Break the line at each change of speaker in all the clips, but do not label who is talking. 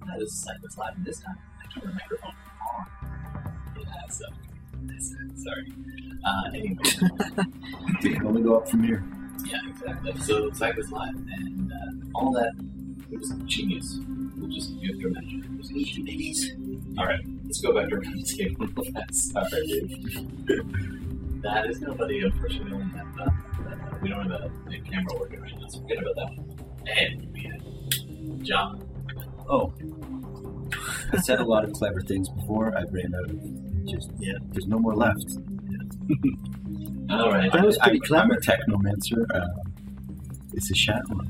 because I was live this time. I turned the microphone on. Yeah, so uh, sorry. Uh, anyway,
They can only go up from here.
yeah, exactly. So Cypress Live and uh, all that it was genius. We'll just you have to imagine it was ancient babies. All right, let's go back around the table. That's sorry, dude. that is nobody. Unfortunately, we don't have the, we don't have the, the camera working right now, so forget about that one. And we had John.
Oh. I said a lot of clever things before. I ran out of just yeah. There's no more left.
All right,
That was pretty clever. I'm a technomancer. Uh, it's a shadow.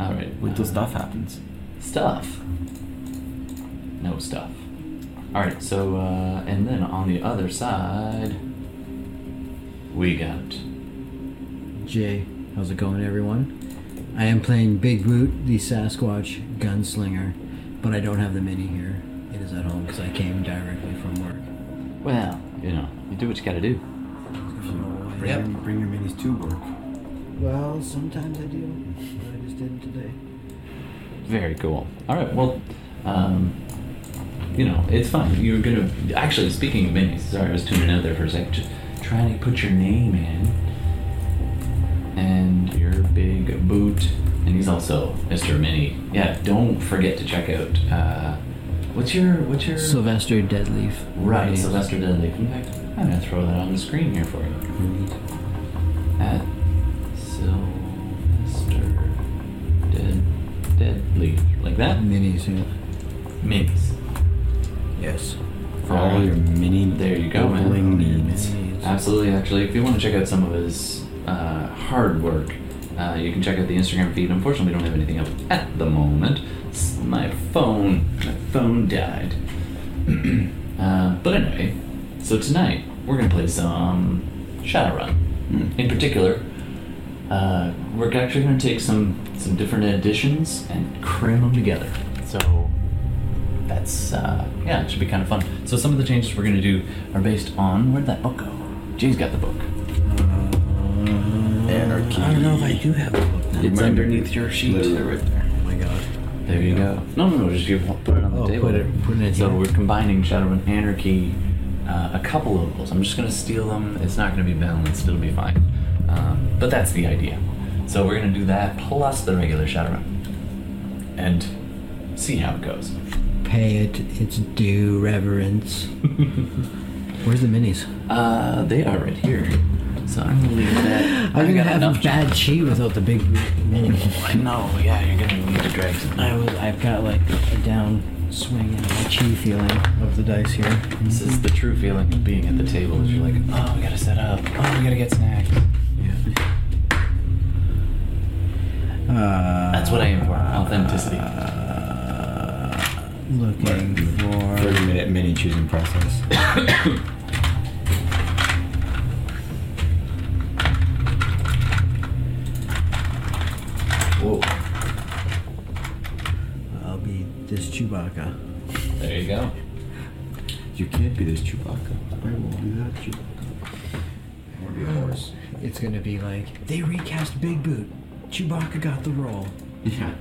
All right.
Wait till stuff happens.
stuff. No stuff. All right. So uh, and then on the other side, we got
Jay, how's it going, everyone? I am playing Big Boot, the Sasquatch Gunslinger, but I don't have the mini here. It is at home because I came directly from work.
well, you know, you do what you got to do.
So,
Bring,
yep.
bring your minis to work.
Well, sometimes I do, but I just didn't today.
Very cool. All right. Well, um, you know, it's fun. You're gonna actually speaking of minis. Sorry, I was tuning out there for a sec. Just trying to put your name in, and your big boot. And he's also Mr. Mini. Yeah. Don't forget to check out. Uh, what's your what's your
Sylvester Deadleaf.
right Sylvester Deadleaf? In fact, I'm gonna throw that on the screen here for you. At Sylvester Dead Deadleaf like that.
Minis, yeah.
Minis.
Yes.
For all your mini
There you go, man.
bling needs.
Minis.
Absolutely, actually. If you want to check out some of his uh, hard work, uh, you can check out the Instagram feed. Unfortunately, we don't have anything up at the moment. It's my phone. My phone died. uh, but anyway, so tonight we're going to play some Shadowrun. In particular, uh, we're actually going to take some, some different editions and cram them together. So that's uh, yeah, it should be kind of fun. So some of the changes we're gonna do are based on where'd that book go? Jay's got the book.
Anarchy.
I don't know if I do have a book.
It's underneath your sheet.
Literally right there.
Oh my god.
There you go. No, no, no, just you put it on the
Oh,
table.
put it- put it in
so
here.
we're combining Shadow and Anarchy. Uh, a couple of those. I'm just gonna steal them. It's not gonna be balanced. It'll be fine. Um, but that's the idea. So we're gonna do that plus the regular Shadowrun, and see how it goes.
Pay it its due reverence. Where's the minis?
Uh, they are right here. So I'm gonna leave that.
I'm
I
gonna
got
have
enough
a bad chi without the big minis.
I know, yeah, you're gonna need to drag some.
I was, I've got like a down swing and a chi feeling of the dice here.
This is the true feeling of being at the table. Is you're like, oh, we gotta set up. Oh, we gotta get snacks.
Uh,
That's what I am for. Authenticity.
looking for.
30 minute mini choosing process.
Whoa.
I'll be this Chewbacca.
There you go.
You can't be this Chewbacca. I will be that Chewbacca. Or be a horse.
It's gonna be like they recast Big Boot. Chewbacca got the role.
Yeah.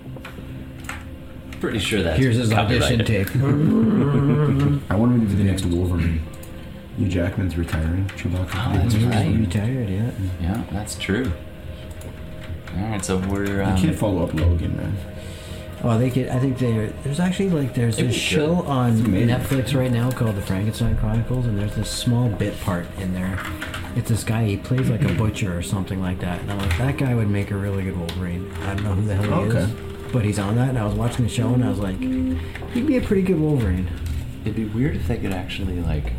Pretty sure that's
Here's his audition
copyrighted.
tape.
I want him to be the next Wolverine. Hugh Jackman's retiring. Chewbacca.
Oh, that's
You
right.
retired yet?
Yeah, that's true. All right, so we're. Um,
can't follow up Logan, man.
Oh, they could. I think they there's actually like there's
It'd
this
be
show
good.
on
It's amazing.
Netflix right now called The Frankenstein Chronicles, and there's this small bit part in there. It's this guy. He plays like a butcher or something like that. And I'm like, that guy would make a really good Wolverine. I don't know who the hell he
Okay.
is, but he's on that. And I was watching the show, and I was like, he'd be a pretty good Wolverine.
it'd be weird if they could actually like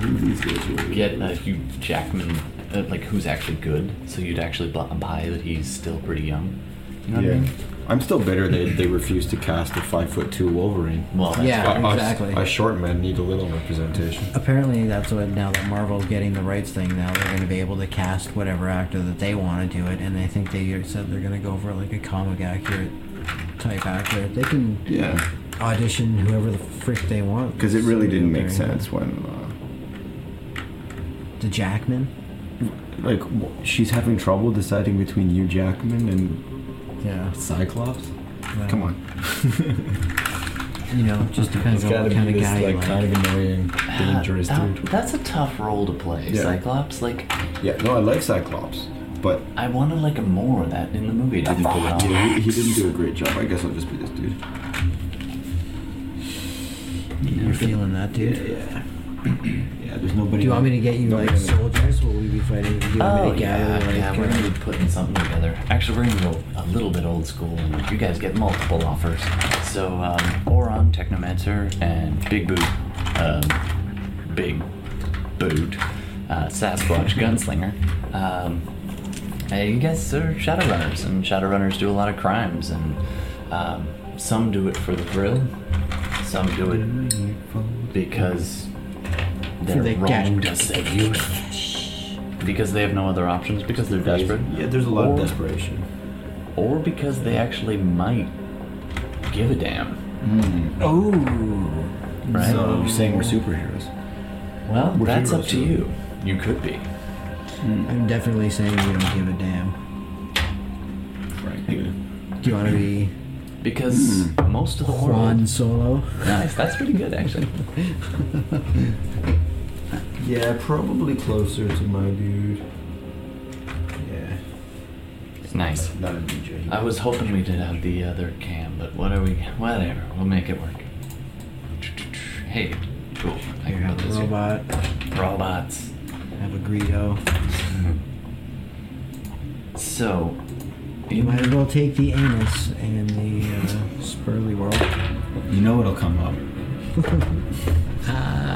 These guys will
get a Hugh Jackman, uh, like who's actually good, so you'd actually bu- buy that he's still pretty young. You know what I
Yeah.
mean?
I'm still bitter they, they refused to cast a five foot two Wolverine.
Well, that's
Yeah.
Uh, us-
exactly.
Us short men need a little representation.
Apparently, that's what now that Marvel's getting the rights thing. Now they're going to be able to cast whatever actor that they want to do it, and I think they said they're going to go for like a comic accurate type actor. They can
Yeah,
audition whoever the frick they want.
because it really didn't make
Very good.
sense when, uh,
The Jackman.
like, w- she's having trouble deciding between you, Jackman, and
Yeah.
Cyclops. Come on.
You know, just
It's
depends on
gotta
what kind
be
of
this
guy you
like
like.
kind of annoying, dangerous
Ah, that-
dude.
That's a tough role to play,
Yeah.
Cyclops. Like,
Yeah, no, I like Cyclops, but
I wanted like a more of that in the movie. Didn't put it on.
yeah, he, he didn't do a great job. I guess I'll just be this dude.
You're feeling that, dude.
yeah.
Yeah, there's nobody.
Do you want me to get you
No,
like
no, no.
soldiers? Will we be fighting? Do you want me
Oh
to
yeah,
gather, like,
yeah. We're
uh,
gonna be putting something together. Actually, we're gonna go a little bit old school, and you guys get multiple offers. So, um, Oron, Technomancer, and Big Boot, um, Big Boot, uh, Sasquatch, Gunslinger. Um, uh, you guys are Shadowrunners, and Shadowrunners do a lot of crimes, and um, some do it for the thrill, some do it because they're
Mm-hmm. the
wrong to
cash.
save you. Because they have no other options, because they're desperate,
Yeah, there's a lot of
Or-
desperation.
or because they actually might give a damn.
Mm-hmm. Oh,
Right?
So you're saying we're superheroes?
well,
we're
that's up
heroes,
to
so-
you. You could be.
I'm definitely saying we don't give a damn.
Right.
Do you want to be
Because most of the world.
Hmm. Juan Solo?
Nice, that's pretty good, actually.
Yeah, probably closer to my dude. Yeah,
nice.
not a DJ.
I was hoping we did have the other cam, but what are we? Whatever, we'll make it work. Hey, cool. I
You
can
have
put
a
this here.
robot.
Robots.
Have a Greedo.
So,
You might as well take the anus and the uh, spurly world.
You know it'll come up.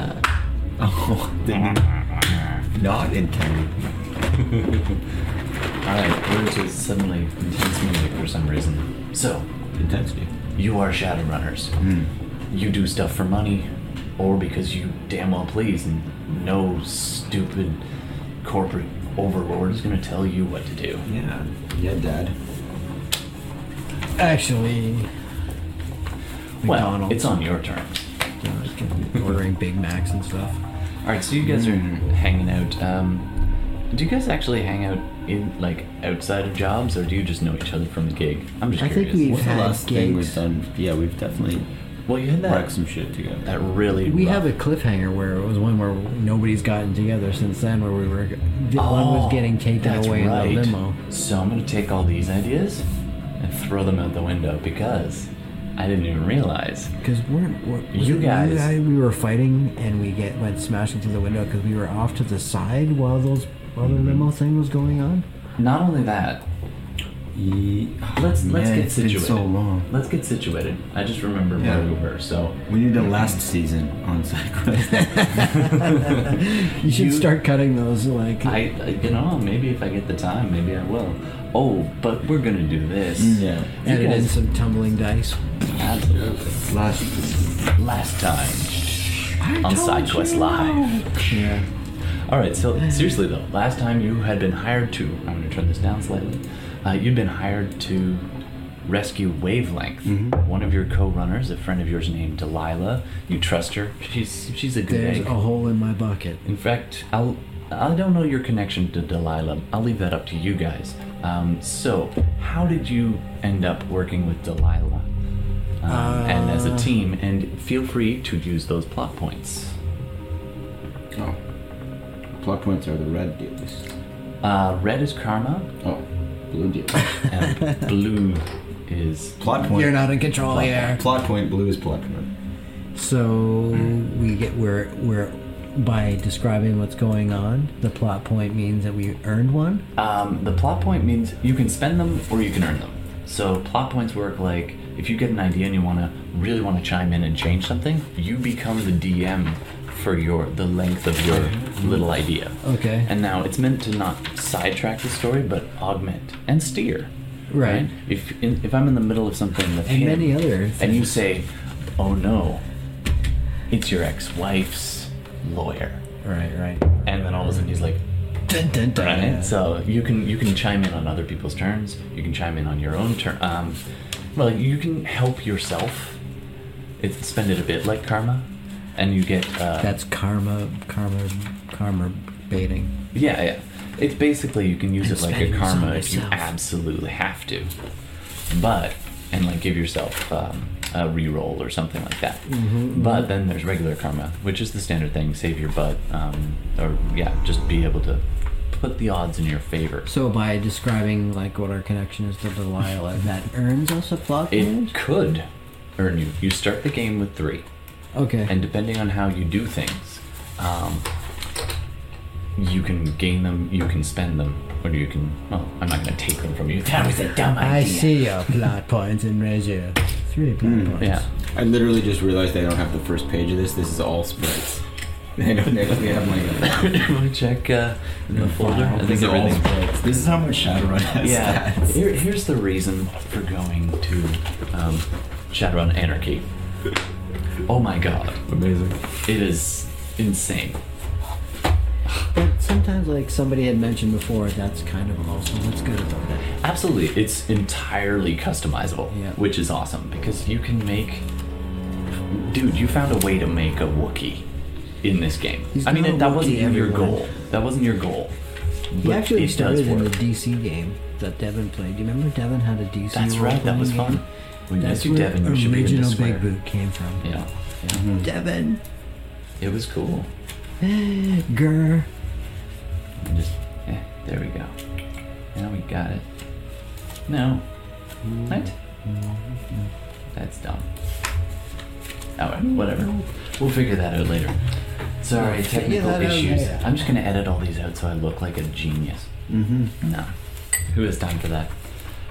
Oh, didn't- not intended.
all right, we're just suddenly intense music for some reason. So,
Intensity.
you are Shadowrunners.
Mm.
You do stuff for money, or because you damn well please, and no stupid corporate overlord is gonna tell you what to do.
Yeah. Yeah, Dad.
Actually,
Well,
McDonald's.
it's on your terms.
Yeah, I can- ordering Big Macs and stuff.
All right, so you guys are hanging out. Um, do you guys actually hang out in like outside of jobs, or do you just know each other from the gig? I'm just
I think
curious.
we- We've
What's the
had
last thing
gigs.
we've done? Yeah, we've definitely
well, you had
wrecked
that
some shit together.
that really.
We
rough-
have a cliffhanger where it was one where nobody's gotten together since then, where we were one
Oh,
was getting taken
that's
away
right.
in the limo.
So I'm gonna take all these ideas and throw them out the window because I didn't even realize.
Because we're, we're was
You
it
guys-
I- we were fighting and we get went smashing through the window because we were off to the side while those while
Mm-hmm.
the limo thing was going on.
Not only that,
Ye-
let's
Man,
let's get
it's been
situated.
so long.
Let's get situated. I just remember
Yeah.
where we were. So
We need a last season on Cyclops.
You should
You-
start cutting those like
I, I- you know, maybe if I get the time, maybe I will. Oh, but we're gonna do this.
Mm, yeah.
You
added in
guys,
some tumbling dice.
absolutely.
Last.
Last time on SideQuest Live.
Yeah.
All right, so seriously though, last time you had been hired to. I'm gonna turn this down slightly. Uh, you'd been hired to rescue Wavelength, one of your co-runners, a friend of yours named Delilah. You trust her. She's she's a good
There's
egg.
a hole in my bucket.
In fact, I'll. I don't know your connection to Delilah. I'll leave that up to you guys. Um, so, how did you end up working with Delilah? Um, and as a team, and feel free to use those plot points.
Oh. Plot points are the red deals.
Uh, red is karma,
Oh, blue deals.
and blue is.
Plot point.
You're not in control here.
Plot point. Blue is plot point.
So we get we're we're by describing what's going on, the plot point means that we earned one.
Um, the plot point means you can spend them or you can earn them. So plot points work like if you get an idea and you want to really want to chime in and change something, you become the DM for your the length of your little idea.
Okay.
And now it's meant to not sidetrack the story, but augment and steer.
Right.
If in, if I'm in the middle of something with
And
him,
many other
and you
things.
say, "Oh no, it's your ex-wife's lawyer,"
Right, right.
and then all of a sudden he's like,
Dun, dun, dun.
Right. So you can you can chime in on other people's turns. You can chime in on your own turn. Um, well, you can help yourself. It's spend it a bit like karma, and you get uh,
That's karma, karma, karma baiting.
yeah yeah. It's basically you can use
And
it like a
spend it on
karma if you
myself.
absolutely have to, but and like give yourself um, a reroll or something like that. But then there's regular karma, which is the standard thing: save your butt, um, or yeah, just be able to put the odds in your favor.
So by describing like what our connection is to Delilah, that earns us a plot
It
point?
could earn you. You start the game with three,
Okay.
and depending on how you do things, um, you can gain them, you can spend them, or you can. Well, I'm not going to take them from you. That was a dumb idea. Hmm,
I see your plot points in measure. Three plot points.
Yeah.
I literally just realized I don't have the first page of this. This is all sprites. I don't actually have my.
Want to check uh, the folder? I think
These are all
everything.
sprites. This is how much Shadowrun has.
Yeah.
stats.
Here, here's the reason for going to um, Shadowrun Anarchy. Oh my god,
Amazing.
it is insane.
But sometimes, like somebody had mentioned before, that's kind of low. So what's good about that?
Absolutely, it's entirely customizable,
Yeah.
which is awesome because you can make. Dude, you found a way to make a Wookiee in this game.
He's
I mean,
not a
it, that wasn't
Wookiee,
your
everyone.
goal. That wasn't your goal.
He
But
actually
it
started
does
in the
work.
DC game that Devin played. Do you remember Devin had a DC?
That's right. That
role-playing
was
game?
fun. We
That's
met you,
where
Devin. You should be in
original
this
Big
sweater.
Boot came from.
Yeah,
Devin,
it was cool.
grr.
And just, eh, there we go. Now we got it. No. What? That's dumb. Alright, whatever. We'll figure that out later. Sorry,
figure
technical
that out
issues.
later.
I'm just gonna edit all these out so I look like a genius. Mm-hmm. No. Who has time for that?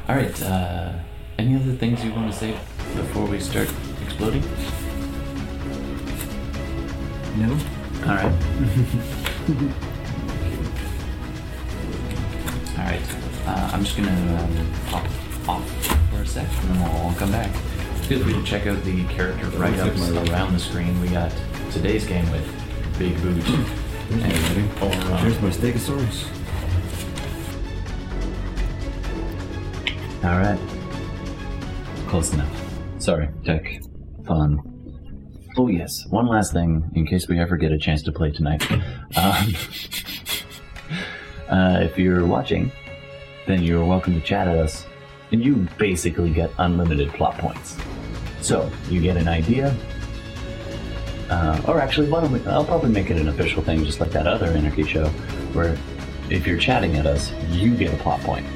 Alright, uh, any other things you want to say before we start exploding?
No.
All right. All right. Uh, I'm just gonna um, pop off for a sec, and then we'll all come back. Feel free to check out the character write-ups around the screen. We got today's game with Big Boot and Oron.
There's my Stegosaurus.
All right. Close enough. Sorry, tech. Fun. Oh yes, one last thing in case we ever get a chance to play tonight. Um, uh, if you're watching, then you're welcome to chat at us, and you basically get unlimited plot points. So you get an idea, uh, or actually, why don't we, I'll probably make it an official thing, just like that other anarchy show, where if you're chatting at us, you get a plot point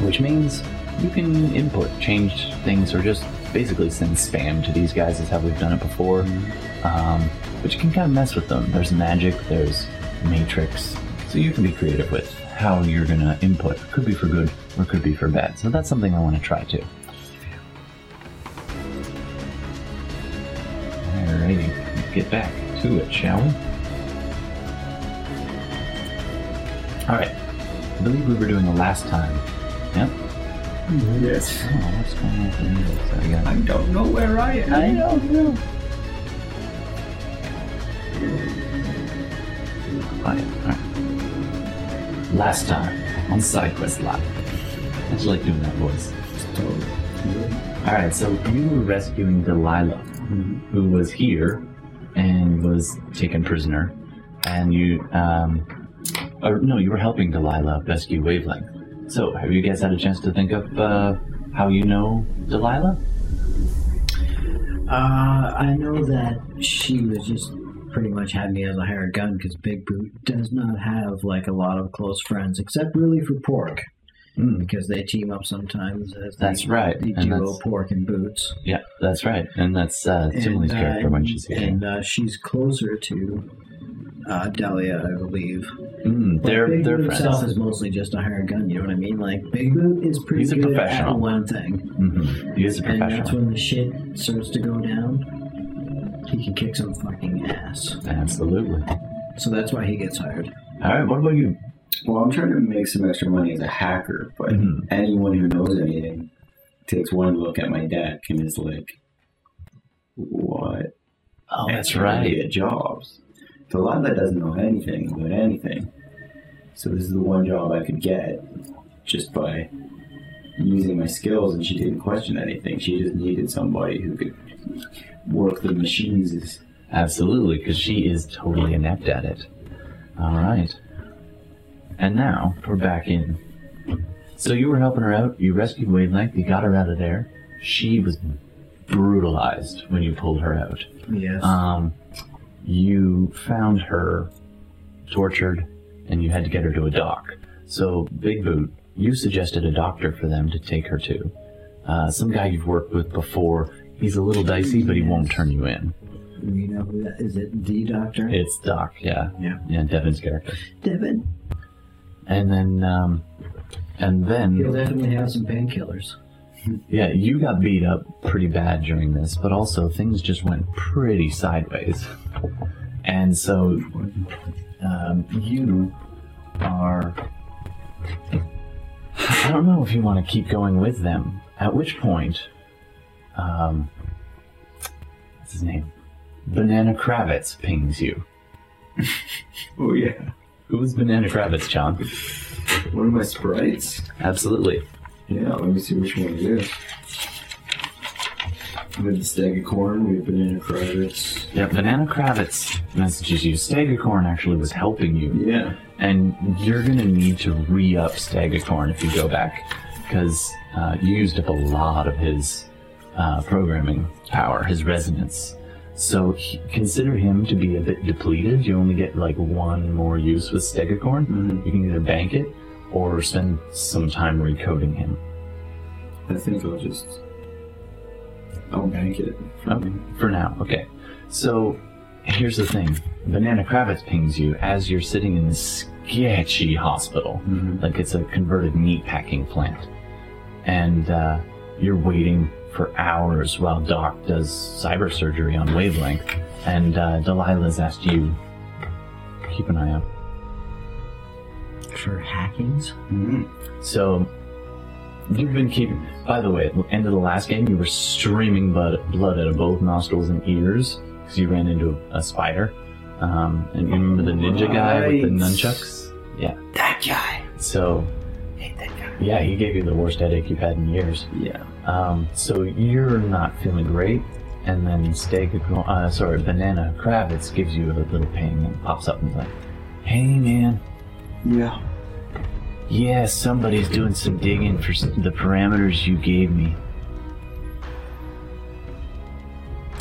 which means you can input change things or just basically send spam to these guys is how we've done it before um, which can kind of mess with them there's magic there's matrix so you can be creative with how you're gonna input could be for good or could be for bad so that's something i want to try too alrighty let's get back to it shall we alright i believe we were doing the last time yep
Yes.
Oh, what's going on with the music? So I got-
I don't know where I am.
I don't know. Quiet. Alright. Last time on SideQuest Live. I just like doing that voice. Alright, so you were rescuing Delilah, who was here and was taken prisoner. And you, um, or no, you were helping Delilah rescue Wavelength. So, have you guys had a chance to think of uh, how you know Delilah?
Uh, I know that she was just pretty much had me as a hired gun because Big Boot does not have like a lot of close friends, except really for Pork
Mm,
because they team up sometimes as the-
That's right,
the
and
duo
that's-
Pork and Boots.
yeah, that's right. And that's uh, Timely's
uh,
character when she's here.
and uh, she's closer to uh, Delia, I believe.
Mm,
But
they're
Big
they're
Boot himself
friends.
is mostly just a hired gun. You know what I mean? Like Big Boot is pretty
He's a
good
professional.
at one thing,
hmm He is a
and that's
professional.
when the shit starts to go down. He can kick some fucking ass.
Absolutely.
So that's why he gets hired.
All right. What about you?
Well, I'm trying to make some extra money as a hacker, but
Mhm.
anyone who knows anything takes one look at my deck and is like, "What?"
Oh,
And trying to Get jobs. So a lot of that doesn't know anything about anything. So this is the one job I could get just by using my skills, and she didn't question anything. She just needed somebody who could work the machines.
Absolutely, because she is totally inept at it. All right. And now we're back in. So you were helping her out. You rescued Wavelength. You got her out of there. she was brutalized when you pulled her out.
Yes.
Uh,
Um, you found her tortured, and you had to get her to a doc. So, Big Boot, you suggested a doctor for them to take her to. Uh, some guy you've worked with before. He's a little dicey, but he won't turn you in.
You know who that is? It the doctor.
It's Doc, yeah.
Yeah.
Yeah, Devin's character.
Devin.
And then, um, and then,
He'll definitely have some painkillers.
yeah, you got beat up pretty bad during this, but also things just went pretty sideways. And so, um, you are. I don't know if you want to keep going with them. At which point, um, what's his name? Banana Kravitz pings you.
Oh yeah.
Who's Banana Kravitz, John?
One of my sprites.
Absolutely.
Yeah. Let me see which one it is. We have the stag of corn. We have banana credits.
Yeah, Banana Kravitz messages you. Stegacorn actually was helping you,
Yeah.
and you're gonna need to re-up Stegacorn if you go back, because uh, you used up a lot of his uh, programming power, his resonance. So he, consider him to be a bit depleted. You only get like one more use with Stegacorn. You can either bank it or spend some time recoding him.
I think I'll just. I'll bank it.
Okay, for now, okay. So, here's the thing Banana Kravitz pings you as you're sitting in this sketchy hospital. Like it's a converted meat packing plant. And uh, you're waiting for hours while Doc does cyber surgery on Wavelength. And uh, Delilah's asked you, keep an eye out.
For hackings?
Mm-hmm.
So, you've been keeping. By the way, at the end of the last game, you were streaming blood, blood out of both nostrils and ears because you ran into a, a spider. Um, and you remember the ninja guy with the
Right.
nunchucks? Yeah. That guy. So. Yeah, he gave you the worst headache you've had in years.
Yeah.
Um, so you're not feeling great, and then steak, uh, sorry, banana Kravitz gives you a little ping and pops up and's like, "Hey, man,
Yeah.
yeah, somebody's doing some digging for s- the parameters you gave me.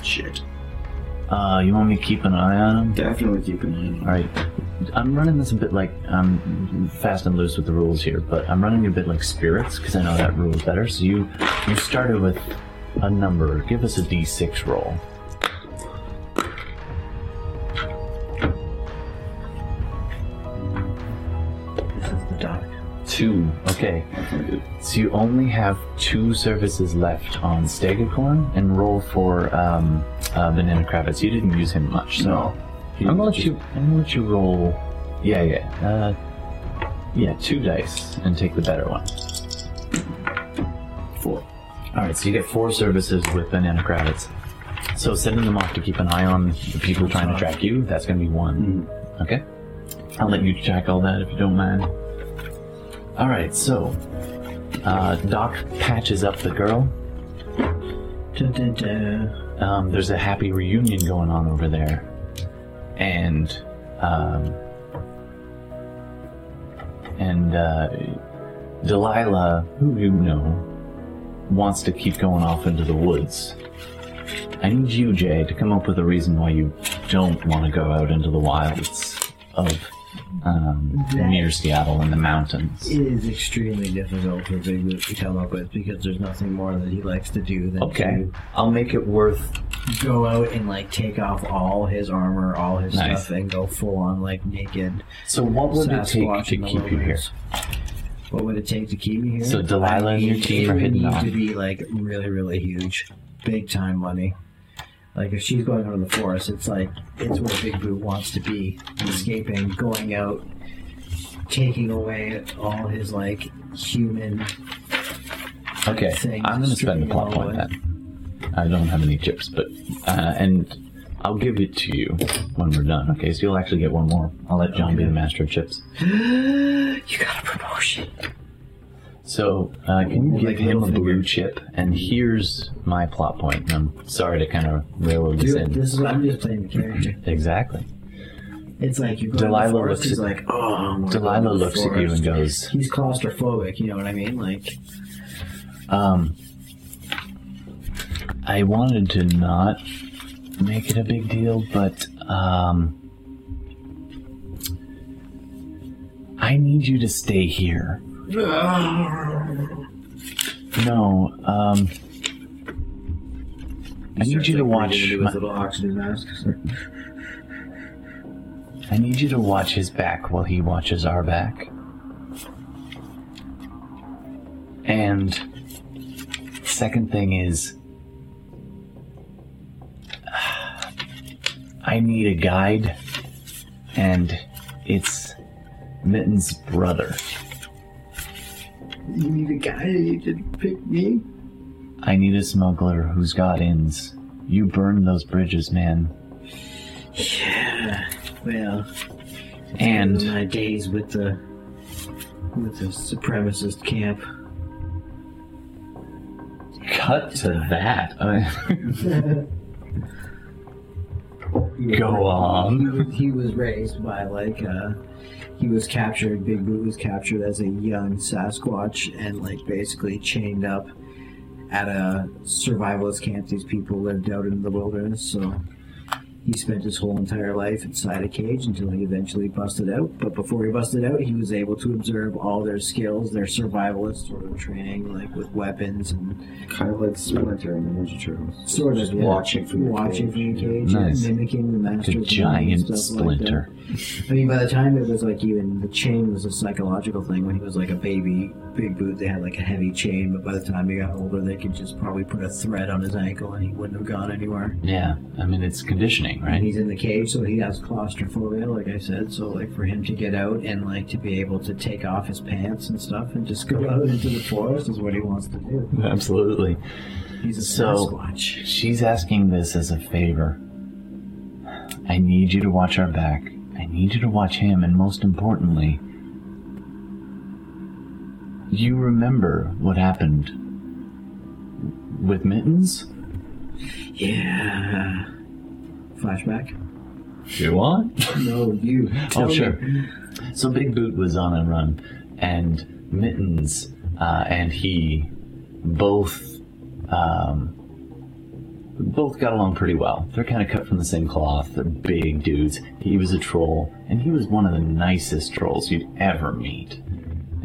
Shit.
Uh, you want me to keep an eye on them?
Definitely keep an eye on it.
All right. I'm running this a bit like I'm fast and loose with the rules here, but I'm running a bit like spirits because I know that rule is better. So you you started with a number. Give us a d6 roll.
This is the doc.
Two. Okay. So you only have two services left on Stegacorn and roll for um, uh, Banana Kravitz. You didn't use him much, so.
No.
I'm gonna let you. I'm gonna let you roll. Yeah, yeah. Uh, yeah, two dice and take the better one.
Four.
All right, so you get four services with banana credits. So sending them off to keep an eye on the people trying to track you. That's gonna be one. Okay. I'll let you track all that if you don't mind. All right, so uh, Doc patches up the girl.
Dun, dun, dun.
Um, there's a happy reunion going on over there, and um, and uh, Delilah, who you know, wants to keep going off into the woods. I need you, Jay, to come up with a reason why you don't want to go out into the wilds of um,
That-
near Seattle in the mountains.
It is extremely difficult for Big Boot to come up with because there's nothing more that he likes to do than
Okay, I'll make it worth
to go out and like take off all his armor, all his
Nice.
stuff, and go full on like naked.
So, what would it take
Sasquatch
to
in the
keep you here?
wilderness. What would it take to keep me here?
So Delilah and your
It
team are
would
hitting
need
on.
to be like really, really huge, big time money. Like if she's going out in the forest, it's like it's where Big Boot wants to be, escaping, going out, taking away all his like human.
Okay,
thing,
I'm going to spend a
stripping
plot
it all
point
away.
then. I don't have any chips, but uh, and I'll give it to you when we're done. Okay, so you'll actually get one more. I'll let John be the master of chips.
You got a promotion.
So uh, can you
Like
give him a
Littlefinger.
blue chip? And here's my plot point. And I'm sorry to kind of railroad this
Dude,
in.
this is what I'm just playing the character.
Exactly.
It's like you go
Delilah
to the forest,
looks
he's
at-
like, oh, I wanna go
Delilah
to the
looks at you and
forest."
goes,
He's claustrophobic, you know what I mean? Like,
um, I wanted to not make it a big deal, but um, I need you to stay here. "Ah." No, um, I need you to watch.
Into
my-
his little oxygen mask.
I need you to watch his back while he watches our back. And second thing is I need a guide and it's Mitten's brother.
You need a guy you didn't pick me?
I need a smuggler who's got ins. You burned those bridges, man.
Yeah. Well,
And
my days with the with the supremacist camp.
Cut to that. uh, Go on.
He was, he was raised by like uh he was captured. Big Boot was captured as a young Sasquatch and like basically chained up at a survivalist camp. These people lived out in the wilderness, so he spent his whole entire life inside a cage until he eventually busted out. But before he busted out, he was able to observe all their skills, their survivalist sort of training, like with weapons and
Kind of like Splinter in the Ninja Turtles.
sort of yeah.
Watching from the
watching from the cage,
Nice.
and mimicking the
The
master plan and
giant
stuff
splinter.
Like that. I mean, by the time it was like even the chain was a psychological thing. When he was like a baby, big boot, they had like a heavy chain, but by the time he got older, they could just probably put a thread on his ankle, and he wouldn't have gone anywhere.
yeah, I mean it's conditioning,
And
right?
he's in the cage, so he has claustrophobia, like I said. So, like for him to get out and like to be able to take off his pants and stuff and just go out into the forest is what he wants to do.
Absolutely.
He's a
So-
Sasquatch.
She's asking this as a favor. I need you to watch our back. I need you to watch him, and most importantly, you remember what happened with Mittens?
Yeah. Flashback.
You want?
No, you.
oh,
Tell me.
sure. So Big Boot was on a run, and Mittens uh, and he both um, both got along pretty well. They're kind of cut from the same cloth. They're big dudes. He was a troll, and he was one of the nicest trolls you'd ever meet.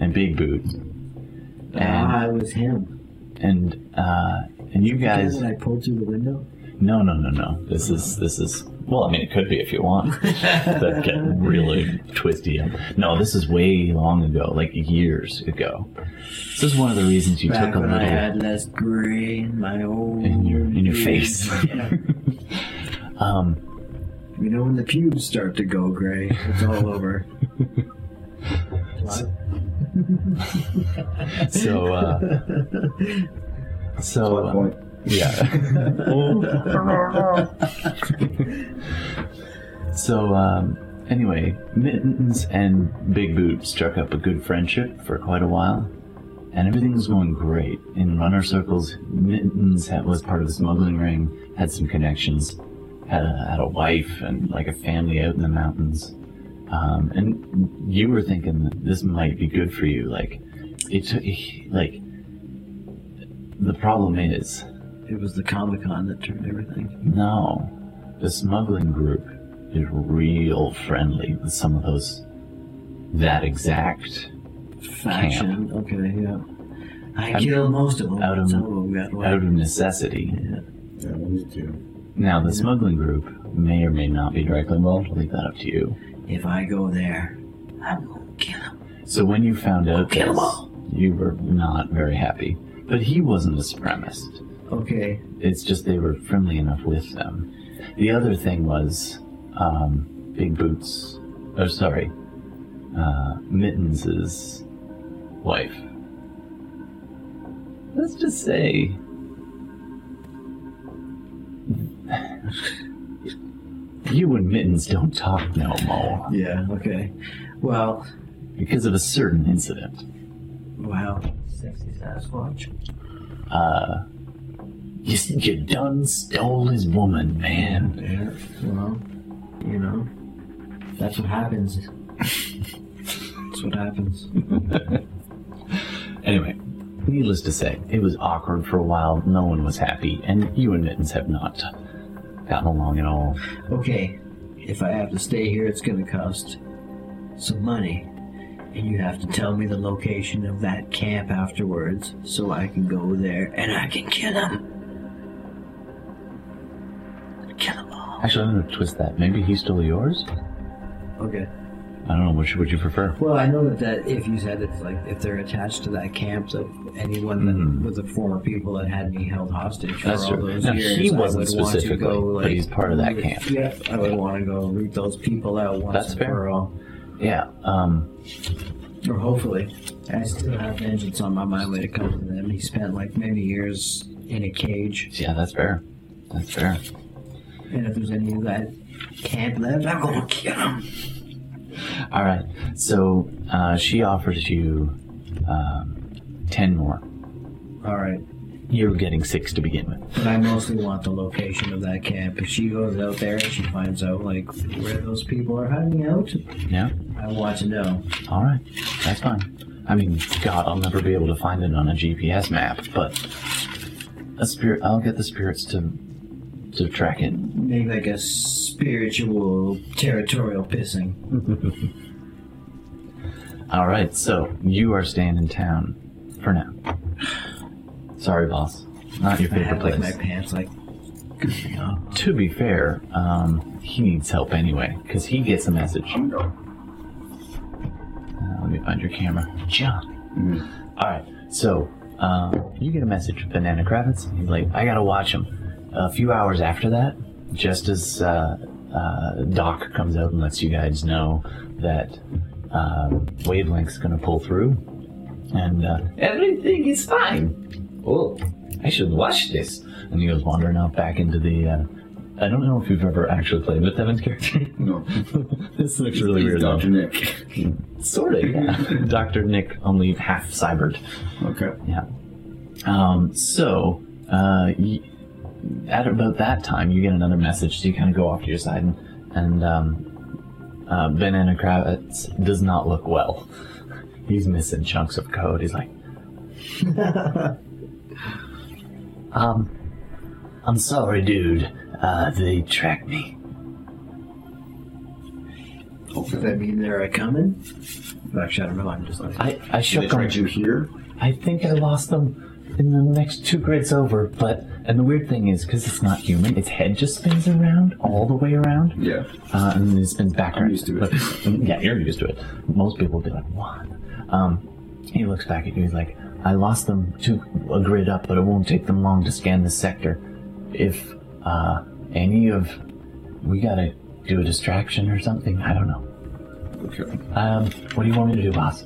And Big Boot, and
Ah, it was him.
and uh, and you
The guy
guys.
that I pulled through the window.
No, no, no, no. This is this is. Well, I mean, it could be if you want. that get really twisty. No, this is way long ago, like years ago. This is one of the reasons you
Back
took a
when
little
I had less gray in my old.
in your in your face.
Yeah.
um,
You know when the pubes start to go gray, it's all over.
so uh, so uh,
Point.
yeah. so um, anyway, Mittens and Big Boot struck up a good friendship for quite a while, and everything was going great in runner circles. Mittens had, was part of the smuggling ring, had some connections, had a, had a wife and like a family out in the mountains. Um, and you were thinking that this might be good for you, like it took like the problem is
It was the Comic Con that turned everything.
no, the smuggling group is real friendly with some of those. That exact
Faction. Okay, yeah. I
I'm-
killed most of them.
out of-
Some of them got away.
out of necessity.
Yeah, me too.
Now, the smuggling group may or may not be directly involved. I'll leave that up to you.
If I go there, I'm gonna kill them.
So when you found out
Kill 'em
this,
all.
you were not very happy. But he wasn't a supremacist.
Okay.
It's just they were friendly enough with them. The other thing was um, Big Boots. Oh, sorry, uh, Mittens's wife. Let's just say you and Mittens don't talk no more
Yeah. Okay. Well.
because of a certain incident.
Wow. Sexy Sasquatch.
Uh, you, you done stole his woman, man.
Yeah, well, you know, that's what happens. that's what happens.
Anyway, needless to say, it was awkward for a while. No one was happy, and you and Mittens have not gotten along at all.
Okay, if I have to stay here, it's gonna cost some money. And you have to tell me the location of that camp afterwards so I can go there and I can kill him. Kill him all.
Actually, I'm gonna twist that. Maybe he stole yours.
Okay.
I don't know. Which would you prefer?
Well, I know that, that if you said it's like if they're attached to that camp of anyone
Mhm.
that, with the former people that had me held hostage for
That's
all
true.
those
Now,
years,
he
I
wasn't
would want to
specifically,
go,
but
like,
he's part of that camp.
Yeah, I would want to go root those people out once
That's
and
fair.
for all.
Yeah. Um.
Or hopefully. I still have vengeance on my mind when it comes to them. He spent like many years in a cage.
Yeah, that's fair. That's fair.
And if there's any of that camp left, I'm gonna kill him.
All right. So uh, she offers you um, ten more.
Alright.
You're getting six to begin with.
But I mostly want the location of that camp. If she goes out there and she finds out like where those people are hiding out,
Yeah.
I want to know.
All right. That's fine. I mean, God, I'll never be able to find it on a GPS map, but a spirit. I'll get the spirits to to track it.
Make like a spiritual territorial pissing.
All right. So you are staying in town for now. Sorry, boss. Not your
I
favorite
have
place.
like my pants like
To be fair, um, he needs help anyway, because he gets a message. Uh, let me find your camera. John. All right, so uh, you get a message from Banana Kravitz. He's like, I gotta watch him. A few hours after that, just as uh, uh, Doc comes out and lets you guys know that uh, Wavelength's gonna pull through, and uh, everything is fine. Oh, I should watch this. And he goes wandering out back into the. Uh, I don't know if you've ever actually played with Devin's character.
No,
this looks really
He's
weird. though.
Dr. Nick.
Sort of, yeah. Dr. Nick, only half cybered.
Okay.
Yeah. Um, so, uh, y- at about that time, you get another message, so you kind of go off to your side, and, and um, uh, Banana Kravitz does not look well. He's missing chunks of code. He's like, um, I'm sorry, dude. Uh, they tracked me.
Does that mean they're a coming? Actually I don't know, I'm just like
I, I
Did they
shook him.
try you here?
I think I lost them in the next two grids over, but. And the weird thing is, because it's not human, its head just spins around all the way around,
Yeah.
uh, and then it spins back
I'm
around.
used to it.
But- mm, yeah, you're used to it. Most people would be like, what? Um, he looks back at you, he's like, I lost them to a grid up, but it won't take them long to scan the sector. If uh, any of. We gotta do a distraction or something, I don't know.
Okay.
Um, what do you want me to do, boss?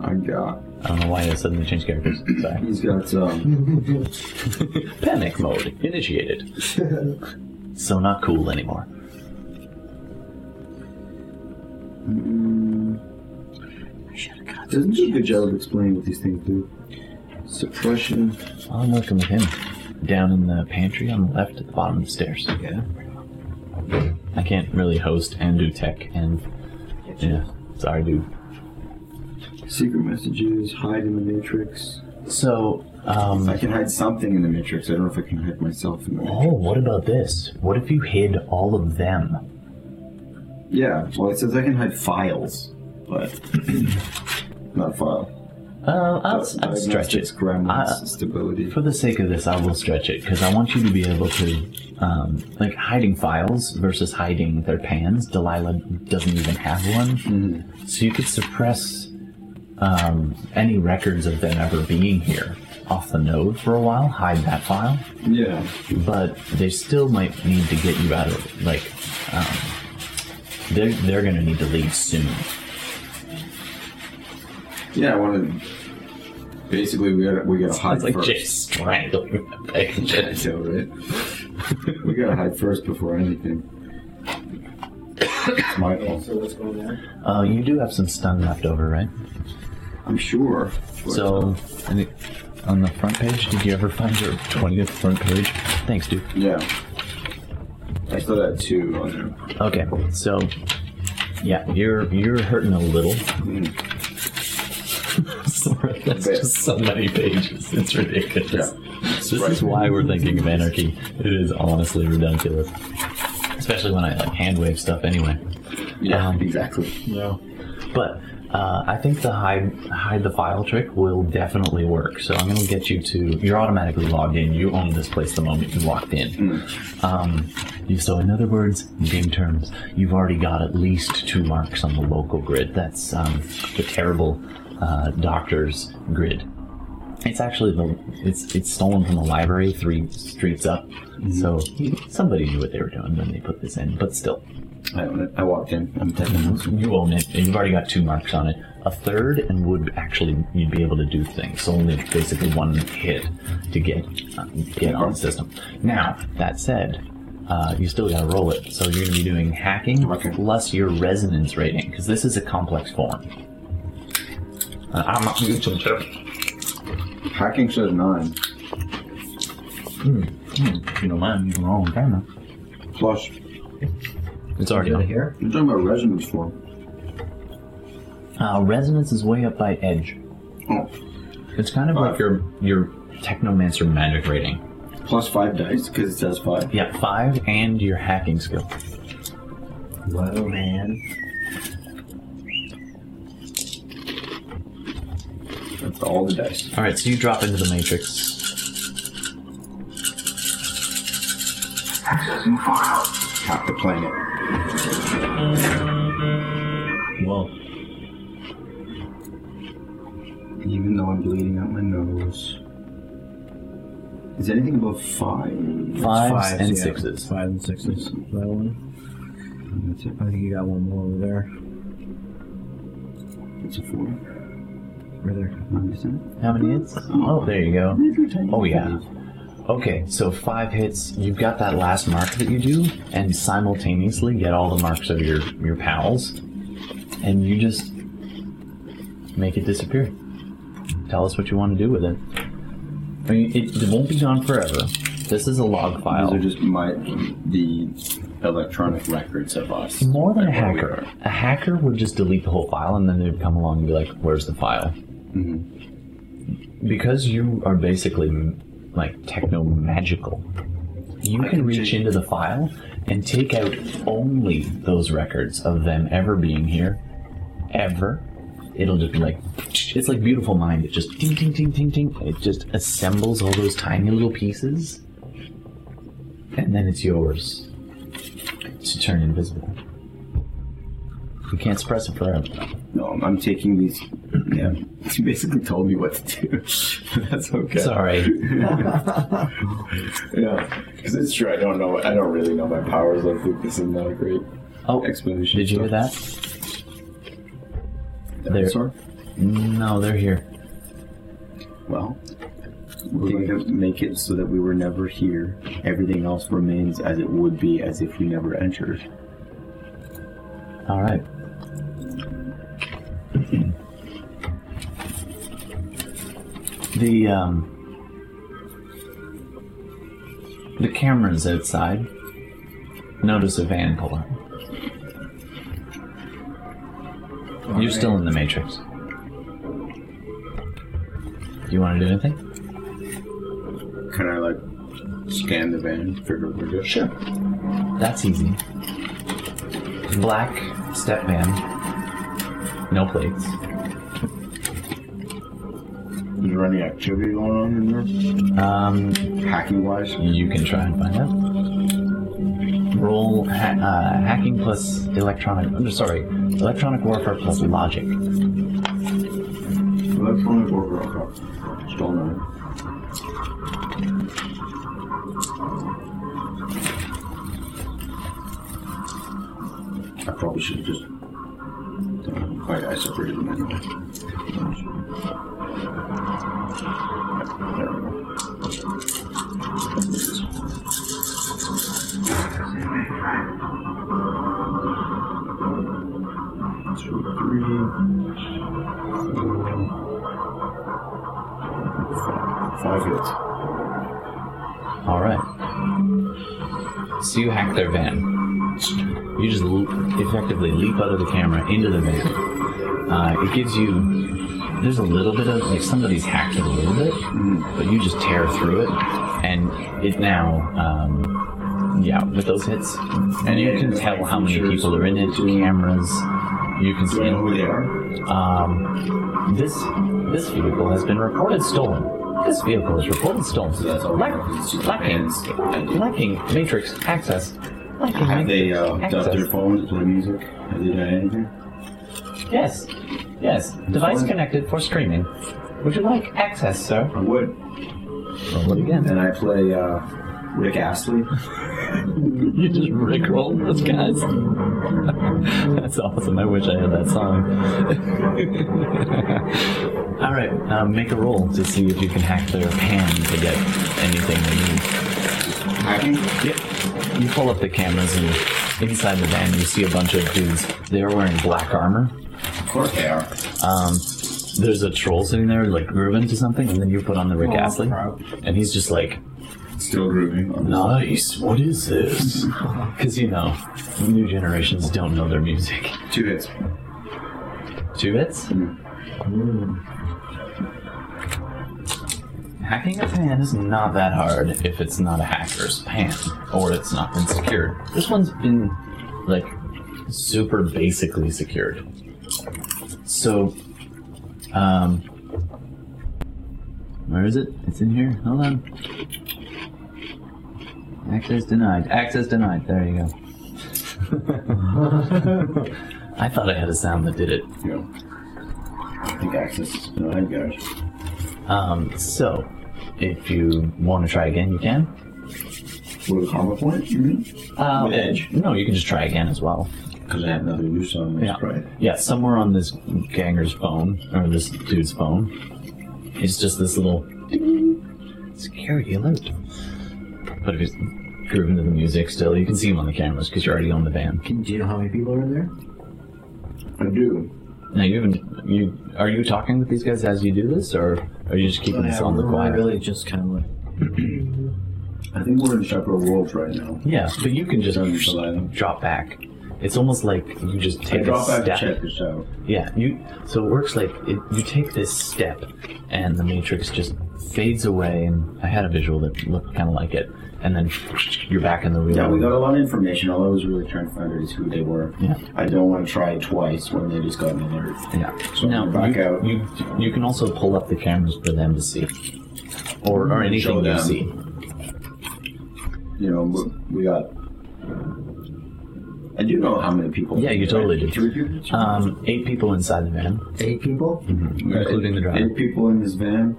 I got.
I don't know why I suddenly changed characters. Sorry.
He's got um.
Panic mode initiated. so not cool anymore.
Doesn't do a good job of explaining what these things do. Suppression.
I'm working with him. Down in the pantry on the left at the bottom of the stairs.
Yeah.
I can't really host and do tech and yeah. Sorry dude.
Secret messages. Hide in the matrix.
So,
I
um
can hide something in the matrix. I don't know if I can hide myself in the matrix.
Oh, what about this? What if you hid all of them?
Yeah. Well, it says I can hide files, but not file.
Uh, I'll, I'll stretch
Diagnostics,
it.
Gremlins,
I-
stability.
For the sake of this, I will stretch it because I want you to be able to, um, like hiding files versus hiding their pans. Delilah doesn't even have one, so you could suppress um, any records of them ever being here off the node for a while. Hide that file,
Yeah.
but they still might need to get you out of like. Um, they're they're gonna need to leave soon.
Yeah. I want to. Basically, we gotta we gotta hide
It's like
first.
just strangling that page.
I know, right? we gotta hide first before anything. It's my fault.
So what's going on?
Uh, you do have some stun left over, right?
I'm sure.
So, and it, on the front page, did you ever find your 20th front page? Thanks, dude.
yeah. I still had two on there.
Okay, so, yeah, you're you're hurting a little. story. That's just so many pages. It's ridiculous. This
Right.
is why we're thinking of anarchy. It is honestly ridiculous. Especially when I like hand wave stuff anyway.
Yeah,
Um,
exactly.
No. But uh, I think the hide hide the file trick will definitely work. So I'm going to get you to. You're automatically logged in. You own this place the moment you walked in. Um, you, so in other words, in game terms, you've already got at least two marks on the local grid. That's um, the terrible uh, doctor's grid. It's actually the it's it's stolen from the library three streets up. So somebody knew what they were doing when they put this in, but still.
I own it. I walked in. I'm taking those.
You own it. and You've already got two marks on it. A third, and would actually you'd be able to do things. So only basically one hit to get uh, get on the system. Now that said, uh, you still got to roll it. So you're going to be doing hacking
Okay.
plus your resonance rating because this is a complex form. Uh, I'm not used to it.
Hacking shows nine.
Hmm, If you don't mind, you can roll on camera.
Plus,
It's already on here.
you're talking about resonance form.
Uh, resonance is way up by edge.
Oh,
It's kind of like your your technomancer magic rating.
plus five dice because it says five.
Yeah, five and your hacking skill.
Whoa, man. That's all the dice.
All right, so you drop into the matrix.
Half the planet.
Whoa.
Even though I'm bleeding out my nose. Is anything above five?
Fives,
Fives,
and
yeah.
sixes.
Five and sixes. That one.
That's it.
I think you got one more over there.
It's a four.
Right there.
Am I missing
How many hits? Oh, there you go.
it?
Oh, yeah. Okay, so five hits. You've got that last mark that you do, and simultaneously get all the marks of your your pals, and you just make it disappear. Tell us what you want to do with it. I mean, it, it won't be gone forever. This is a log file.
These are just my the electronic records of us.
More than a
Like where we
hacker.
are.
A hacker would just delete the whole file and then they'd come along and be like, where's the file? Because you are basically m- like techno magical, you can, reach into the file and take out only those records of them ever being here, ever. It'll just be like, it's like beautiful mind. It just ding, ding, ding, ding, ding. It just assembles all those tiny little pieces, and then it's yours to turn invisible. You can't suppress it forever.
No, I'm, I'm taking these. Yeah, she basically told me what to do. That's okay.
Sorry.
Yeah, because it's true. I don't know. I don't really know my powers. I think this is not a great
Oh,
explanation.
did you hear that? There.
Sorry.
No, they're here.
Well, we're going to make it so that we were never here. Everything else remains as it would be, as if we never entered.
All right. The um, the cameras outside notice a van pull up. You're still in the matrix. You want to do anything?
Can I like scan the van? Figure we're good.
Sure. That's easy. Black step van. No plates.
Is there any activity going on in
Um,
there? Hacking wise?
you can try and find out. Roll ha- uh, hacking plus electronic. I'm sorry, electronic warfare plus logic.
Electronic or rock up? Still nine. I probably should have just. Uh, I, I separated them anyway. There we go. Two, three. Five hits.
All right. So you hack their van. You just l- effectively leap out of the camera into the van. Uh, it gives you there's a little bit of like somebody's hacked it a little bit, but you just tear through it, and it now, um, yeah, with those hits, and you can tell how many people are in it, cameras. You can
Do I know who
see.
they are?
Um, this this vehicle has been reported stolen. This vehicle is reported stolen.
So that's all.
Lack- lacking,
Superman's-
lacking matrix access. Lacking
Have they
matrix
uh, dubbed
access.
their phones to play music? Have they done anything?
Yes. Yes. Device connected for streaming. Would you like access, sir?
I would.
Roll it again.
And I play uh, Rick Astley.
You just rickroll those guys. That's awesome. I wish I had that song. All right, um, make a roll to see if you can hack their pan to get anything they
Hacking?
need. Yep. You pull up the cameras and inside the van you see a bunch of dudes. They're wearing black armor.
Of course they are.
Um, there's a troll sitting there like grooving to something, and then you put on the Rick Astley, and he's just like
Still grooving. on this.
Nice. What is this? Because you know, new generations don't know their music.
Two hits.
Two bits. Hmm. Hacking a pan is not that hard if it's not a hacker's pan or it's not been secured. This one's been like super basically secured. So, um, where is it? It's in here. Hold on. Access denied. Access denied. There you go. I thought I had a sound that did it.
Yeah. I think access is denied, guys.
Um, so, if you want to try again, you can.
With a combo point, you mean?
Uh,
With Edge.
No, you can just try again as well.
Because I have another use on this,
Yeah.
right?
Yeah, somewhere on this ganger's phone, or this dude's phone, it's just this little ding, security alert. But if he's grooving to the music still, you can see him on the cameras because you're already on the van.
Can, do you know how many people are in there?
I do.
Now, you haven't. You, are you talking with these guys as you do this, or are you just keeping this on the
we're
quiet?
really just kind of like
I think we're in separate worlds right now.
Yeah, but you can just
Don't you rely on them?
drop back. It's almost like you just
I
take a
drop back to
step.
check this out.
Yeah, you. So it works like it, you take this step, and the matrix just fades away. And I had a visual that looked kind of like it, and then you're back in the real.
Yeah, we
world.
got a lot of information. All I was really trying to find out is who they were.
Yeah.
I don't want to try it twice when they just got an alert.
Yeah.
So
now
back
you,
out.
You you can also pull up the cameras for them to see, or or
Mm-hmm. Show
anything you
them.
see.
You know, we, we got. I do know how many people.
Yeah, you totally do.
Three people,
Um, eight people inside the van,
eight people.
Hmm. including the driver.
Eight people in this van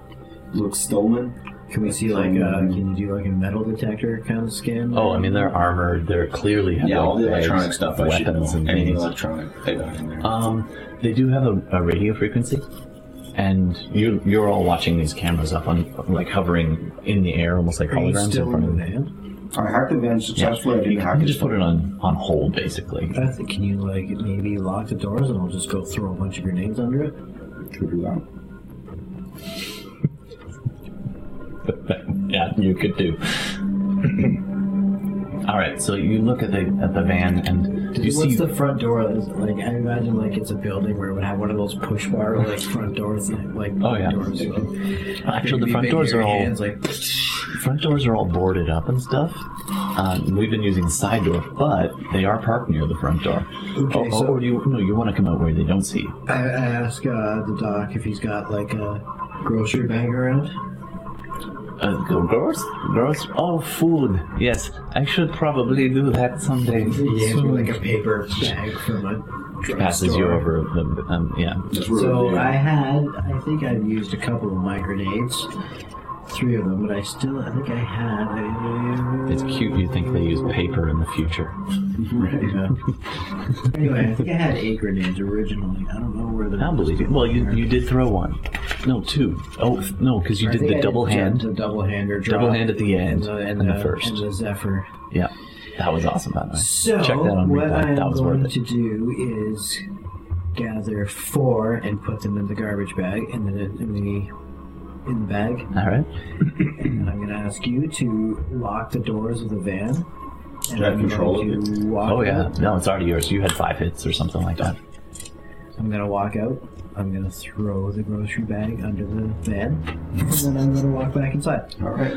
look stolen.
Can we see like uh can you do like a metal detector kind of scan?
Oh, I mean they're armored. They're clearly have
Yeah, all the
like, bags,
electronic stuff. I should
weapons
know.
and
Anything
things.
electronic, they got in there.
Um, they do have a, a radio frequency, and you you're all watching these cameras up on like hovering in the air, almost like
are you
holograms in
still
front
in
of
the
them.
van?
I hacked the van
Yeah,
successfully. I
you,
didn't hack
you just
it.
put it on on hold basically.
I think can you like maybe lock the doors and I'll just go throw a bunch of grenades under it?
Could do that.
yeah, you could do. all right, so you look at the at the van and you
What's
see
the front door? Is it, like I imagine, like it's a building where it would have one of those push bar like front doors, and, like
Oh, yeah.
doors.
actually the front doors are all
hands, like
front doors are all boarded up and stuff. Um, we've been using side door, but they are parked near the front door.
Okay,
Oh,
so-
or you no, you want to come out where they don't see. you.
I, I ask uh, the doc if he's got like a grocery bag around.
Uh, girls? Girls? Oh, food. Yes, I should probably do that someday.
Yeah,
soon.
like a paper bag from a drugstore.
passes you over the um, yeah.
That's where
So
they-
I had, I think I've used a couple of my grenades, three of them, but I still, I think I had. A,
It's cute. You think they use paper in the future?
Yeah. anyway, I think I had eight grenades originally. I don't know where the.
I don't believe it. Well, you you did throw one. No, two. Oh no, because you
I
did
think
the
I
double
did
hand.
The double hand or drop.
Double hand at the end
and the, uh, and
and the
the-
first.
and the Zephyr.
Yeah, that was awesome. By the way,
So
check that on
what I
replay.
am
That was
going
worth it.
to do is gather four and put them in the garbage bag and then in the in the bag.
All right.
And I'm going to ask you to lock the doors of the van. And
I
I'm
control
going to walk
Oh yeah.
up.
No, it's already yours. You had five hits or something like that.
I'm gonna walk out. I'm gonna throw the grocery bag under the bed, and then I'm gonna walk back inside.
All right.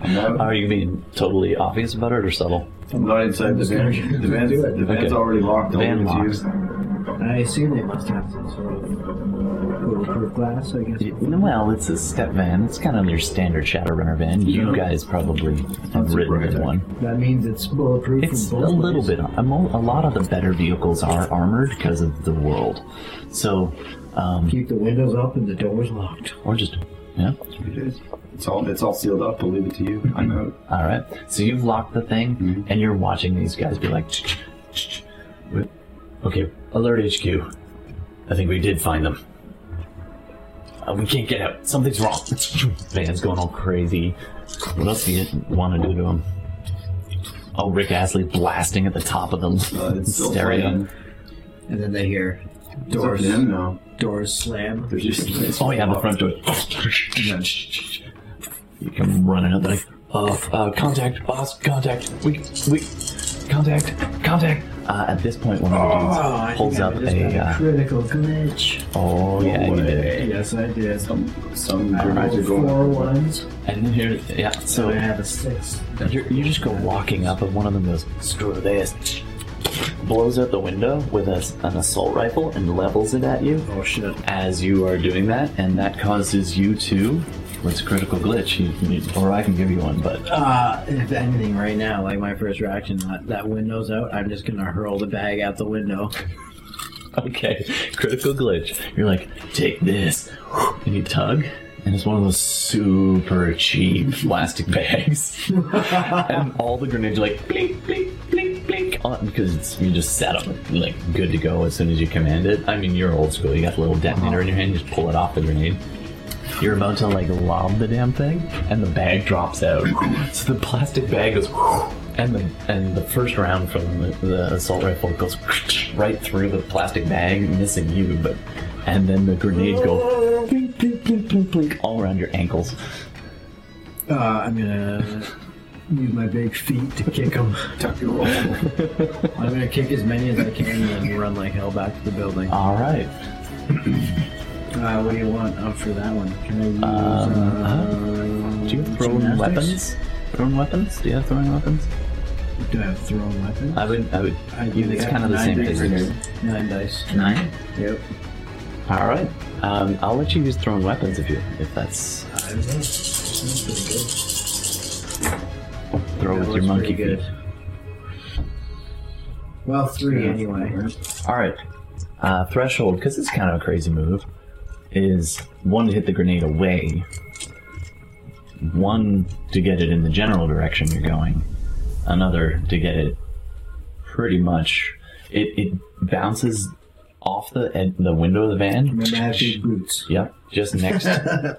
I'm not,
Are you being totally obvious about it or subtle?
I'm not inside the van. The van's,
Do it.
the van's
Okay.
already locked.
Van
All
locked.
used.
I assume they must have some sort of bulletproof glass, I guess.
Well, it's a step van. It's kind of your standard Shadowrunner van. You
Yeah.
guys probably have
super
ridden in
high-tech.
one.
That means it's bulletproof.
It's a
from both
little
ways.
bit. A, mo- a lot of the better vehicles are armored because of the world. So, um,
Keep the windows up and the doors locked.
or just yeah.
It is. It's all it's all sealed up. I'll leave it to you. I'm out.
All right. So you've locked the thing,
Mhm.
and you're watching these guys be like, "Ch- ch- ch- ch." Wait. okay, alert HQ. I think we did find them. Uh, we can't get out. Something's wrong. Van's going all crazy. What else do you want to do to him? Oh, Rick Astley blasting at the top of the
Uh, it's still
stereo.
playing.
And then they hear
Doors
doors
in now.
doors slam.
There's just it's
Oh yeah, the
locked.
front door. You come running up like, uh, uh, contact, boss, contact, we, we, contact, contact. Ah. Uh, at this point, one of the dudes
Oh, I think
holds
I
up
just
a.
got
Uh,
critical glitch.
oh yeah, you did. it.
Hey,
Yes, I did.
Some some
I rolled
dramatic going.
four ones,
And then here, yeah.
so I
So
have a six.
you you just go walking up, and one of them goes, screw this. Blows out the window with a, an assault rifle and levels it at you.
Oh shit!
as you are doing that, and that causes you to. What's a critical glitch? You, you- or I can give you one, but
Uh, if anything, right now, like my first reaction, that, that window's out. I'm just gonna hurl the bag out the window.
okay, critical glitch. You're like, take this, and you tug, and it's one of those super cheap plastic bags, and all the grenades are like blink, blink, blink, blink, on because it's, you just set them like good to go as soon as you command it. I mean, you're old school. You got the little detonator in your hand, you just pull it off the grenade. You're about to like lob the damn thing, and the bag drops out. so the plastic bag goes, and the and the first round from the, the assault rifle goes right through the plastic bag, missing you. But and then the grenades go blink, blink, blink, blink, blink, all around your ankles.
Uh, I'm gonna use my big feet to kick him.
Tuck your roll.
I'm gonna kick as many as I can and then run like hell back to the building.
All right.
Uh, what do you want uh, for that one? Can I use?
Um,
uh,
Do you have thrown
gymnastics?
weapons? Thrown weapons? Do you have thrown weapons?
Do I have thrown weapons?
I would. I would.
I do
it's
have
kind of the
nine
same
dice
thing.
there. Nine dice.
Nine.
Yep.
All right. Um, I'll let you use thrown weapons if you if that's
I don't know. That's pretty good.
throw with your monkey feet.
Well, three anyway.
All right. Uh, threshold, because it's kind of a crazy move, is one to hit the grenade away, one to get it in the general direction you're going, another to get it pretty much. It, it bounces off the ed- the window of the van.
Remember, I have big boots.
Yep, just next, uh,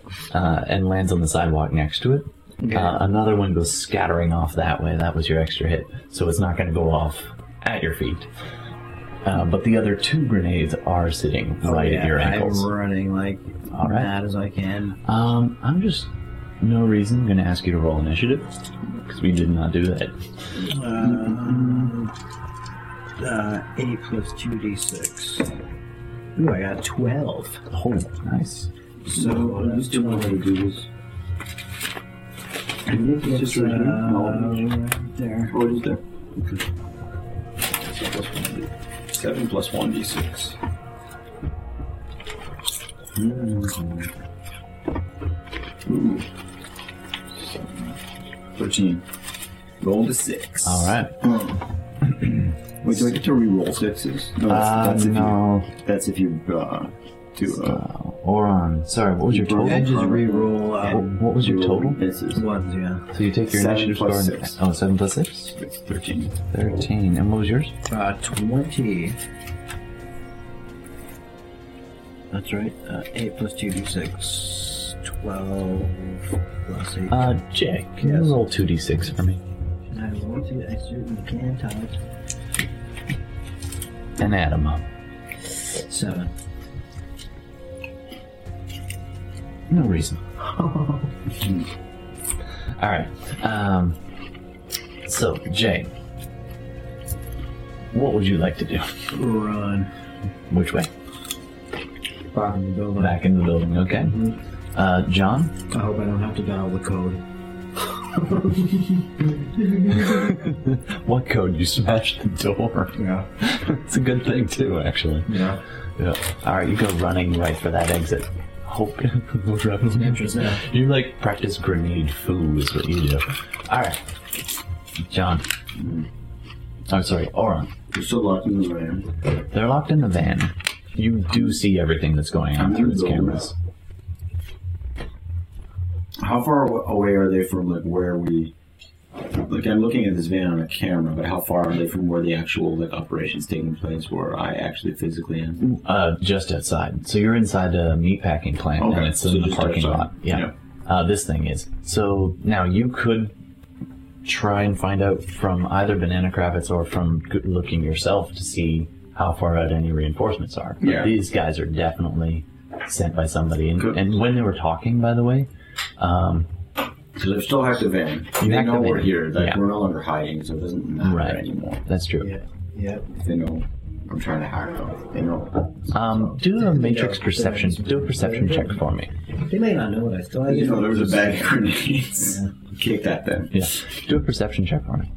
and lands on the sidewalk next to it. Uh, another one goes scattering off that way. That was your extra hit, so it's not going to go off at your feet. Uh, but the other two grenades are sitting
Oh,
right
Oh, Yeah,
at your ankles.
I'm running like
All right.
mad as I can.
Um, I'm just no reason going to ask you to roll initiative because we did not do that.
Um, uh, eight plus two d six. Ooh, I got twelve.
Oh, nice.
So that's
this. It's just right here.
uh, right there.
Oh, it is there. So plus one D- Seven plus one d six. Ooh. Seven. Hmm. Thirteen. Roll the six.
All right.
Wait, do I get to re-roll sixes? No, that's,
Uh,
that's if
no,
you. That's if you uh, do. Uh,
uh, Oron. Sorry, what was your total?
I just re-roll
Wha-
uh,
What was your
roll
total?
Misses.
ones. Oh, Yeah,
So you take your
Seven
initiative
plus
score. and-
six.
Oh, seven plus six.
It's Thirteen.
Thirteen. And what was yours?
uh, twenty. That's right. Uh, eight plus two d six. Twelve plus eight.
Uh, Jay, can you
Yes.
roll two d six for me?
I want to. I certainly can, Todd.
And add them up.
Seven.
No reason. All right. Um, so, Jay, what would you like to do?
Run.
Which way?
back in the building.
Back in the building, okay. Uh, John?
I hope I don't have to dial the code.
What code? You smashed the door.
Yeah.
it's a good thing, too, actually.
Yeah.
Yeah. All right, you go running right for that exit. Hope we'll drop
Interesting.
You like practice grenade foo is what you do. All right, John. I'm sorry, Oron.
You're still locked in the van.
They're locked in the van. You do see everything that's going on
I'm
through
through
its
the
cameras.
How far aw- away are they from like where we? Like I'm looking at this van on a camera, but how far are they from where the actual like operations taking place, where I actually physically am?
Uh, just outside. So you're inside a meatpacking plant, and
Okay,
it's
so
in the
just
parking
outside.
lot. Yeah. Uh, this thing is. So now you could try and find out from either Banana Kravitz or from good looking yourself to see how far out any reinforcements are. But
Yeah.
These guys are definitely sent by somebody. And,
Good.
and when they were talking, by the way, um,
So they've still hacked the van.
You
they
hacked
know
the
we're
van.
here. Like
Yeah.
we're no longer hiding, so it doesn't matter
Right.
anymore.
that's true.
Yeah. Yeah.
They know I'm trying to hack them. They know.
Um, do a matrix perception. Do a perception check for me.
They may not know what I still
You know, there was a bag of grenades. Kick that then.
Yeah. Do a perception check for me.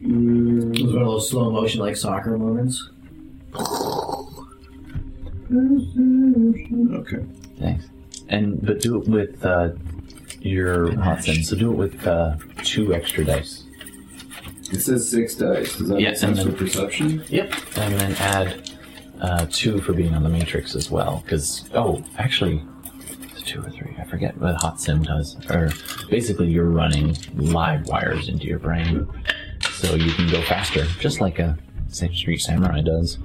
It was one of those slow motion like soccer moments.
Okay.
Thanks. And but do it with uh, your hot sense. So do it with uh, two extra dice.
It says six dice. Does that
Yeah,
make sense
and
for
then-
perception?
Yep. And then add uh, two for being on the matrix as well. Because oh, actually, it's two or three. I forget what hot sim does. Or basically, you're running live wires into your brain, so you can go faster, just like a Sa- Street Samurai does.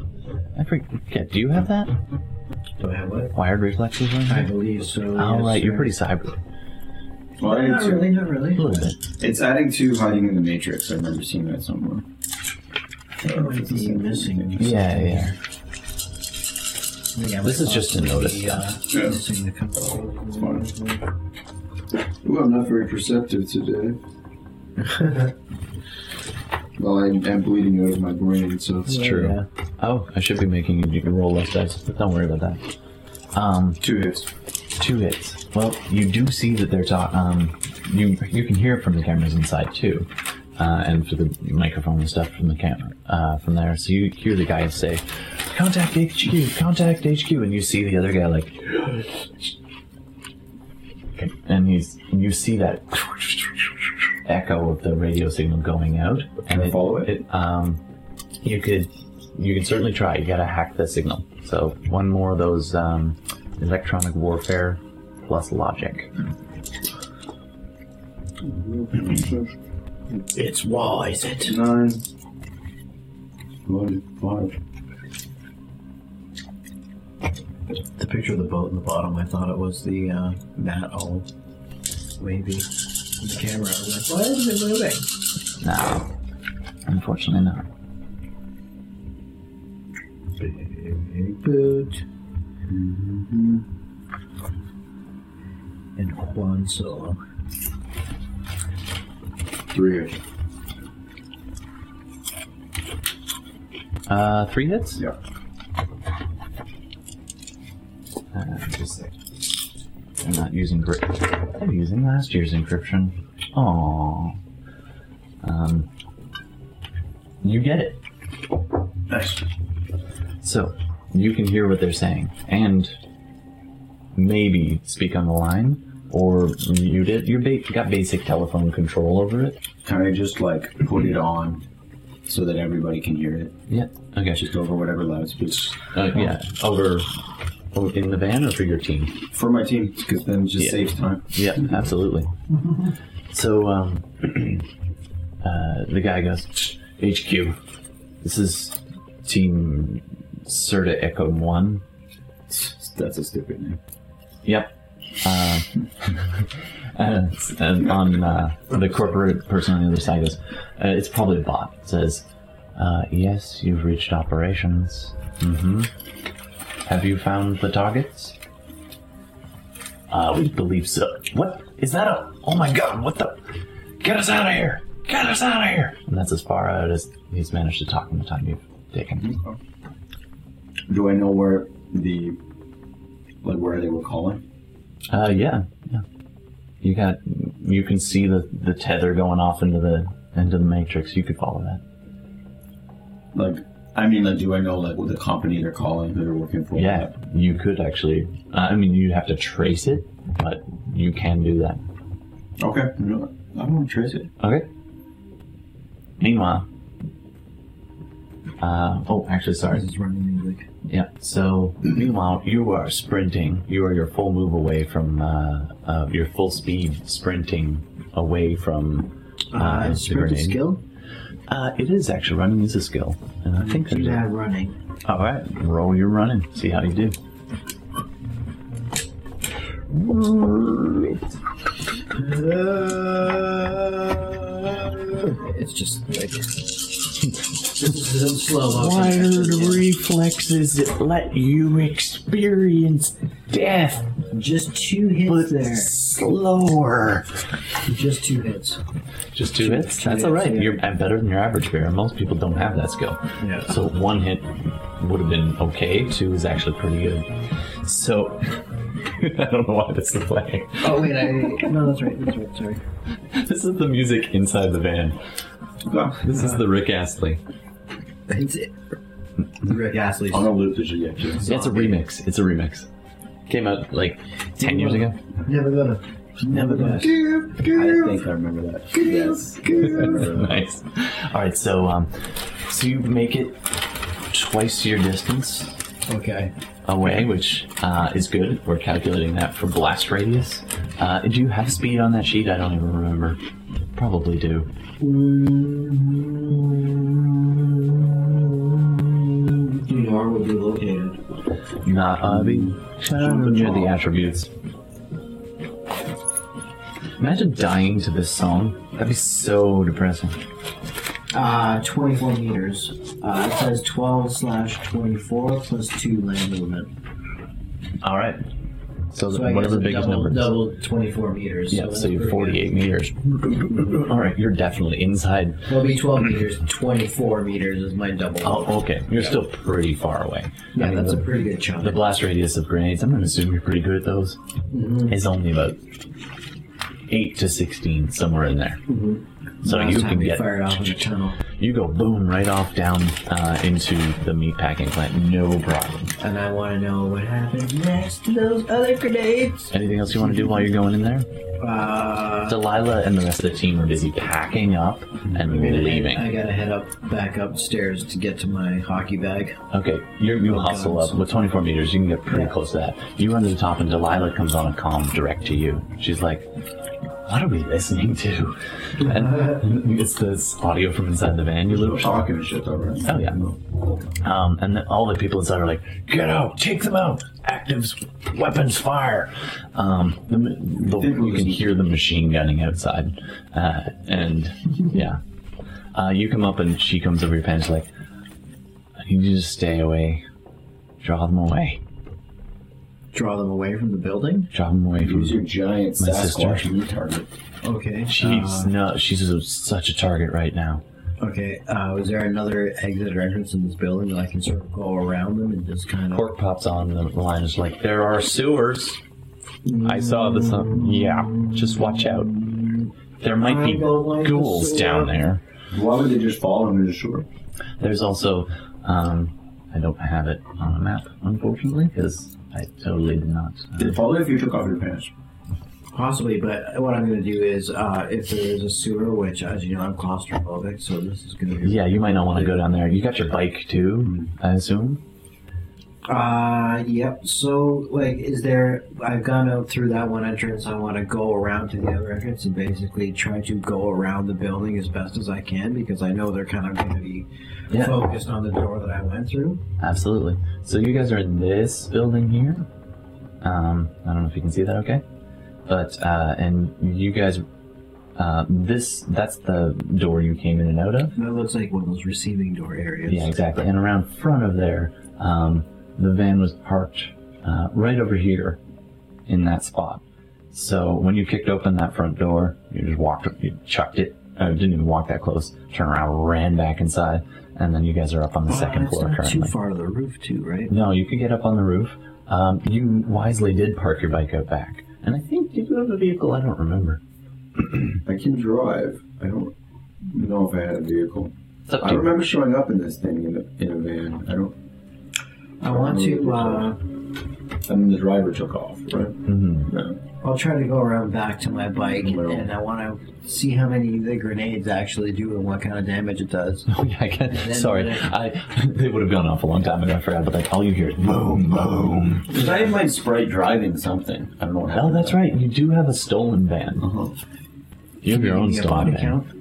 I forget. Do you have that
Do I have what?
wired reflexes? Or
I
anything?
believe so.
Oh,
yes,
right. You're
sir.
pretty cyber.
Well, I
Not
didn't-
really, not really.
A little bit.
It's adding to hiding in the matrix. I remember seeing that somewhere. I don't know if it's the same
Missing.
thing.
Yeah, yeah.
Yeah,
This is just a notice.
Yeah.
Yeah.
Missing the uh, couple.
It's fine. Ooh, I'm not very perceptive today. well, I am bleeding out of my brain, so
It's true. Oh, I should be making you roll less dice, but don't worry about that. Um,
two hits.
two hits. Well, you do see that they're talking. Um, you you can hear it from the cameras inside too, uh, and for the microphone and stuff from the camera uh, from there. So you hear the guy say, "Contact HQ, contact HQ," and you see the other guy like, Okay, and he's you see that echo of the radio signal going out, and
I follow it?
um, you could you can certainly try. You gotta hack the signal. So one more of those um, electronic warfare plus logic.
It's wall, is it?
Nine. One, five.
The picture of the boat in the bottom, I thought it was the uh, mat all wavy. in The camera. I was like, why isn't it moving?
No, unfortunately not.
Big boot. And Juan Solo.
Three hits.
Uh, three hits.
Yeah.
Uh, just a sec. I'm not using grit. I'm using last year's encryption. Aww. Um, you get it.
Nice.
So you can hear what they're saying and maybe speak on the line or mute it. You're ba- you got basic telephone control over it.
Can I just like put it on so that everybody can hear it?
Yeah. Okay.
Just over whatever loudspeaker.
Uh, yeah. Over. over In the van or for your team?
For my team, because then it just
Yeah.
saves time.
Yeah, absolutely. so um, uh, the guy goes, HQ, this is Team Serta Echo 1.
That's a stupid name.
Yep. Uh, and, and on uh, the corporate person on the other side goes, uh, it's probably a bot. It says, uh, yes, you've reached operations. hmm Have you found the targets? Uh, we believe so. What? Is that a... Oh my god, what the... Get us out of here! Get us out of here! And that's as far out as he's managed to talk in the time you've taken.
Do I know where the
where they were calling?
Uh, yeah, yeah. You got. You can see the the tether going off into the into the matrix. You could follow that.
Like, I mean, like, do I know like what the company they're calling, who they're working for?
Yeah, you could actually. uh, I mean, you have to trace it, but you can do that.
Okay. You know what? I'm gonna trace it.
Okay. Meanwhile, uh, oh, actually, sorry.
This is running music.
Yeah. So meanwhile, you are sprinting. You are your full move away from uh, uh, your full speed sprinting away from. Uh,
Uh,
the
spirit of
grenade.
skill?
Uh, it is actually running is a skill, and I think
Do
that-
that running.
All right, roll your running. See how you do.
It's just like. this is a slow motion.
Wired reflexes that let you experience death,
Just two hits
but
there.
slower.
Just two hits.
Just two hits. That's
hits,
all right.
yeah.
You're better than your average bear. Most people don't have that skill.
Yeah.
So one hit would have been okay. Two is actually pretty good. So I don't know why this is playing.
Oh, wait, I. No, that's right. That's right. Sorry.
This is the music inside the van.
Okay.
This is the Rick Astley.
It's it. Rick Astley's.
On a loop, this should get you.
Yeah, it's a remix. It's a remix. Came out like ten years ago.
Never gonna. Never gonna.
I think I remember that. Yes. I remember that.
nice. All right, so um, so you make it twice your distance
Okay.
away, which uh, is good. We're calculating that for blast radius. Uh, do you have speed on that sheet? I don't even remember. Probably do.
DR would be located.
Not uh, be near the attributes. Imagine dying to this song. That'd be so depressing.
Uh, 24 meters. Uh, it says 12 slash 24 plus 2 land movement.
All right. So,
So I guess
whatever the
it's
biggest
double,
number. is.
Double 24 meters.
Yeah,
that's
so you're
pretty
48 meters. All right, you're definitely inside.
good. Well, it'd be 12 meters. 24 meters is my double.
Oh, okay. You're still pretty far away.
yeah,
I mean,
that's
the,
a pretty good chunk.
the blast radius of grenades. I'm gonna assume you're pretty good at those.
Mm-hmm.
Is only about eight to 16, somewhere in there. So
Mm-hmm. Last
you
time
can
we
get
fired off in a tunnel,
you go boom right off down uh, into the meat packing plant. No problem.
and I want to know what happened next to those other grenades.
Anything else you want to do while you're going in there?
Uh,
Delilah and the rest of the team are busy packing up and
Mm-hmm.
leaving.
I gotta head up, back upstairs to get to my hockey bag.
Okay, you you hustle
guns.
up with 24 meters. You can get pretty
Yeah.
close to that. You run to the top, and Delilah comes on a comm direct to you. She's like, "What are we listening to?" And it's this audio from inside the van. You
We're
little
talking and shit though, right?
Oh yeah. Um, and then all the people inside are like, "Get out! Take them out! Actives, weapons, fire!" Um, the, the, you can hear the machine gunning outside, uh, and yeah, uh, you come up and she comes over your pants like, "I need you to stay away. Draw them away.
Draw them away from the building.
Draw them away from
Use your giant
My sister.
Sasquatch meat target.
Okay. um,
She's
Uh.
no, she's a, such a target right now.
Okay, uh, is there another exit or entrance in this building that I can sort of go around them and just kind of.
Cork pops on the line. Is like, "There are sewers. I saw the sun. Yeah, just watch out. There might be
I don't like the
ghouls
sewer.
down there.
Why would they just fall under the shore?
There's also, um, I don't have it on a map, unfortunately, because I totally did not.
They fall if you took off your pants.
Possibly, but what I'm going to do is uh, if there is a sewer, which, as you know, I'm claustrophobic, so this is going to be.
Yeah, you might not want to go down there. You got your bike too, I assume.
Uh, yep. So, like, is there. I've gone out through that one entrance. I want to go around to the other entrance and basically try to go around the building as best as I can because I know they're kind of going to be
Yeah.
focused on the door that I went through.
Absolutely. So you guys are in this building here. Um, I don't know if you can see that okay, but uh, and you guys, uh, this that's the door you came in and out of.
That looks like one of those receiving door areas.
Yeah, exactly. And around front of there, um, the van was parked uh, right over here in that spot. So when you kicked open that front door, you just walked, you chucked it. Uh, didn't even walk that close. Turned around, ran back inside, and then you guys are up on the
Uh,
second
it's
floor
not
currently.
Too far to the roof, too, right?
No, you could get up on the roof. Um, you wisely did park your bike out back. And I think, did you have a vehicle? I don't remember.
I can drive. I don't know if I had a vehicle.
It's up
I
to you.
remember showing up in this thing in a, in a van. I don't.
I want to. Uh,
And the driver took off, right?
Mhm.
I'll try to go around back to my bike, and I want to see how many the grenades actually do and what kind of damage it does.
Oh, yeah, I can.
then-
Sorry, I they would have gone off a long time ago. I forgot, but like all you hear is boom, boom.
Because I had my sprite driving something. I don't know what
Oh, that's right. You do have a stolen van.
Uh-huh.
You have your
Can
own
you give me a body
stolen van.
count?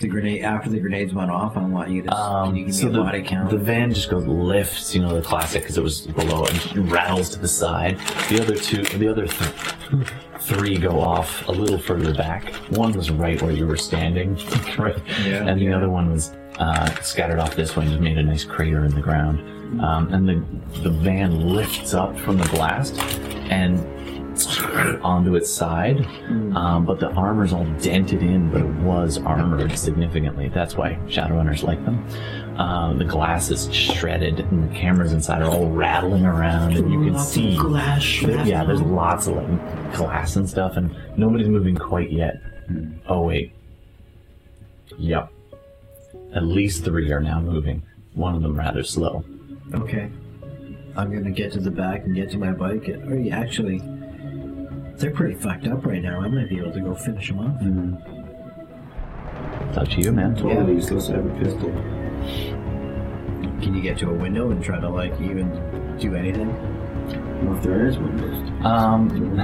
The grenade after the grenades went off, I want you to. can you
Um,
give
so
me
the,
a body count?
the van just goes lifts, you know, the classic because it was below and rattles to the side. The other two, the other th- three go off a little further back. One was right where you were standing, right?
Yeah.
and the other one was uh, scattered off this way and just made a nice crater in the ground. Um, and the the van lifts up from the blast and onto its side,
Hmm.
um, but the armor's all dented in, but it was armored significantly. That's why Shadowrunners like them. Um, the glass is shredded, and the cameras inside are all rattling around, and you can
Lots of
see.
glass
But
shrapnel.
yeah, there's lots of like glass and stuff, and nobody's moving quite yet.
Hmm.
Oh wait. Yep. At least three are now moving. One of them rather slow.
Okay. I'm gonna get to the back and get to my bike. Or yeah, actually, they're pretty fucked up right now. I might be able to go finish them off.
It's up to you, man.
Totally useless. I have a pistol.
Can you get to a window and try to like even do anything?
I don't know if there is windows.
Um,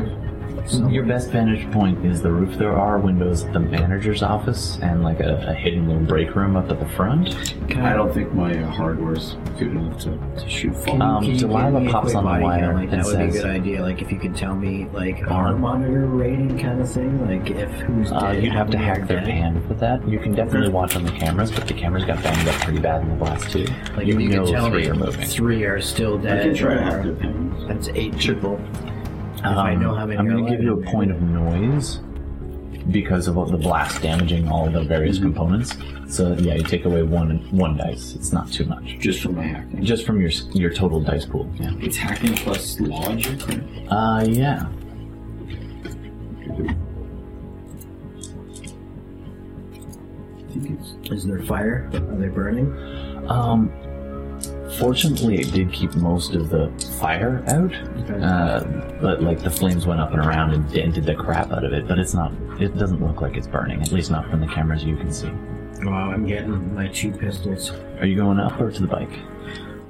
your best vantage point is the roof. There are windows at the manager's office and like a, a hidden little break room up at the front.
Can
I don't think my uh, hardware's good enough to, to shoot
Can
fire.
you-
Um,
can you
Delilah
give me a
pops
quick
on the
body
wire
count? Like,
and
that would be
says-
a good idea. Like if you could tell me like
Uh-huh.
arm monitor rating kind of thing. Like if who's
Uh,
dead,
you'd have to
how many
hack
are
their
dead.
pan with that. You can definitely watch on the cameras, but the cameras got banged up pretty bad in the blast too.
Like
you
if you
know
could tell
three
me
are moving.
three are still
I
dead.
can try to
or-
hack their pings.
That's eight people. If
Um,
I know how many
I'm
are
going to
alive,
give you a
then-
point of noise because of the blast damaging all the various
Mm-hmm.
components. So yeah, you take away one one dice. It's not too much.
Just for my hacking.
Just from your s- your total dice pool. Yeah.
It's hacking plus lodge. I think.
Uh yeah.
I think it's
Is there fire? Are they burning?
Um. Fortunately, it did keep most of the fire out, uh, but like the flames went up and around and dented the crap out of it. But it's not. It doesn't look like it's burning. At least not from the cameras you can see.
Wow, I'm getting my two pistols.
Are you going up or to the bike?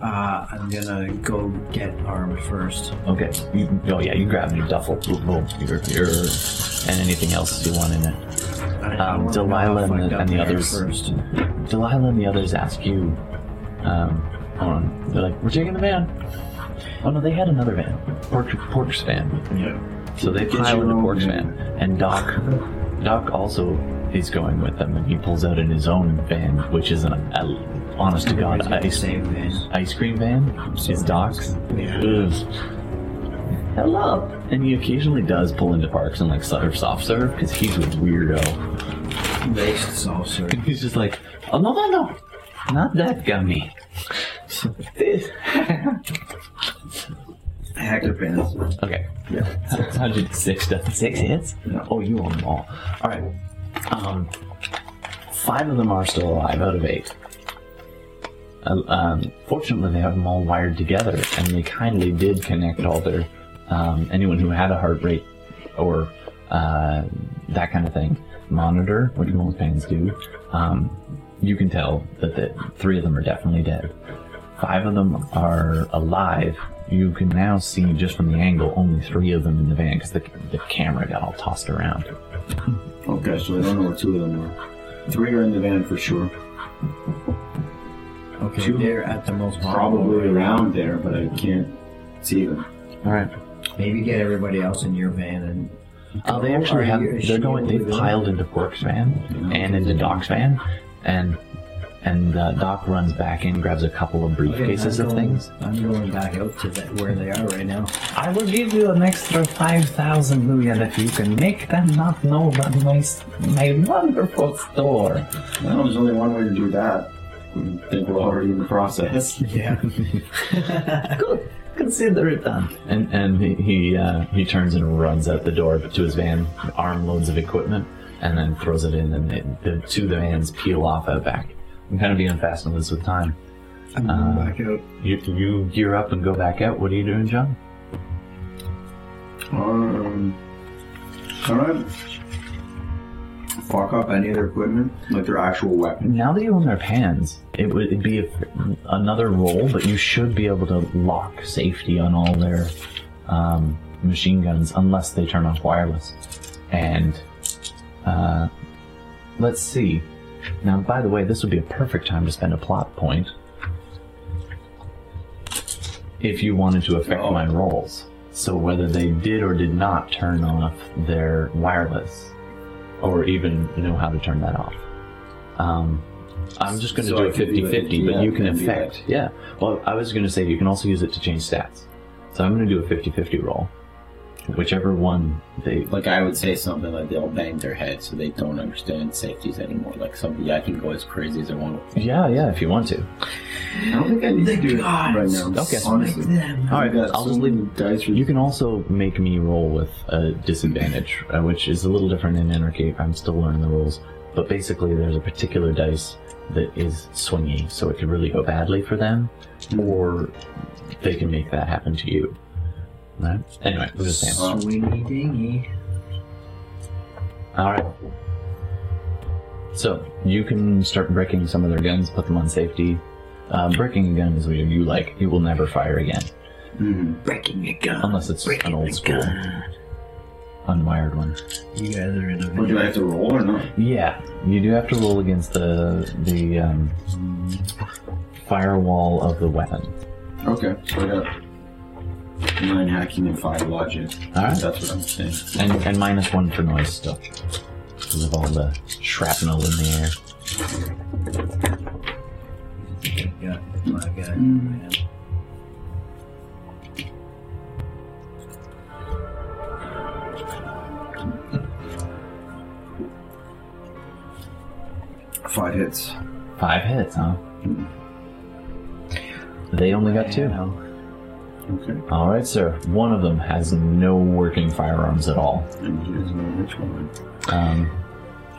Uh, I'm gonna go get armed first.
Okay. You, oh yeah, you grab your duffel, boom, boom, your, your, and anything else you want in it.
I- I
Um,
wanna know
Delilah
how
and the-
fucked up
and the
they are
others.
First.
Delilah and the others ask you, um, hold on. They're like, we're taking the van. Oh no, they had another van, Pork, Pork's van.
yeah.
So they
Get
pile
your
into
own
Pork's van,
van.
and Doc, Doc also is going with them, and he pulls out in his own van, which is an, a, honest to
Everybody's
God,
got the
ice
same thing.
ice cream van is Doc's.
Yeah.
Ugh. Hello. And he occasionally does pull into parks and like serve soft serve because he's a weirdo.
They saucer.
He's just like, oh no no no, not that gummy. This.
Hack their pants.
Okay. How'd you six stuff? Six hits? Oh, you own them all. All right. Um, five of them are still alive out of eight. Uh, um, fortunately, they have them all wired together, and they kindly did connect all their um, anyone who had a heart rate or uh, that kind of thing monitor, which most pains do. Um, you can tell that the three of them are definitely dead. Five of them are alive. You can now see just from the angle only three of them in the van because the, the camera got all tossed around.
Okay, so I don't know where two of them are. Three are in the van for sure.
Okay,
Two-
they're at the most vulnerable.
Probably around there, but I can't see them.
All right.
Maybe get everybody else in your van and.
Uh, they
Are
actually have.
you- is
They're
she
going. They've
able to-
piled into Pork's van and into Doc's van, and and uh, Doc runs back in, grabs a couple of
Okay,
briefcases
I'm
of
going-
things.
I'm going back out to that, where they are right now.
I will give you an extra five thousand million if you can make them not know about my s- my wonderful store.
Well, there's only one way to do that. I think we're already in the process.
Yeah.
Good, because Consider it done. And and he he, uh, he turns and runs out the door to his van, armloads of equipment, and then throws it in, and it, the two of the vans peel off out back. I'm kind of being fastened with this with time.
I'm
Uh,
going back out.
You you gear up and go back out. What are you doing, John?
Um, all right. Fuck up any of their equipment, like their actual weapon.
Now that you own their pans, it would it'd be a, another roll, but you should be able to lock safety on all their um, machine guns unless they turn off wireless. And uh, let's see. Now, by the way, this would be a perfect time to spend a plot point if you wanted to affect
Oh.
my rolls. So whether they did or did not turn off their wireless, or even know how to turn that off. Um, I'm just going to
So
do
I
a
can
50
do it.
50, but
Yeah,
you can
I can do
affect. Yeah. Well, I was going to say you can also use it to change stats. So I'm going to do a 50 50 roll. Whichever one they.
Like I would say something like they'll bang their head so they don't understand safeties anymore. Like somebody I can go as crazy as I want.
Yeah, yeah, if you want to.
I don't think I need to do it right now.
Okay.
Honestly.
All right,
I've got
I'll
so
just leave
many dice.
You can also make me roll with a disadvantage, uh, which is a little different in Anarchy. I'm still learning the rules. But basically, there's a particular dice that is swingy, so it could really go badly for them, or they can make that happen to you. Right? Anyway, I'm just saying.
Swingy dingy.
All right. So you can start breaking some of their guns, put them on safety. Uh, breaking a gun is what you like. You will never fire again,
Mhm.
Breaking a gun.
unless it's
breaking
an
a
old school,
gun.
unwired one.
You guys are in
Well, do I
a
have to roll or not?
Yeah, you do have to roll against the the um, firewall of the weapon.
Okay, so I got nine hacking and five logic.
All right,
That's what I'm saying.
and and minus one for noise still because of all the shrapnel in the air.
Yeah, my guy.
Hmm.
man.
Five hits.
Five hits, huh? They only got two.
Okay.
All right, sir. One of them has no working firearms at all.
And he doesn't know which one.
Um,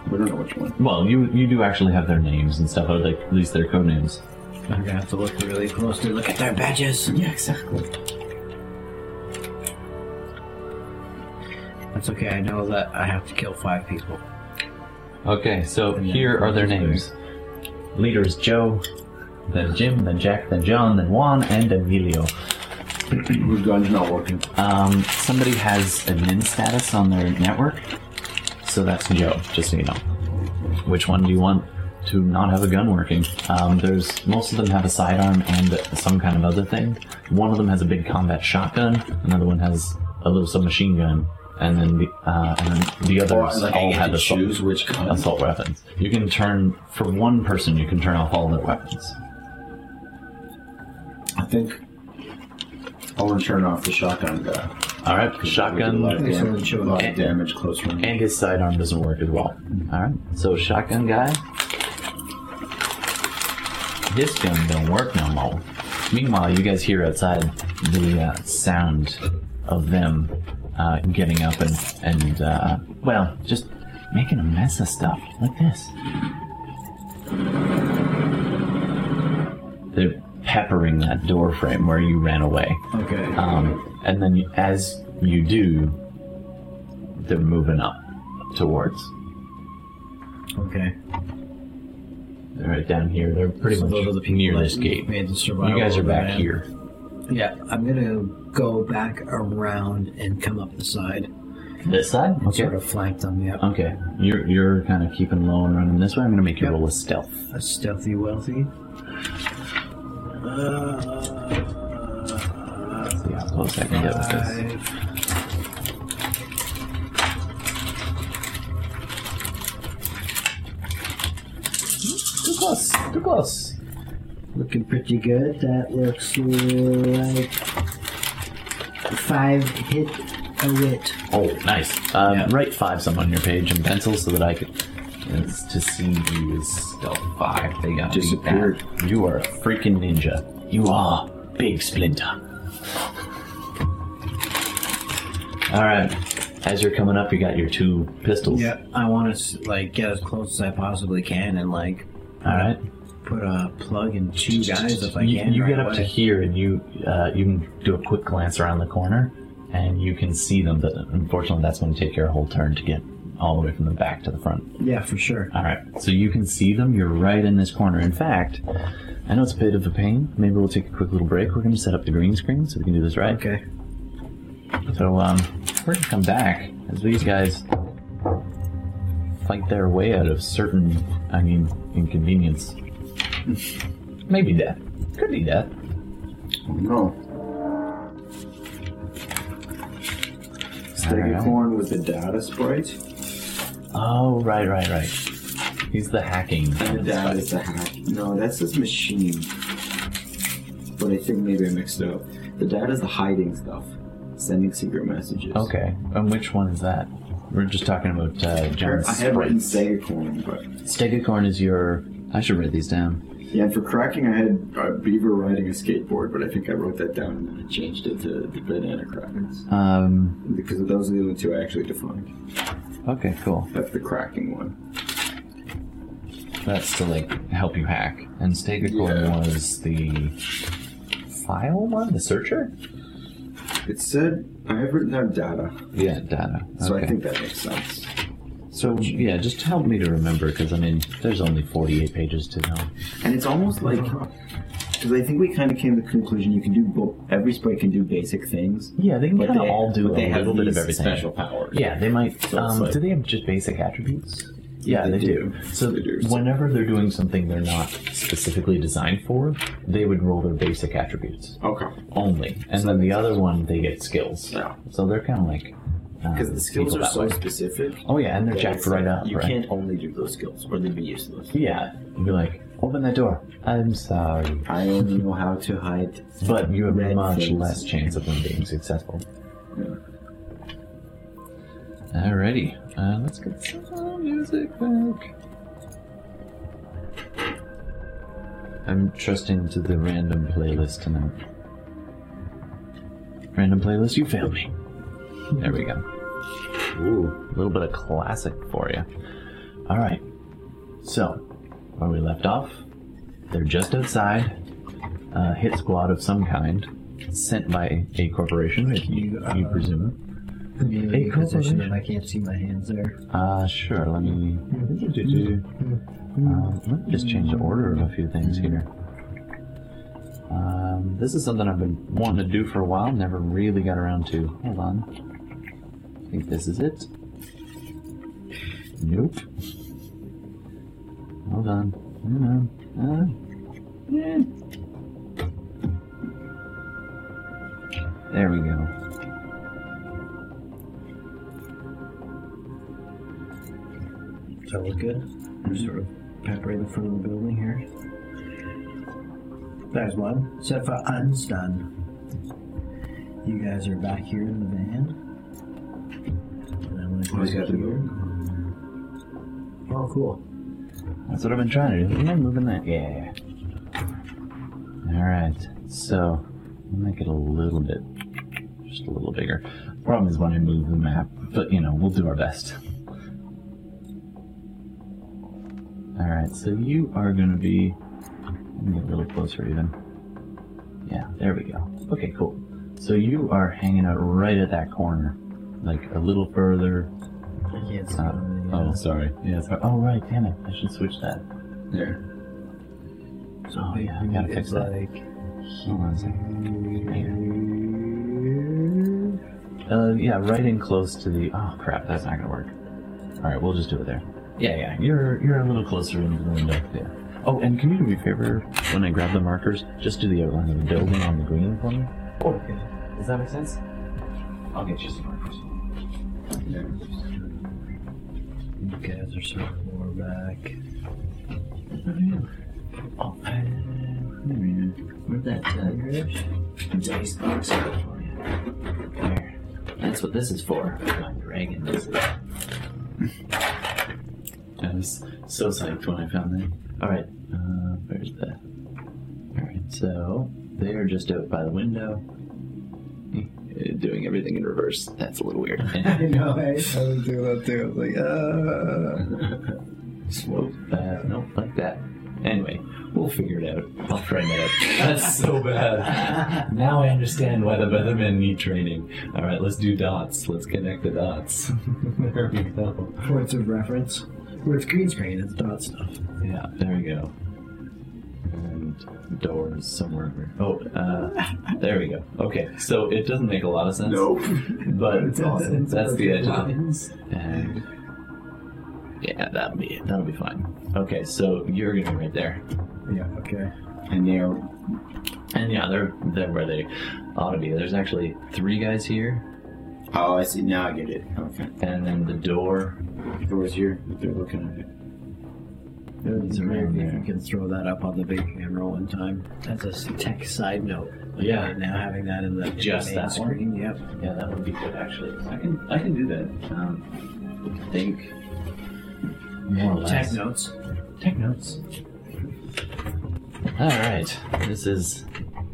We don't know which one.
well, you you do actually have their names and stuff, or like at least their code names.
I'm gonna have to look really closely. Look at their badges.
Yeah, exactly.
That's okay. I know that I have to kill five people.
Okay, so here are their names. Leader is Joe, then Jim, then Jack, then John, then Juan, and Emilio.
Whose gun's not working?
Um, somebody has admin status on their network, so that's Joe, just so you know. Which one do you want to not have a gun working? Um, there's most of them have a sidearm and some kind of other thing. One of them has a big combat shotgun, another one has a little submachine gun, and then the, uh, and then the
Or
others
like
all
I
have
had to
a sub-
choose which gun.
assault weapons. You can turn for one person. You can turn off all their weapons.
I think I want to turn off the shotgun guy.
All right,
A lot of
shotgun
Thanks for
damage, a
showing
lot
up.
of damage close range.
and his sidearm doesn't work as well. All right, so shotgun guy, his gun don't work no more. Meanwhile, you guys hear outside the uh, sound of them uh, getting up and and uh, well, just making a mess of stuff like this. They're peppering that door frame where you ran away.
Okay.
Um, and then you- as you do, they're moving up towards.
okay.
They're right down here. They're pretty
So
much
those are the people
near
that
this gate.
Made the survival
You guys are
of the
back
van.
here.
Yeah, I'm gonna go back around and come up the side.
This side? Okay. Um.
Sort of flank them. Yeah.
Okay. You're you're kind of keeping low and running this way. I'm gonna make you
Yep.
roll a stealth.
A stealthy wealthy. Uh,
See how close I can get with this.
five.
Too close. Too close.
Looking pretty good. That looks like five hit a wit.
Oh, nice. Um,
Yeah.
Write five some on your page in pencil so that I could it's to see you is stealth five. They got beat
Disappeared.
back. You are a freaking ninja. You are Big Splinter. All right. As you're coming up, you got your two pistols.
Yeah, I want to like get as close as I possibly can and like
All right.
put a plug in two guys if I
you,
can.
you
right
get up to
away.
here and you uh, you can do a quick glance around the corner and you can see them but unfortunately that's going to take your whole turn to get all the way from the back to the front
Yeah, for sure.
all right so you can see them you're right in this corner in fact i know it's a bit of a pain maybe we'll take a quick little break we're going to set up the green screen so we can do this right
Okay.
so um, we're going to come back as these guys fight their way out of certain i mean inconvenience maybe death could be death
No. Stegacorn was the data sprite.
Oh, right, right, right. He's the hacking.
The data is the hack. No, that's his machine. But I think maybe I mixed it up. The data is the hiding stuff, sending secret messages.
Okay, and which one is that? We're just talking about uh, John
I had written Stegacorn, but
Stegacorn is your. I should write these down.
yeah, and for cracking, I had uh, Beaver riding a skateboard, but I think I wrote that down and then I changed it to the banana crackers
Um,
because those are the only two I actually defined.
okay, cool.
That's the cracking one.
That's to like help you hack. And Stegacorn
Yeah.
was the file one, the searcher.
It said I have written down data,
Yeah, data.
so
okay.
I think that makes sense.
so. Yeah, just help me to remember because I mean, there's only 48 pages to know.
And it's almost like because I think we kind of came to the conclusion you can do both. Every sprite can do basic things.
Yeah, they can
But
kind of
they-
all do
but
a
they have
little bit of
these
everything.
special powers.
Yeah, they might.
So it's
um,
like-
do they have just basic attributes? Yeah,
they
they,
do.
do. So
They do.
whenever they're doing something they're not specifically designed for, they would roll their basic attributes
Okay.
only, and then the other one they get skills.
Yeah.
So they're kind of like
Because
um,
the skills
people
are
that
so
way.
specific.
Oh yeah, and they're
that
jacked
it's
right
like,
up.
You
right?
can't only do those skills, or they'd be useless.
Yeah, you'd be like, open that door. I'm sorry,
I only know how to hide.
but you have
Red
much
face.
less chance of them being successful.
Yeah.
Alrighty, uh, let's get some music back. I'm trusting to the random playlist tonight. Random playlist, you failed me. There we go. Ooh, a little bit of classic for you. Alright, so where we left off, they're just outside. A hit squad of some kind, sent by a corporation, if you, you presume.
In
Hey,
a
cool,
position
man.
that I can't see my hands there.
Uh, sure. Let me. Uh, let me just change the order of a few things here. Um, this is something I've been wanting to do for a while, never really got around to. Hold on. I think this is it. Nope. Hold on. Hold on. Uh, yeah. uh, eh. There we go.
Does that look good? I'm sort of peppering the front of the building here. There's one. Set for unstun. You guys are back here in the van. And I'm gonna go here. Oh, cool.
That's what I've been trying to do. Am I moving that? Yeah. Alright, so I'll make it a little bit, just a little bigger. Problem is when I move the map, but you know, we'll do our best. Alright, so you are gonna be. Let me get a little closer even. Yeah, there we go. Okay, cool. So you are hanging out right at that corner, like a little further.
I can't see.
Uh,
on the,
Oh, sorry. Yeah. Sorry. Oh, right. Damn it. I should switch that.
There.
Oh yeah, I gotta fix
it's
that.
Like,
Hold on a second. Uh, yeah, right in close to the. Oh crap, that's not gonna work. All right, we'll just do it there. Yeah, yeah. You're you're a little closer into the window. Yeah. Oh, and can you do me a favor when I grab the markers? Just do the outline of the building on the green for me. Oh, okay. Does that make sense? I'll get you some markers.
Yeah.
you guys are sort of more back.
Oh, uh, where'd that uh, dice box go for you? There. That's what this is for. My dragon. This is. I was so psyched when I found that. All right. Uh, where's the? All right. So they are just out by the window. uh, doing everything in reverse. That's a little weird.
I know, I, I would do that too. I was like, uh.
Nope, uh, nope, like that. Anyway, we'll figure it out. I'll train that up.
That's so bad. Now I understand why the Weathermen need training.
All right, let's do dots. Let's connect the dots. there we go.
Points of reference. Where it's green screen, it's dot stuff.
Yeah, there we go. And doors somewhere. Oh, uh, there we go. Okay, so it doesn't make a lot of sense.
Nope.
But
It's awesome.
That's the edge of it.
Lines.
And yeah, that'll be it. That'll be fine. Okay, so you're gonna be right there,
Yeah, okay.
and they're and yeah, they're they're where they ought to be. There's actually three guys here,
Oh, I see. Now I get it. Okay.
and then the door.
There was your. They're looking at it.
It's
around
around
there.
if you can throw that up on the big camera one time. That's a s- tech side note.
Yeah.
Right now having that in the in the
Just
main
that one?
screen. Yep.
Yeah, that would be good actually. I can I can do that. Um, I think more or less.
Tech notes.
Tech notes. All right, this is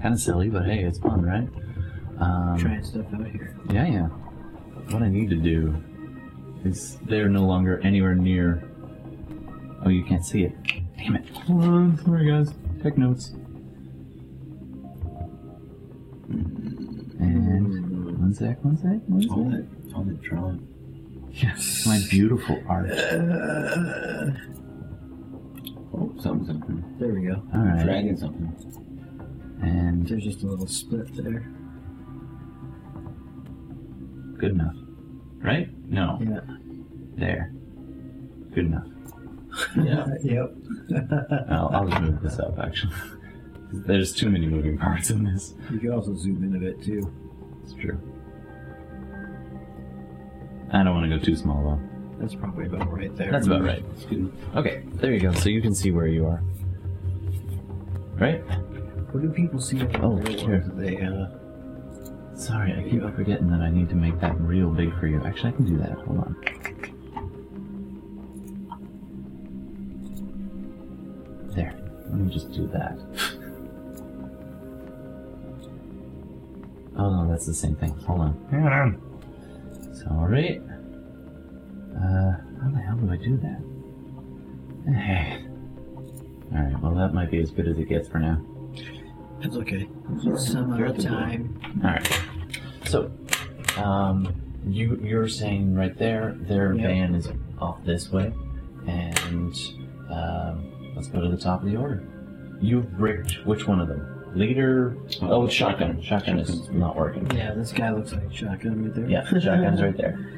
kind of silly, but hey, it's fun, right? Um,
Trying stuff out here.
Yeah, yeah. What I need to do is they're no longer anywhere near. Oh, you can't see it. Damn it. Hold on. Sorry, guys. Take notes. And one sec, one sec, one sec.
Hold it. Hold it. Drawing.
Yes, my beautiful art. uh,
Oh, something, something.
There we go.
All right.
Dragon something.
And
There's just a little split there.
good enough. Right? No.
Yeah.
There. Good enough.
Yeah. yep.
I'll, I'll just move this up, actually. There's too many moving parts in this.
You could also zoom in a bit too.
It's true. I don't want to go too small though.
That's probably about right there.
That's about right. Okay, there you go. So you can see where you are. Right?
What do people see? in the
Oh,
real world?
sure.
Do They uh,
Sorry, I keep forgetting that I need to make that real big for you. Actually, I can do that. Hold on. There. Let me just do that. Oh no, that's the same thing. Hold on. Hang on. Sorry. Uh, how the hell do I do that? Alright, well, that might be as good as it gets for now.
that's okay. Some other time.
All right. So, um, you you're saying right there, their
Yeah.
van is off this way, and um, let's go to the top of the order. You've bricked which one of them? Leader? Oh, it's shotgun. Shotgun is not working.
Yeah, this guy looks like shotgun right there.
Yeah, shotgun's right there.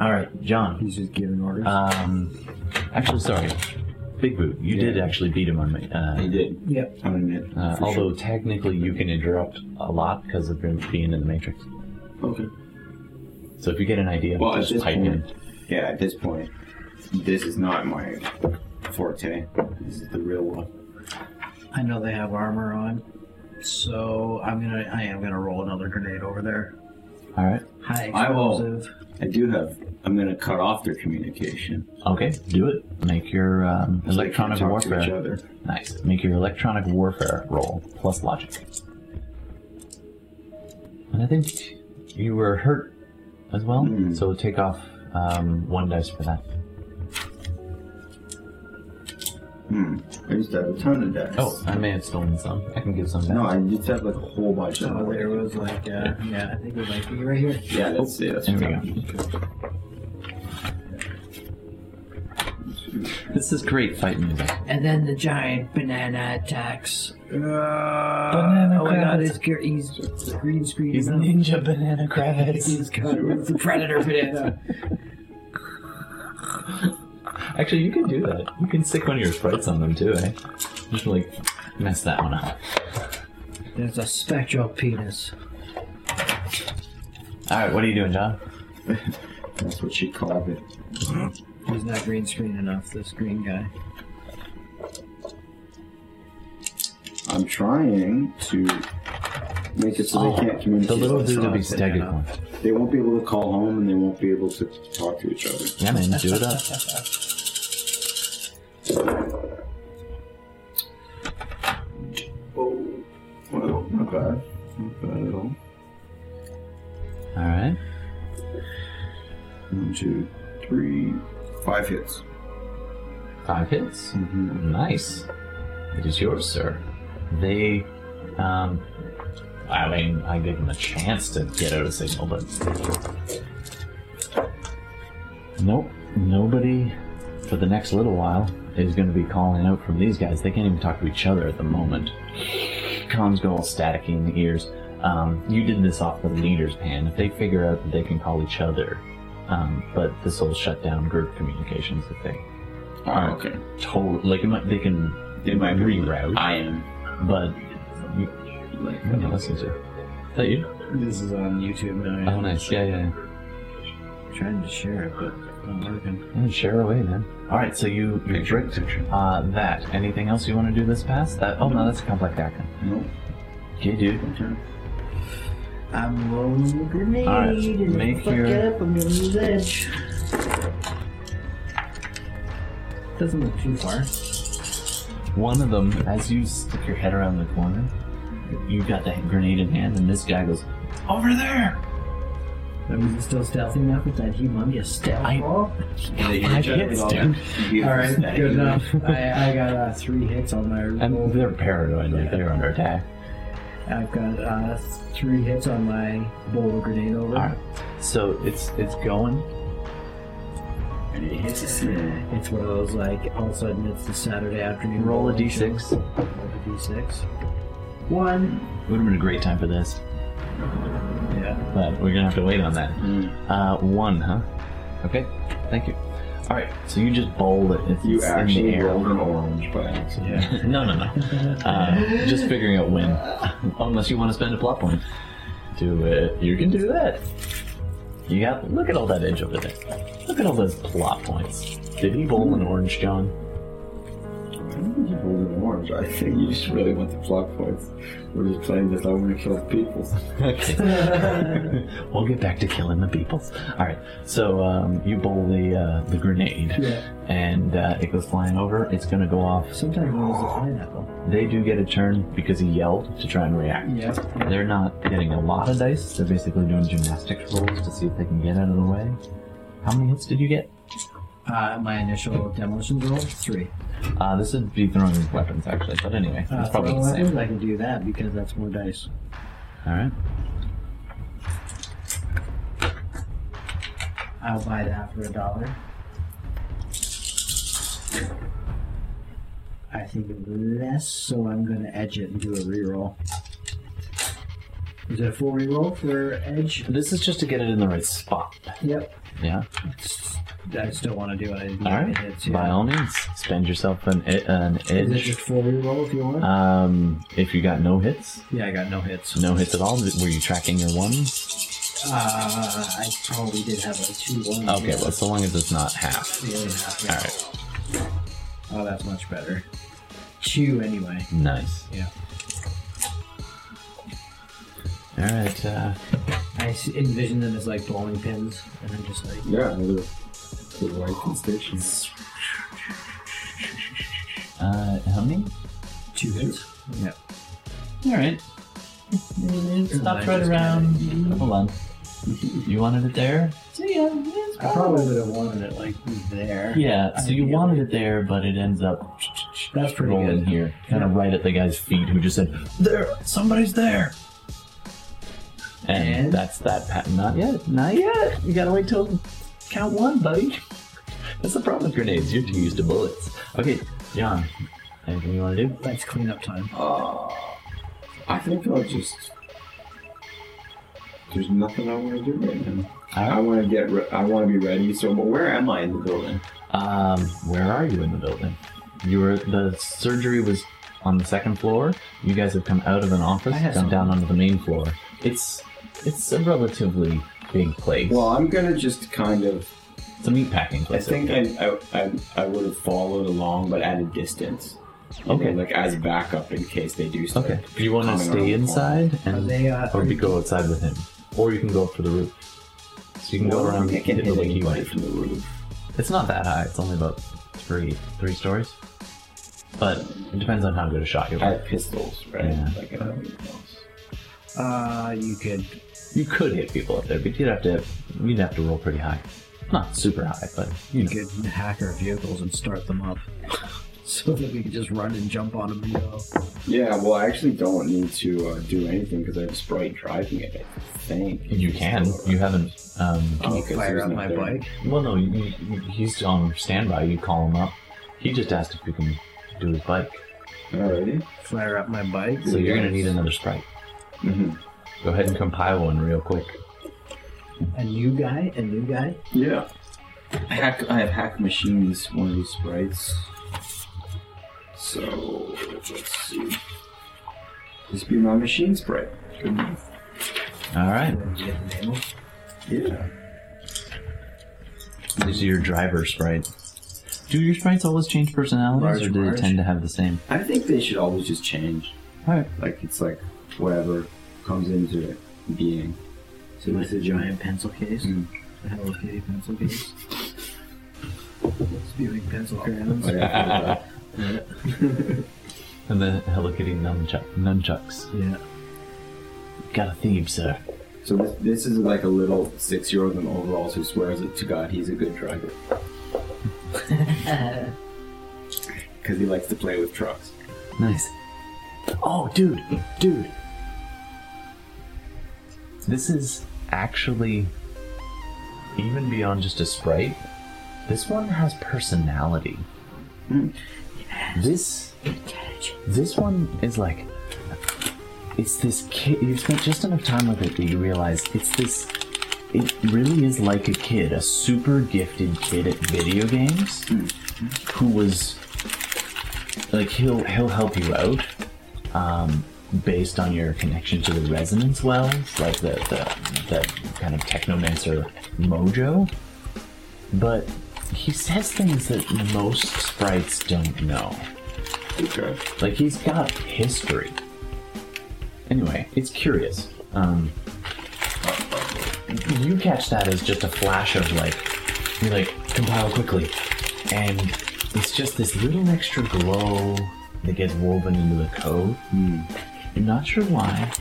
All right, John.
He's just giving
Uh,
orders.
Um, actually, sorry, Big Boot. You did actually beat him on my. Uh,
He did.
Yep.
I'm gonna admit.
Uh,
for
although technically you can interrupt a lot because of him being in the matrix.
sure. Okay.
So if you get an idea,
Well, at
just
this
pipe
point-
in.
Yeah. At this point, this is not my forte. This is the real one.
I know they have armor on, so I'm gonna. I am gonna roll another grenade over there.
All right.
High
I will-
explosive.
I do have. I'm gonna cut off their communication.
Okay, do it. Make your um,
So they
electronic
can't talk to each
warfare.
other.
Nice. Make your electronic warfare roll plus logic. And I think you were hurt as well,
Hmm.
so take off um, one dice for that.
Hmm. I used to have a ton of dice.
Oh, I may have stolen some. I can give some back.
No, I used to have like a whole bunch of
So
them.
there was like, uh, yeah, I think it was like right here.
Yeah, that's it. That's
There Oh, we
what
go.
I'm-
This is great fight music.
And then the giant banana attacks. banana oh my god, he's, gr- he's green screen.
He's Ninja Banana Kravitz.
He's got- it's the predator banana.
Actually, you can do that. You can stick one of your sprites on them too, eh? Just like mess that one up.
There's a spectral penis.
All right, what are you doing, John?
That's what she called it.
He's not green screen enough, this green guy.
I'm trying to make it so they can't communicate.
Oh, The little
with
dude will be
us.
staggered one.
They won't be able to call home, and they won't be able to talk to each other.
Yeah, man, do it up.
Oh, well, not bad. Not bad at all.
All right.
One, two, three, five hits.
Five hits. Nice. It is yours, sir. They, um, I mean, I gave them a chance to get out a signal, but nope. Nobody for the next little while is going to be calling out from these guys. They can't even talk to each other at the moment. Comms go all staticky in the ears. Um, you did this off the leader's pan. If they figure out that they can call each other, um, but this will shut down group communications if they
Oh, okay.
total like it might, they can
It might be-
reroute,
I am.
but you, like no one listens to. Is that you?
This is on YouTube now.
Oh, nice. Yeah, yeah.
I'm trying to share it, but it's not working.
yeah. Share away then. All right, so you you tricked uh, that. Anything else you want to do this pass? That oh no, that's a complex action.
Nope.
Okay, dude.
I'm rolling the grenade.
All right,
and if I
make
fuck
your-
it up, I'm gonna lose edge. Doesn't look too far.
One of them, as you stick your head around the corner, you got that grenade in hand, and this guy goes over there.
That means it's still stealthy enough with that humongous stealth
I-
roll.
Five hits, dude.
All right, good enough. I, I got uh, three hits on my roll.
And they're paranoid. Like they're under attack.
I've got uh, three hits on my bowl of grenade over.
All right, so it's it's going.
And it hits us. Yeah.
It's one of those like all of a sudden it's the Saturday afternoon.
Roll a
action.
d6.
Roll a d6. One.
Would have been a great time for this,
Yeah.
but we're gonna have to wait on that.
Mm.
Uh, one, huh? Okay, thank you. All right, so you just bowl it. It's
You
it's in the
actually
air.
rolled an orange by accident.
no, no, no. Uh, just figuring out when, unless you want to spend a plot point. Do it. You can do that. You got. Look at all that edge over there. Look at all those plot points. Did he bowl an orange, John?
I don't think you rolled an orange. I think you just really want the plot points. We're just playing this. I want to kill people.
Okay. we'll get back to killing the people. All right. So um, you bowl the uh, the grenade, and uh, it goes flying over. It's gonna go off.
Sometimes it was a pineapple.
They do get a turn because he yelled to try and react.
Yeah.
They're not getting a lot of dice. They're basically doing gymnastics rolls to see if they can get out of the way. How many hits did you get?
Uh, my initial demolition roll three.
Uh, this would be throwing weapons actually, but anyway,
Uh,
it's probably
throw
the same.
weapons, I can do that because that's more dice.
All right.
I'll buy that for a dollar. I think it was less, so I'm going to edge it and do a reroll. Is it a full reroll for edge?
This is just to get it in the right spot.
Yep.
Yeah.
I still want to do it. I didn't
All right.
Hits, yeah.
By all means, spend yourself an e- an
Is it
edge.
just full reroll if you want?
Um, if you got no hits,
yeah, I got no hits.
no hits at all. Were you tracking your ones?
Uh, I probably did have a two one.
Okay, well, so long as it's not half.
The other half, yeah.
All right.
Oh, that's much better. Two anyway.
Nice.
Yeah.
All right. Uh,
I s- envision them as like bowling pins, and I'm just like,
Yeah, another the white stations.
uh, how many?
two hits. Yeah.
All right.
Stop
Stop right around. Hold on. You wanted it there?
I probably would have wanted it like there.
Yeah. So you
Ideally.
wanted it there, but it ends up
That's pretty
rolling
good.
here, kind of right at the guy's feet, who just said, "There, somebody's there." And,
And?
that's that pattern. Not yet. Not yet. You gotta wait till count one, buddy. That's the problem with grenades. You're too used to bullets. Okay, John. Anything you want to do?
That's cleanup time.
Uh, I think I'll just. There's nothing I want to do right now. I want to get. Re- I want to be ready. So, but where am I in the building?
Um, where are you in the building? You were the surgery was on the second floor. You guys have come out of an office,
I
come
have some-
down onto the main floor. It's it's a relatively big place.
Well, I'm gonna just kind of.
it's a meat packing
I
place.
think I I, I, I would have followed along, but at a distance. You
Okay.
know, like as backup in case they do. Start
Okay. Do you want to
coming around
stay
the
inside
Are
and
they, uh,
or we go outside with him, or you can go up to the roof. So you can
corner.
go
No,
around
I
and
can
hit the
hit
way you
anybody
want.
from the roof.
It's not that high. It's only about three three stories, but it depends on how good a shot you
I
are.
have pistols, right?
Yeah.
Like I don't know.
uh, you could
You could hit people up there, but you'd have to you'd have to roll pretty high. Not super high, but you
We
know.
could hack our vehicles and start them up so that we could just run and jump on them and go.
Yeah, well, I actually don't need to uh, do anything because I have Sprite driving it, I think.
You can. You haven't. Um,
Oh, 'cause
Fire
he's
up
not
my
there.
bike.
well, no, you, you- he's on standby. You call him up. He just asked if you can do his bike.
Alrighty.
Fire up my bike.
So you're gonna need another sprite.
Mm-hmm.
Go ahead and compile one real quick.
A new guy? A new guy?
Yeah.
Hack. I have hack machines. One of these sprites.
So let's see. This be my machine Sprite.
All right.
Yeah.
These are your driver sprites. Do your sprites always change personalities,
Large,
or do they
large.
tend to have the same?
I think they should always just change.
Alright.
Like it's like whatever comes into being.
So with a giant pencil case?
Mm.
A Hello Kitty pencil case? Spewing pencil crayons?
Oh, yeah,
And the Hello Kitty nunchuck, nunchucks.
Yeah.
Got a theme, sir.
So this, this is like a little six-year-old in overalls who swears it to God he's a good driver. Because he likes to play with trucks.
Nice. Oh, dude, dude. This is actually even beyond just a sprite. This one has personality. This this one is like it's this kid. You've spent just enough time with it that you realize it's this. It really is like a kid, a super gifted kid at video games, who was like he'll he'll help you out um, based on your connection to the resonance wells, like the the that kind of technomancer mojo. But he says things that most sprites don't know.
Okay.
Like he's got history. Anyway, it's curious. Um, you catch that as just a flash of like, you like compile quickly, and it's just this little extra glow that gets woven into the code.
Hmm.
I'm not sure why,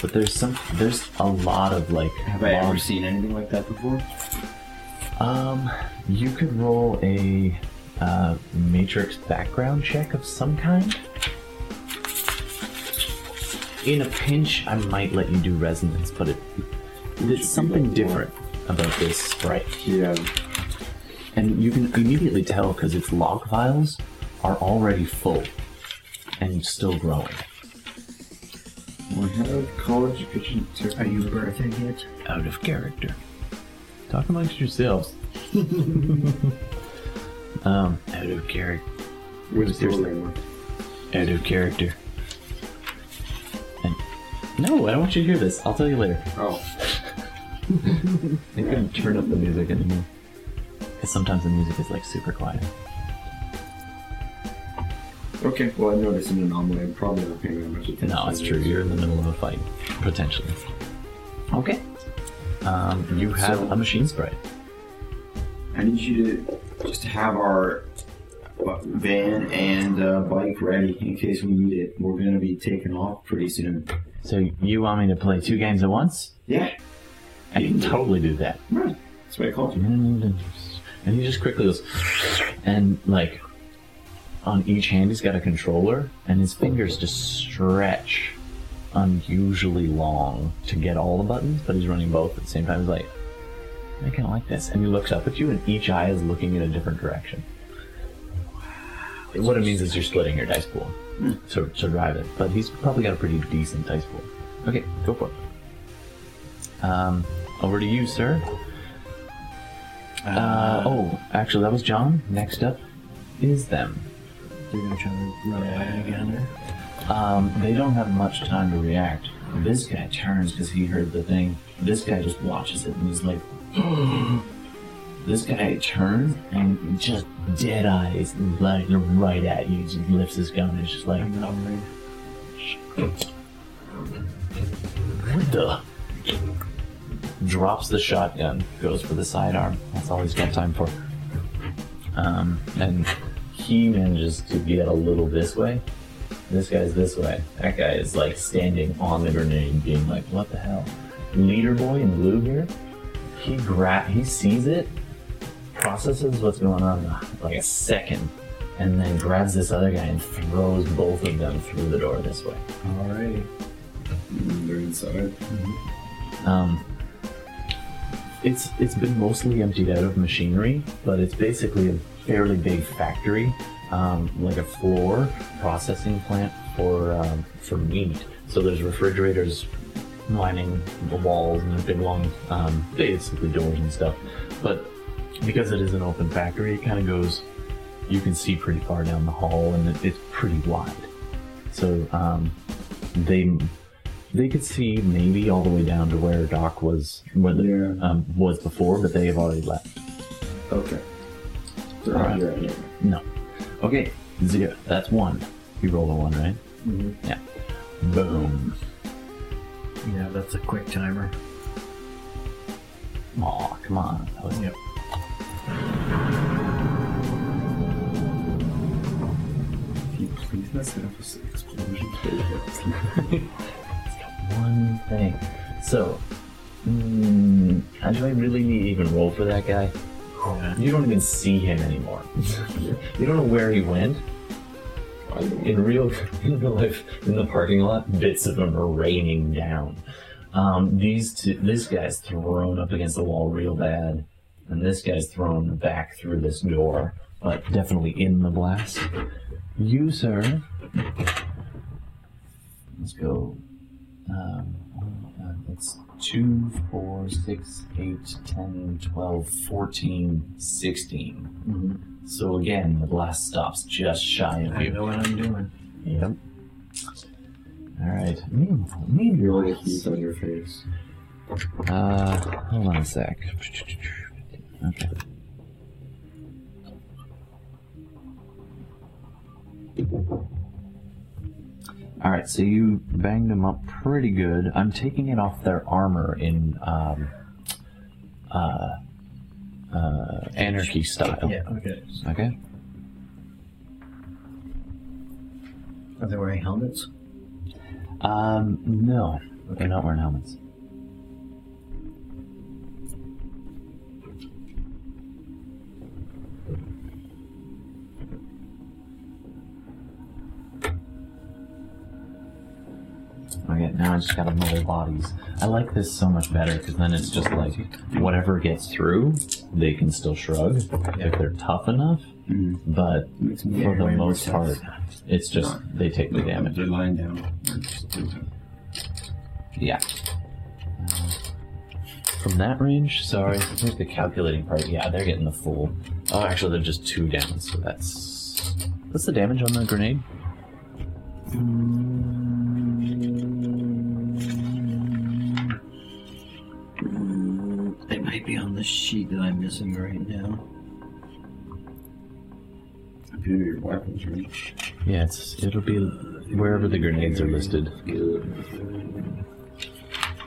but there's some there's a lot of like.
Have I ever
long-
seen anything like that before?
um, you could roll a uh, matrix background check of some kind. In a pinch, I might let you do resonance, but it, there's something different about this sprite.
Yeah.
And you can immediately tell because its log files are already full and still growing.
Well, I have college education.
Are you birthing it?
Out of character. Talk amongst yourselves. um, out of character.
Where's the
Seriously.
program?
out of character. And- no, I don't want you to hear this. I'll tell you later.
Oh.
I couldn't turn up the music anymore. Because sometimes the music is like super quiet.
Okay. Well, I noticed an anomaly. I'm probably not paying that much attention.
No, it's
to
true.
this.
You're in the middle of a fight, potentially. Okay. Um, you have
So-
a machine sprite.
I need you to just have our bu- van and uh, bike ready in case we need it. We're gonna be taking off pretty soon.
So you want me to play two games at once?
Yeah,
I can totally do that.
right. That's what I called you.
And he just quickly goes, and like, on each hand he's got a controller, and his fingers just stretch unusually long to get all the buttons, but he's running both at the same time. He's like, I kind of like this, and he looks up at you, and each eye is looking in a different direction. What it means is you're splitting your dice pool to, to drive it, but he's probably got a pretty decent dice pool. Okay, go for it. Um, over to you, sir. Uh, oh, actually, that was John. Next up is them.
They're gonna try to run away together.
Um, they don't have much time to react. This guy turns because he heard the thing. This guy just watches it and he's like, this guy turns and just dead eyes like right at you. Just lifts his gun and is just like,
I'm not worried.
what the? Drops the shotgun, goes for the sidearm. That's all he's got time for. Um, and he manages to get a little this way. This guy's this way. That guy is like standing on the grenade, being like, what the hell? leader boy in blue here, he gra- he sees it, processes what's going on in like a second, and then grabs this other guy and throws both of them through the door this way.
Alrighty.
Mm, They're inside.
Um, it's it's been mostly emptied out of machinery, but it's basically a fairly big factory, um, like a floor processing plant for um, for meat. So there's refrigerators lining the walls and there's big long um, basically doors and stuff. But because it is an open factory, it kind of goes. You can see pretty far down the hall, and it, it's pretty wide. So um, they they could see maybe all the way down to where Doc was where the,
Yeah.
um, was before, but they have already left.
Okay. They're
Alright.
not here anymore.
No. Okay, zero. That's one. You roll a one, right?
Mhm.
Yeah. Boom.
Yeah, that's a quick timer.
Aw, Oh, come on. That was
Yep.
Can you please not set up this explosion?
it's got one thing. So, mm, do I really need to even roll for that guy? You don't even see him anymore. you don't know where he went.
I don't
in real in real life in the parking lot, bits of them are raining down. Um, these two, this guy's thrown up against the wall real bad, and this guy's thrown back through this door, but definitely in the blast. You, sir. Let's go. Um, uh, that's 2, 4, 6, 8, 10, 12, 14, 16. So again, the blast stops just shy of
Mm-hmm. I
you.
know what I'm doing.
Yep. All right. Meanwhile, meanwhile,
Only he's on your face.
uh, hold on a sec. Okay. All right, so you banged them up pretty good. I'm taking it off their armor in um, uh, uh, anarchy style.
Yeah, okay.
Okay.
Are they wearing helmets?
Um, no, they're not wearing helmets. Okay, now I just gotta muddle bodies. I like this so much better because then it's just like whatever gets through, they can still shrug if they're tough enough.
Mhm.
But
Makes me
for the
way more
most part,
tense.
it's just they take the damage.
They're lying down. They're just doing
Yeah. Uh, From that range, sorry. Here's the calculating part. Yeah, they're getting the full. Oh, actually, they're just two down, so that's. What's the damage on the grenade?
They might be on the sheet that I'm missing right now.
that. Peter, your weapons right?
Yeah, it's it'll be wherever the grenades are listed.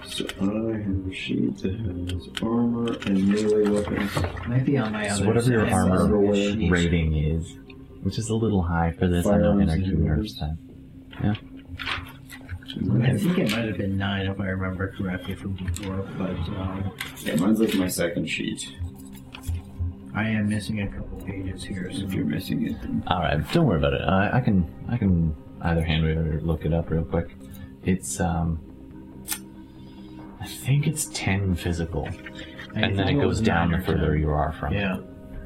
So I have a sheet that has armor and melee weapons.
Might be on my
So
other
whatever your
side.
armor
Other sheet.
rating is, which is a little high for this. I know
Firearms
anarchy
and
nerfs that.
I think it might have been nine if I remember correctly from before, but um,
Yeah, mine's like my second sheet.
I am missing a couple pages here. So
If you're missing it, then
All right, don't worry about it. I, I can I can either hand wave it or look it up real quick. It's um, I think it's ten physical,
I
and then
think
it goes
was
down
nine
the
or
further
ten.
you are from. it.
Yeah.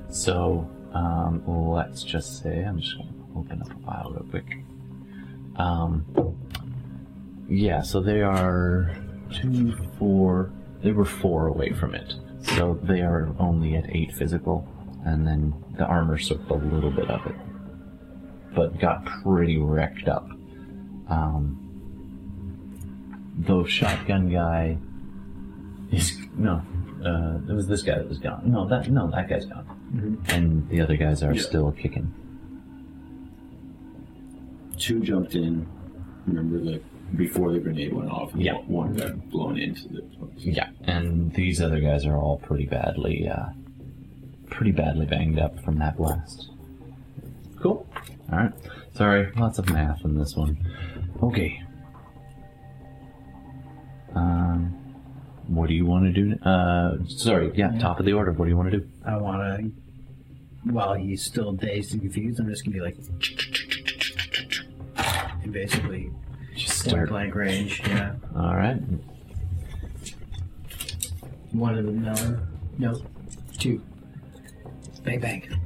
So um, let's just say I'm just gonna open up a file real quick. Um, yeah, so they are two, four. They were four away from it, so they are only at eight physical, and then the armor soaked a little bit of it, but got pretty wrecked up. Um, the shotgun guy is no. Uh, it was this guy that was gone. No, that no, that guy's gone and the other guys are
Yeah.
still kicking.
two jumped in. Remember, like before the grenade went off.
Yeah.
One got blown into the.
Yeah, and these other guys are all pretty badly, uh, pretty badly banged up from that blast. Cool. All right. Sorry, lots of math in this one. Okay. Um, What do you want to do? Uh, sorry, yeah, top of the order. What do you want to do?
I want to. While he's still dazed and confused, I'm just gonna be like, and basically
Just
point blank range. Yeah,
All right.
one of them. No, no, two. Bang bang.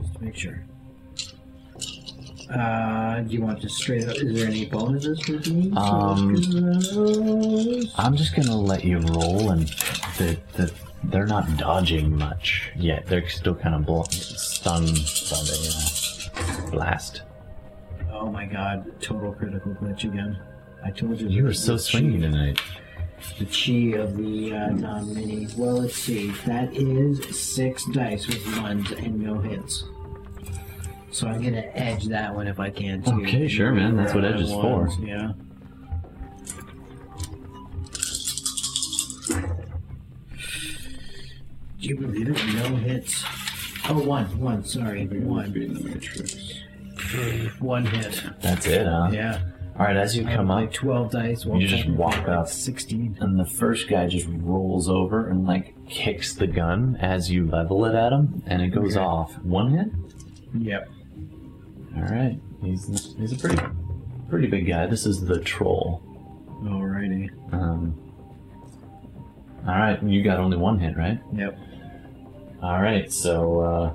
Just to make sure. Uh, do you want just straight up? Is there any bonuses for these?
Um, I'm just gonna let you roll, and the, the, they're not dodging much yet. They're still kind of blo- stunned by the uh, blast.
oh my god! Total critical glitch again. I told you.
You
the-
are so
the
swingy
chi-
tonight.
The chi of the uh, non-mini. Well, let's see. That is six dice with ones and no hits. So I'm gonna edge that one if I can too.
Okay, sure, man. That's what edge is for.
Ones, Yeah. Do you believe it? No hits. Oh, one, one. Sorry, one,
Being the Matrix.
one hit.
That's it, huh?
Yeah.
All right, as you come
like
up,
twelve dice. one
just
second,
walk
like
up.
Sixteen.
and the first guy just rolls over and like kicks the gun as you level it at him, and it goes off. One hit.
Yep.
All right, he's he's a pretty pretty big guy. This is the troll.
Alrighty.
Um, all right, you got only one hit, right?
Yep.
All right, so uh,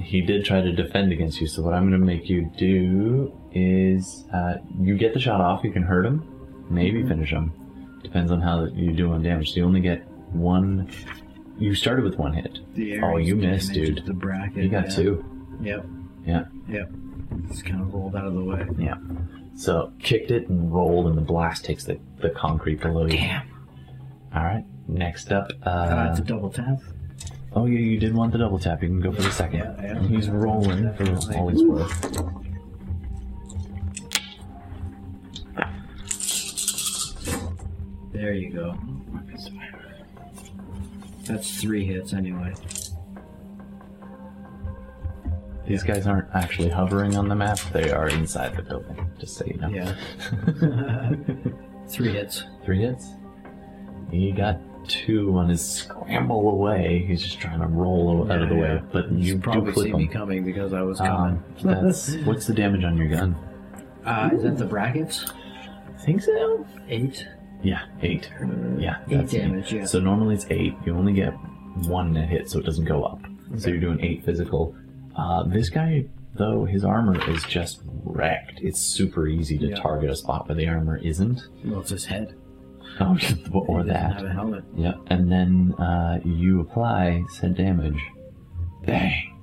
he did try to defend against you. So what I'm going to make you do is uh, you get the shot off. You can hurt him, maybe
Mm-hmm.
finish him. Depends on how you do on damage. So you only get one. You started with one hit.
The
Oh,
areas
you
damage
missed,
of
dude.
The bracket.
You got
yeah.
two.
Yep.
Yeah.
Yep. It's kind of rolled out of the way.
Yeah. So kicked it and rolled, and the blast takes the, the concrete below you.
Damn.
All right. Next up.
I have
Uh,
to double tap.
oh yeah, you did want the double tap. You can go for the second.
Yeah, yeah.
And He's rolling for all he's worth.
There you go. That's three hits anyway.
These guys aren't actually hovering on the map, they are inside the building, just so you know.
Yeah. three hits.
Three hits. He got two on his scramble away. He's just trying to roll out of the way, but you do
probably see
clip
me
him.
coming because I was coming.
Um, that's what's the damage on your gun?
Uh, is that the brackets?
Think so?
Eight. Uh,
Yeah, eight. Yeah,
Eight
that's
damage, yeah.
So normally it's eight. You only get one to hit, so it doesn't go up. So
Okay.
you're doing eight physical. Uh, this guy, though, his armor is just wrecked. It's super easy to
Yeah.
target a spot where the armor isn't.
Well, it's his head.
Oh, or
He doesn't
that.
Have a helmet.
Yep. And then uh, you apply said damage. Bang.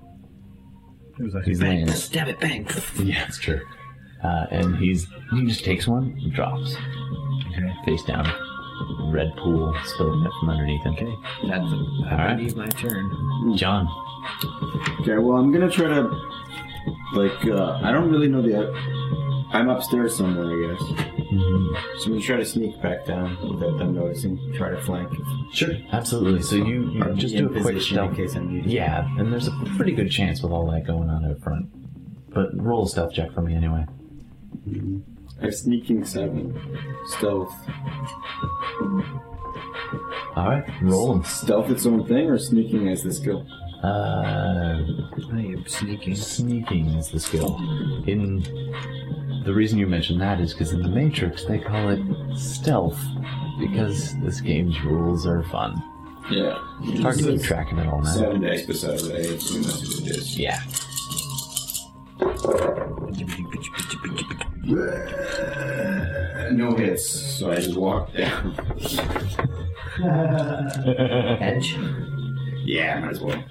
It was like
He's
bang,
laying.
Stab it, bang.
Yeah, that's true. Uh, and he's he just takes one, and drops,
Okay.
face down, red pool spilling it from underneath him.
Okay. That's. I
right.
believe my turn.
John.
Okay, well, I'm gonna try to. Like, uh, I don't really know the. I'm upstairs somewhere, I guess.
Mm-hmm.
So I'm gonna try to sneak back down without them noticing. Try to flank.
Sure. Absolutely. So you, you
Or
just
be
do
in
a quick
position in
stealth.
case I'm needed.
Yeah, and there's a pretty good chance with all that going on out front. But roll a stealth check for me anyway.
I have sneaking seven. Stealth.
All right, roll 'em.
Stealth its own thing or sneaking as the skill?
Uh,
I am sneaking.
Sneaking is the skill. In the reason you mentioned that is because in the Matrix they call it stealth because this game's rules are fun.
Yeah.
It's hard to keep track of it all night.
Seven dice besides the eight. so that's what it is.
Yeah.
No hits, so I just walk down.
Edge.
yeah, might as well.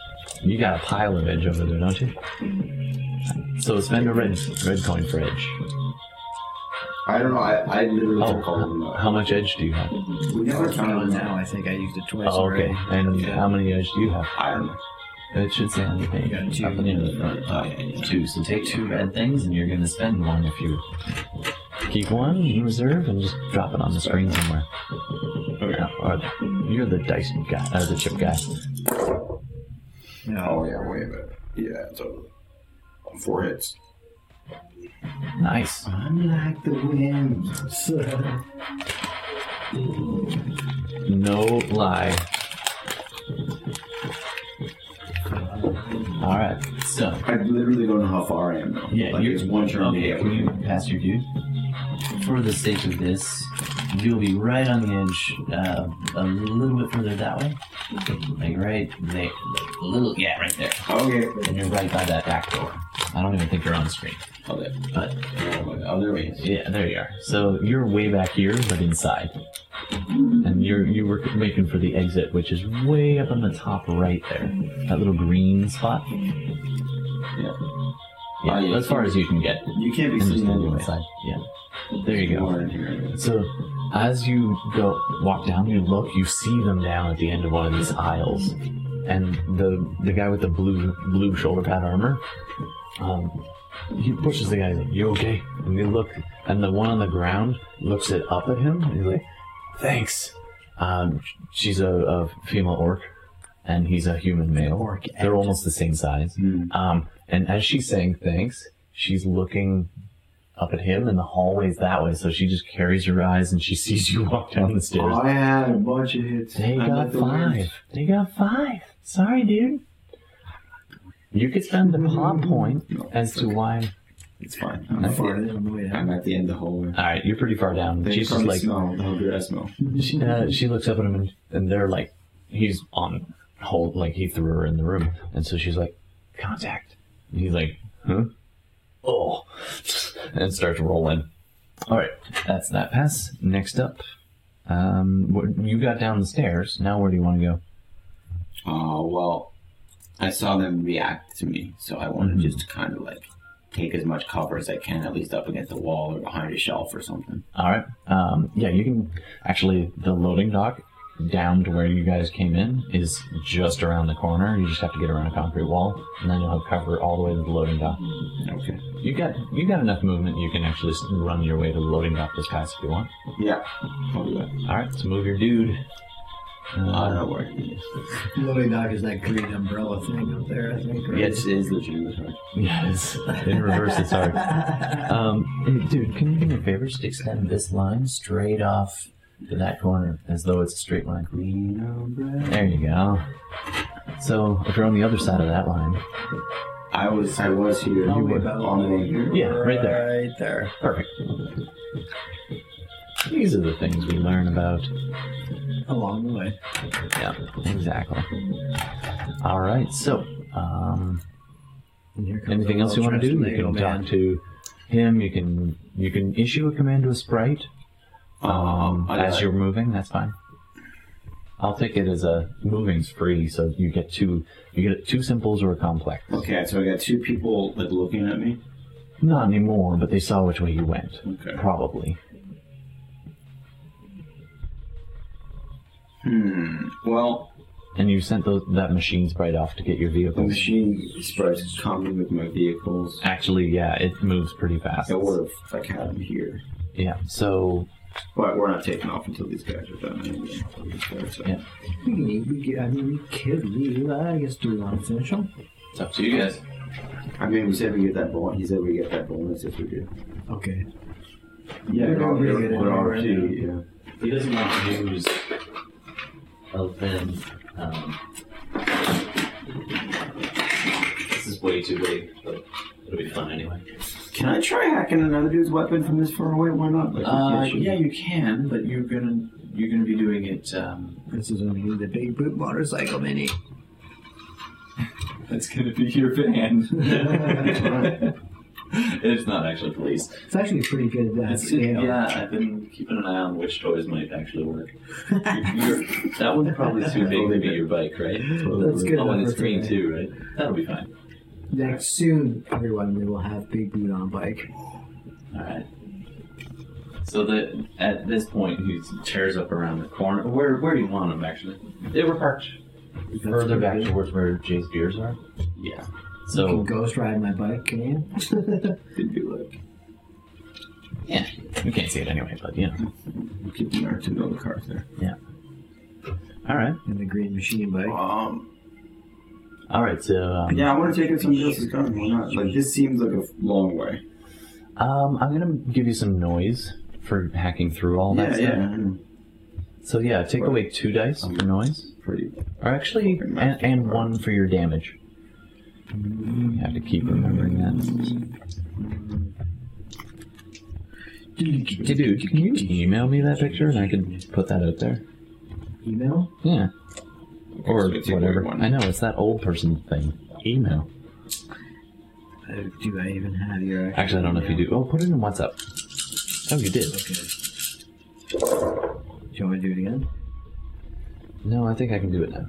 You got a pile of edge over there, don't you? So spend a red red coin for edge.
I don't know. I, I literally
Oh,
took all of them.
h- how much edge do you have?
We never
I
counted
don't
them
know.
out.
I think I used it twice
Oh, okay.
already.
And how many edge do you have?
I don't know.
It should say on the page.
got two.
Up and in the front.
Oh, yeah, yeah.
two. So take two red things, and you're going to spend one if you keep one in reserve and just drop it on the screen somewhere.
Okay.
Yeah, Or you're the dice guy, uh, the chip guy.
Oh yeah, wait a minute. Yeah, totally. Four hits.
Nice.
I'm like the wind.
No lie. All right.
So,
I literally don't know how far I am though. like, it's one turn.
Okay,
to
can
get.
you pass your dude? For the sake of this, you'll be right on the edge, uh, a little bit further that way. Like right there, like a little yeah, right there.
Okay.
And you're right by that back door. I don't even think you're on the screen.
Oh, there.
But
Oh, my God. oh, there he is.
yeah, there you are. So you're way back here, but inside, and you're you were making for the exit, which is way up on the top right there. That little green spot.
Yeah.
Yeah,
Ah, yeah.
as far as you can get.
You can't be
And
seen
there's no
anyway.
inside. Yeah. There you go.
We're in here anyway.
So, as you go walk down, you look, you see them down at the end of one of these aisles, and the the guy with the blue blue shoulder pad armor, um, he pushes the guy. He's like, "You okay?" And they look, and the one on the ground looks it up at him. And he's like, "Thanks." Um, she's a, a female orc, and he's a human male.
Orc
They're almost the same size.
Hmm.
Um, and as she's saying thanks, she's looking up at him, and the hallway's that way. So she just carries her eyes, and she sees you walk down the stairs.
Oh, I had a bunch of hits.
they
I
got
let the
five.
worst-
They got five. Sorry, dude. You could spend the plot point
No,
as to why.
It's fine. I'm,
I
at the,
farted.
end. I'm at the end of the hallway.
All right, you're pretty far down.
They
she's just
probably
like
smell how good I smell.
she, uh, she looks up at him, and, and they're like, he's on hold, like he threw her in the room, and so she's like, contact. And he's like, huh? Oh, and starts rolling. All right, that's that pass. Next up, um, what, you got down the stairs. Now where do you want to go?
Oh, well, I saw them react to me, so I want to
Mhm.
just kind of like take as much cover as I can, at least up against the wall or behind a shelf or something.
All right. Um, yeah, you can actually the loading dock down to where you guys came in is just around the corner. You just have to get around a concrete wall, and then you'll have cover all the way to the loading dock.
Okay.
You got you got enough movement. You can actually s- run your way to the loading dock this pass if you want.
Yeah. I'll do that.
All right, so move your dude.
I don't know
Uh,
where he is.
Loading dock is that green umbrella thing up there, I think. Right?
Yes, it is literally this way.
yes, in reverse. It's hard. Um, hey, dude, can you do me a favor? Just extend this line straight off to that corner as though it's a straight line.
Green umbrella.
There you go. So if you're on the other side of that line,
I was, I was here.
All
You
the way
were
back.
on the here.
yeah, right there.
Right there.
Perfect. These are the things we learn about.
Along the way.
Yeah, exactly. All right, so um,
And here comes
anything
a
else you want to do? You
little
can
man.
talk to him. You can you can issue a command to a sprite um,
I
as
like-
you're moving. That's fine. I'll take it as a moving's free, so you get two you get two simples or a complex.
Okay, so I got two people like looking at me.
Not anymore, but they saw which way you went.
Okay.
Probably.
Hmm. Well,
And you sent those, that machine sprite off to get your
the
vehicles.
machine spreads commonly with my vehicles.
Actually, yeah, it moves pretty fast.
I would have like had them here,
Yeah. So
but we're not taking off until these guys are done. anyway. So-
Yeah.
We need, we get, I mean, we could leave. I guess, do we want to finish them?
it's up to you guys.
I mean, we said we get that bonus. He said we get that bonus if we do.
Okay.
Yeah,
We're
we're all,
doing pretty good
we're all
anyway,
two,
right
yeah.
He doesn't want to use of them. Um, this is way too big, but it'll be fun anyway.
Can I try hacking another dude's weapon from this far away? Why not? Like,
Uh,
shoot.
yeah, you can, but you're gonna you're gonna be doing it. Um,
This is only the big boot motorcycle mini.
it's gonna be your van. it's not actually police.
It's actually pretty good. Uh,
It's,
scale.
yeah, I've been keeping an eye on which toys might actually work. You're- that one's probably too big to be your bike, right?
That's good
Oh, and
enough
it's
for
green
today.
too, right? That'll be fine.
Next, soon, everyone, we will have Big Boot on bike.
All right. So the at this point, he tears up around the corner. Where where do you want him actually? They were parked
further back towards where Jay's beers are.
Yeah.
You can
So
ghost ride my bike, can you?
Did be like
You can't see it anyway, but yeah.
keeping our to know the cars there.
All right.
In the green machine bike.
Um.
All right. So um,
Yeah, I want to take it somebody else's gun. Why not? Like this seems like a long way.
um, I'm gonna give you some noise for hacking through all that
yeah,
stuff.
yeah. I know.
So yeah, take away two dice for noise,
Pretty.
or actually, and, and one for your damage. You have to keep remembering that. Dude, can you email me that picture and I can put that out there?
Email?
Yeah, or
so it's a weird
whatever.
one.
I know it's that old person thing. Email.
Uh, do I even have your?
Actually, I don't know if you do. Oh, put it in WhatsApp. Oh, you did.
Okay. Do you want me to do it again?
No, I think I can do it now.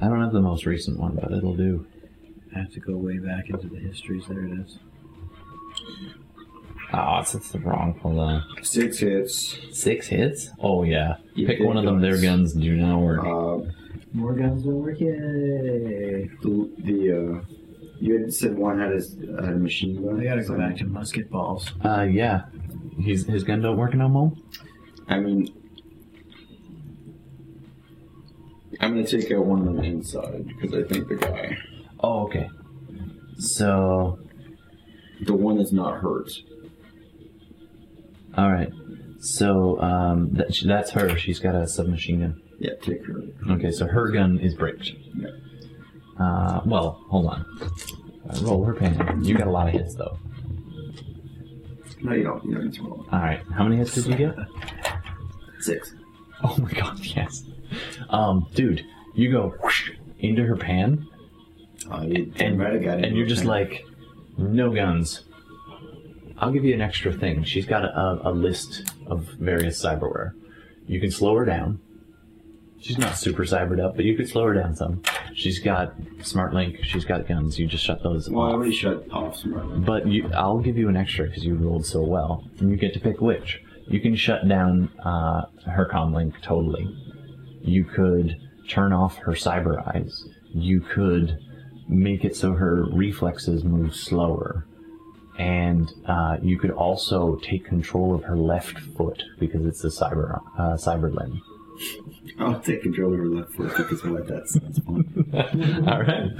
I don't have the most recent one, but it'll do.
I have to go way back into the histories. There it is.
Oh, it's, it's the wrong. Hold on.
Six hits.
Six hits? Oh, yeah.
You
Pick
did
one of them. Their guns do not work.
Uh,
More guns don't work. Yay!
the the uh, you had said one had a, s- had a machine gun.
I gotta go back to musket balls.
Uh, yeah. His, his gun don't work no more?
I mean, I'm gonna take out one of them inside because I think the guy,
Oh, okay. So,
the one that's not hurt.
alright. So, um, that, that's her. She's got a submachine gun.
Yeah, take her.
Okay, so her gun is bricked.
Yeah.
Uh, well, hold on. Uh, roll her pain. You got a lot of hits though.
No, you don't. You don't need to roll.
All right, how many hits did you get?
Six.
Oh my god, yes. Um, dude, you go whoosh into her pan,
Uh, you
and
right, I got it.
and you're just like, no guns. I'll give you an extra thing. She's got a, a list of various cyberware. You can slow her down. She's not super cybered up, but you could slow her down some. She's got smart link. She's got guns. You just shut those
Well, I
off.
already shut off some of them.
But you, I'll give you an extra because you rolled so well, and you get to pick which. You can shut down uh, her comlink totally. You could turn off her cyber eyes. You could make it so her reflexes move slower, and uh, you could also take control of her left foot because it's a cyber uh, cyber limb.
I'll take control of her left foot because what? That sounds fun.
All right.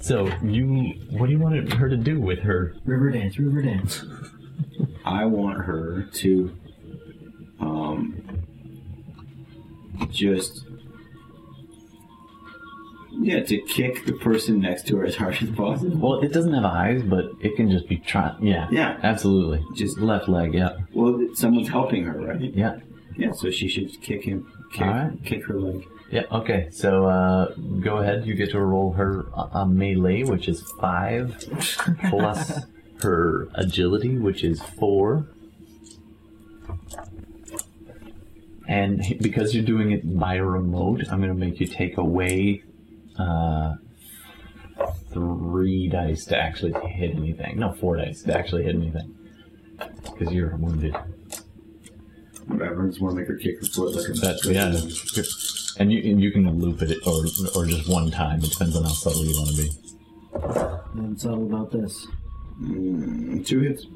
So you, what do you want her to do with her?
River dance, river dance.
I want her to, um, just yeah, to kick the person next to her as hard as possible.
Well, it doesn't have eyes, but it can just be trying. Yeah.
Yeah.
Absolutely.
Just-
left leg. Yeah.
Well, someone's helping her, right?
Yeah.
Yeah, so she should kick him, kick,
All right.
kick her leg.
Yeah. Okay. So uh, go ahead. You get to roll her uh, uh, melee, which is five, plus her agility, which is four. And he- because you're doing it by remote, I'm going to make you take away uh, three dice to actually hit anything. No, four dice to actually hit anything. Because you're wounded.
Whatever, just want to make her kick her foot like a
That, yeah. And you and you can loop it or or just one time. It depends on how subtle you want to be.
Then it's all about this.
Mm, two hits.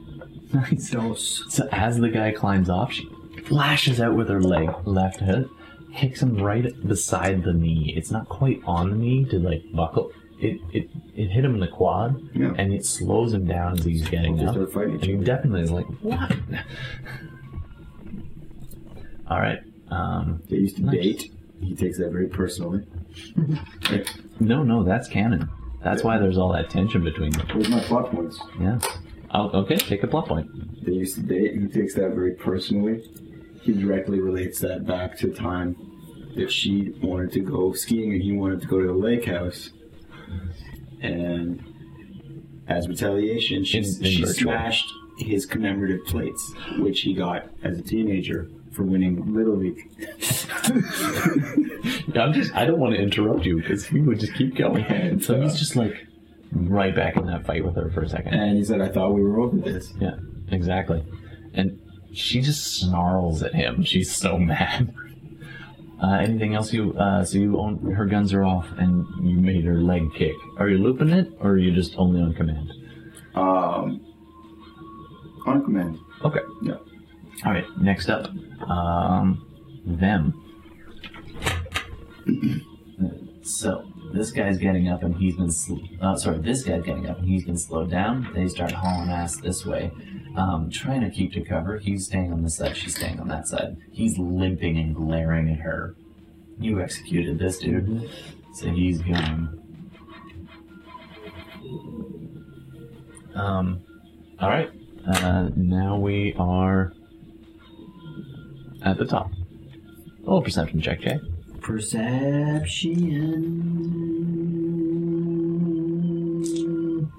Nice.
Dos.
So as the guy climbs off, she flashes out with her leg left hip, kicks him right beside the knee. It's not quite on the knee to like buckle. It it, it hit him in the quad,
Yeah.
and it slows him down as he's getting
They
up.
start fighting
And
each
he
other.
definitely is like, what? All right. Um,
They used to
Nice.
date. He takes that very personally.
no, no, that's canon. That's why there's all that tension between them.
Where's my plot points?
Yeah. Oh, okay, take a plot point.
They used to date. He takes that very personally. He directly relates that back to time that she wanted to go skiing and he wanted to go to the lake house. And as retaliation, she,
In- in
she
virtual.
smashed his commemorative plates, which he got as a teenager for winning Little League.
I'm just, I don't want to interrupt you because we would just keep going.
And,
so
uh,
he's just like right back in that fight with her for a second.
And he said, I thought we were over this.
yeah, exactly. And she just snarls at him. She's so mad. Uh, anything else you, uh, so you own, her guns are off and you made her leg kick. Are you looping it or are you just only on command?
Um, on command.
Okay.
Yeah.
All right, next up, um, them. so This guy's getting up and he's been, sl- uh, sorry, this guy's getting up and he's been slowed down. They start hauling ass this way, um, trying to keep to cover. He's staying on this side, she's staying on that side. He's limping and glaring at her. You executed this dude. So he's going. Um, alright. Uh, now we are at the top. Roll a perception check, Jay.
Perception.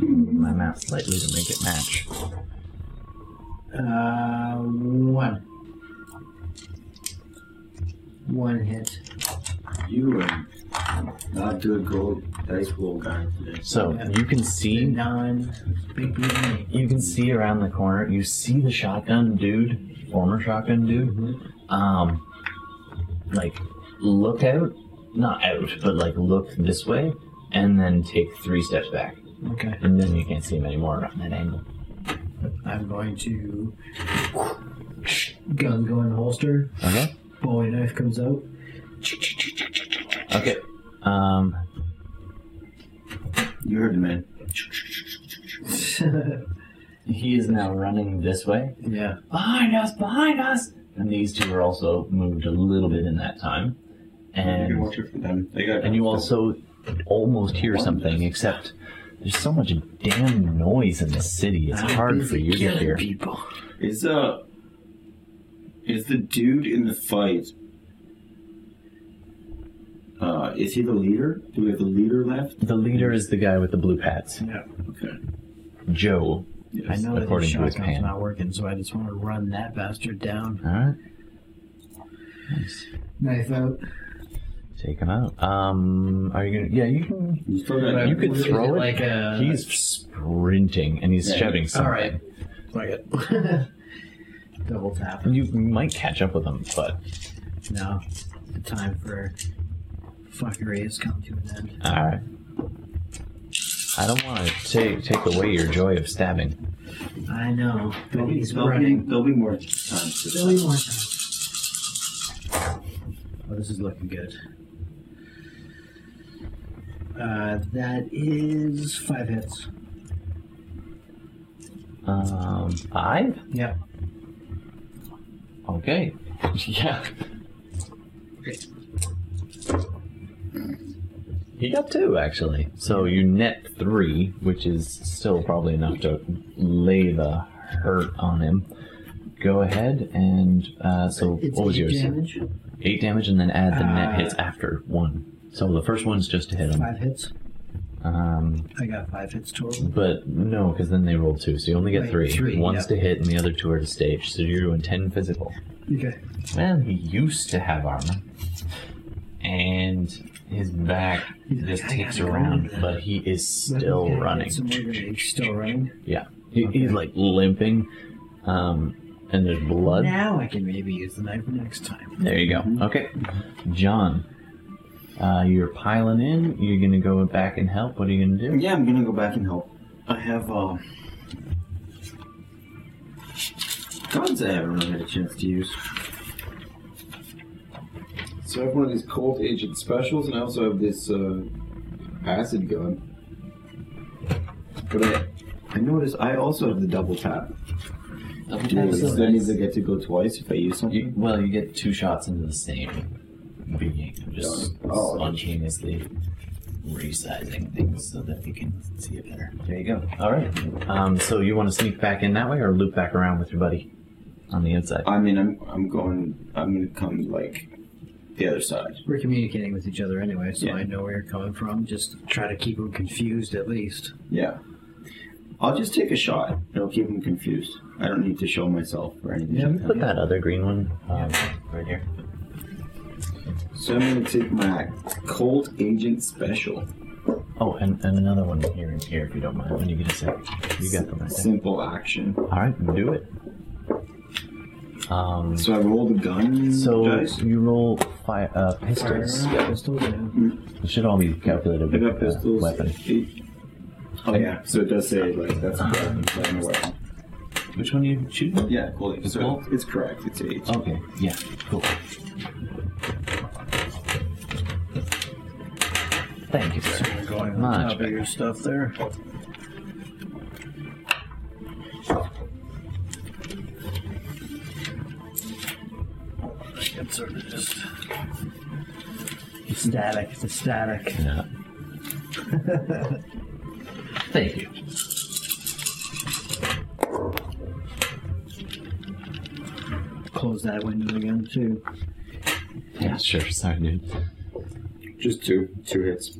My map slightly to make it match.
Uh, one. One hit.
You are not good gold dice roll guy today.
So you can see
Non big blue name.
you can see around the corner. You see the shotgun dude, former shotgun dude. Um, like look out, not out, but like look this way, and then take three steps back,
Okay.
and then you can't see him anymore around that angle.
I'm going to. Gun going holster.
Okay.
Bowie knife comes out.
Okay. Um,
You heard the man.
he is now running this way.
yeah.
Behind us! Behind us! And these two are also moved a little bit in that time,
You can
and.
watch it for them. They got
and you also almost hear something, except there's so much damn noise in the city. It's hard for you to hear.
People.
is uh is the dude in the fight. Uh, is he the leader? Do we have the leader left?
The leader is the guy with the blue pats,
Okay.
Joe.
I know that his
According to his
shotgun's
pan.
not working, so I just want to run that bastard down.
All right,
Knife out.
take him out. Um, are you gonna? Yeah, you can.
You still got
You could
Is
throw
it
it.
like a-
He's sprinting and he's
Yeah.
shouting something.
All right. Fuck it. Double tap.
You might catch up with him, but
Now, the time for fuckery has come to an end.
all right. I don't want to take take away your joy of stabbing.
I know,
There'll
but
be,
he's
there'll, be,
running.
there'll be more times to
Billy
that.
more time. Oh, this is looking good. Uh, that is five hits.
Um, five.
Yep.
Okay. Yeah. He got two, actually. So you net three, which is still probably enough to lay the hurt on him. Go ahead and uh, so
It's
what was
eight
yours?
damage.
Eight damage, and then add the
Uh,
net hits after one. So the first one's just to hit him.
Five hits.
Um,
I got five hits total.
but no, because then they roll two, so you only get
Right,
three.
three,
One's to
yeah.
hit, and the other two are to stage. So you're doing ten physical.
Okay.
Well, he used to have armor, and his back
He's
just
like, I
takes
gotta go
around,
with that.
but he is still
Okay,
running.
Some more damage. Still running.
Yeah, he, he's like limping, um, and there's blood.
Now I can maybe use the knife next time.
There you go. Okay, John, uh, you're piling in. You're gonna go back and help. What are you gonna do?
Yeah, I'm gonna go back and help. I have uh, guns I haven't really had a chance to use.
So I have one of these Colt Agent specials, and I also have this uh, acid gun.
But I, I noticed I also have the double tap.
Double
Do
taps.
that means I get to go twice if I use
You,
something.
well, you get two shots into the same being, just
Oh.
spontaneously resizing things so that you can see it better. There you go. All right. Um, so you want to sneak back in that way, or loop back around with your buddy on the inside?
I mean, I'm I'm going. I'm gonna come like the other side.
We're communicating with each other anyway, so
Yeah.
I know where you're coming from. Just try to keep them confused at least.
Yeah. I'll just take a shot. It'll keep them confused. I don't need to show myself or anything.
Yeah,
like
we
that.
put that other green one um, right here.
So I'm gonna take my Colt Agent Special.
Oh, and, and another one here and here, if you don't mind. When you get a sec, you got them right there.
Simple action.
All right, do it. Um,
So I rolled a gun.
so
dice.
you roll fi- uh, pistols.
Pistols, yeah.
It should all be calculated
I
with
got
a
pistols.
weapon.
Eight. Oh yeah. So it does say like that's a weapon.
Uh-huh.
Like, a weapon.
Which one are you shooting?
Yeah, Colt Agent.
It's
So
Colt?
it's correct. It's eight.
Oh. Okay, yeah, cool. Thank you, sir.
Going
Much
on top of
better.
your stuff there. It's sort of just static. It's static.
Yeah. Thank you.
Close that window again too.
Yeah, sure. Sorry, dude.
Just two, two hits.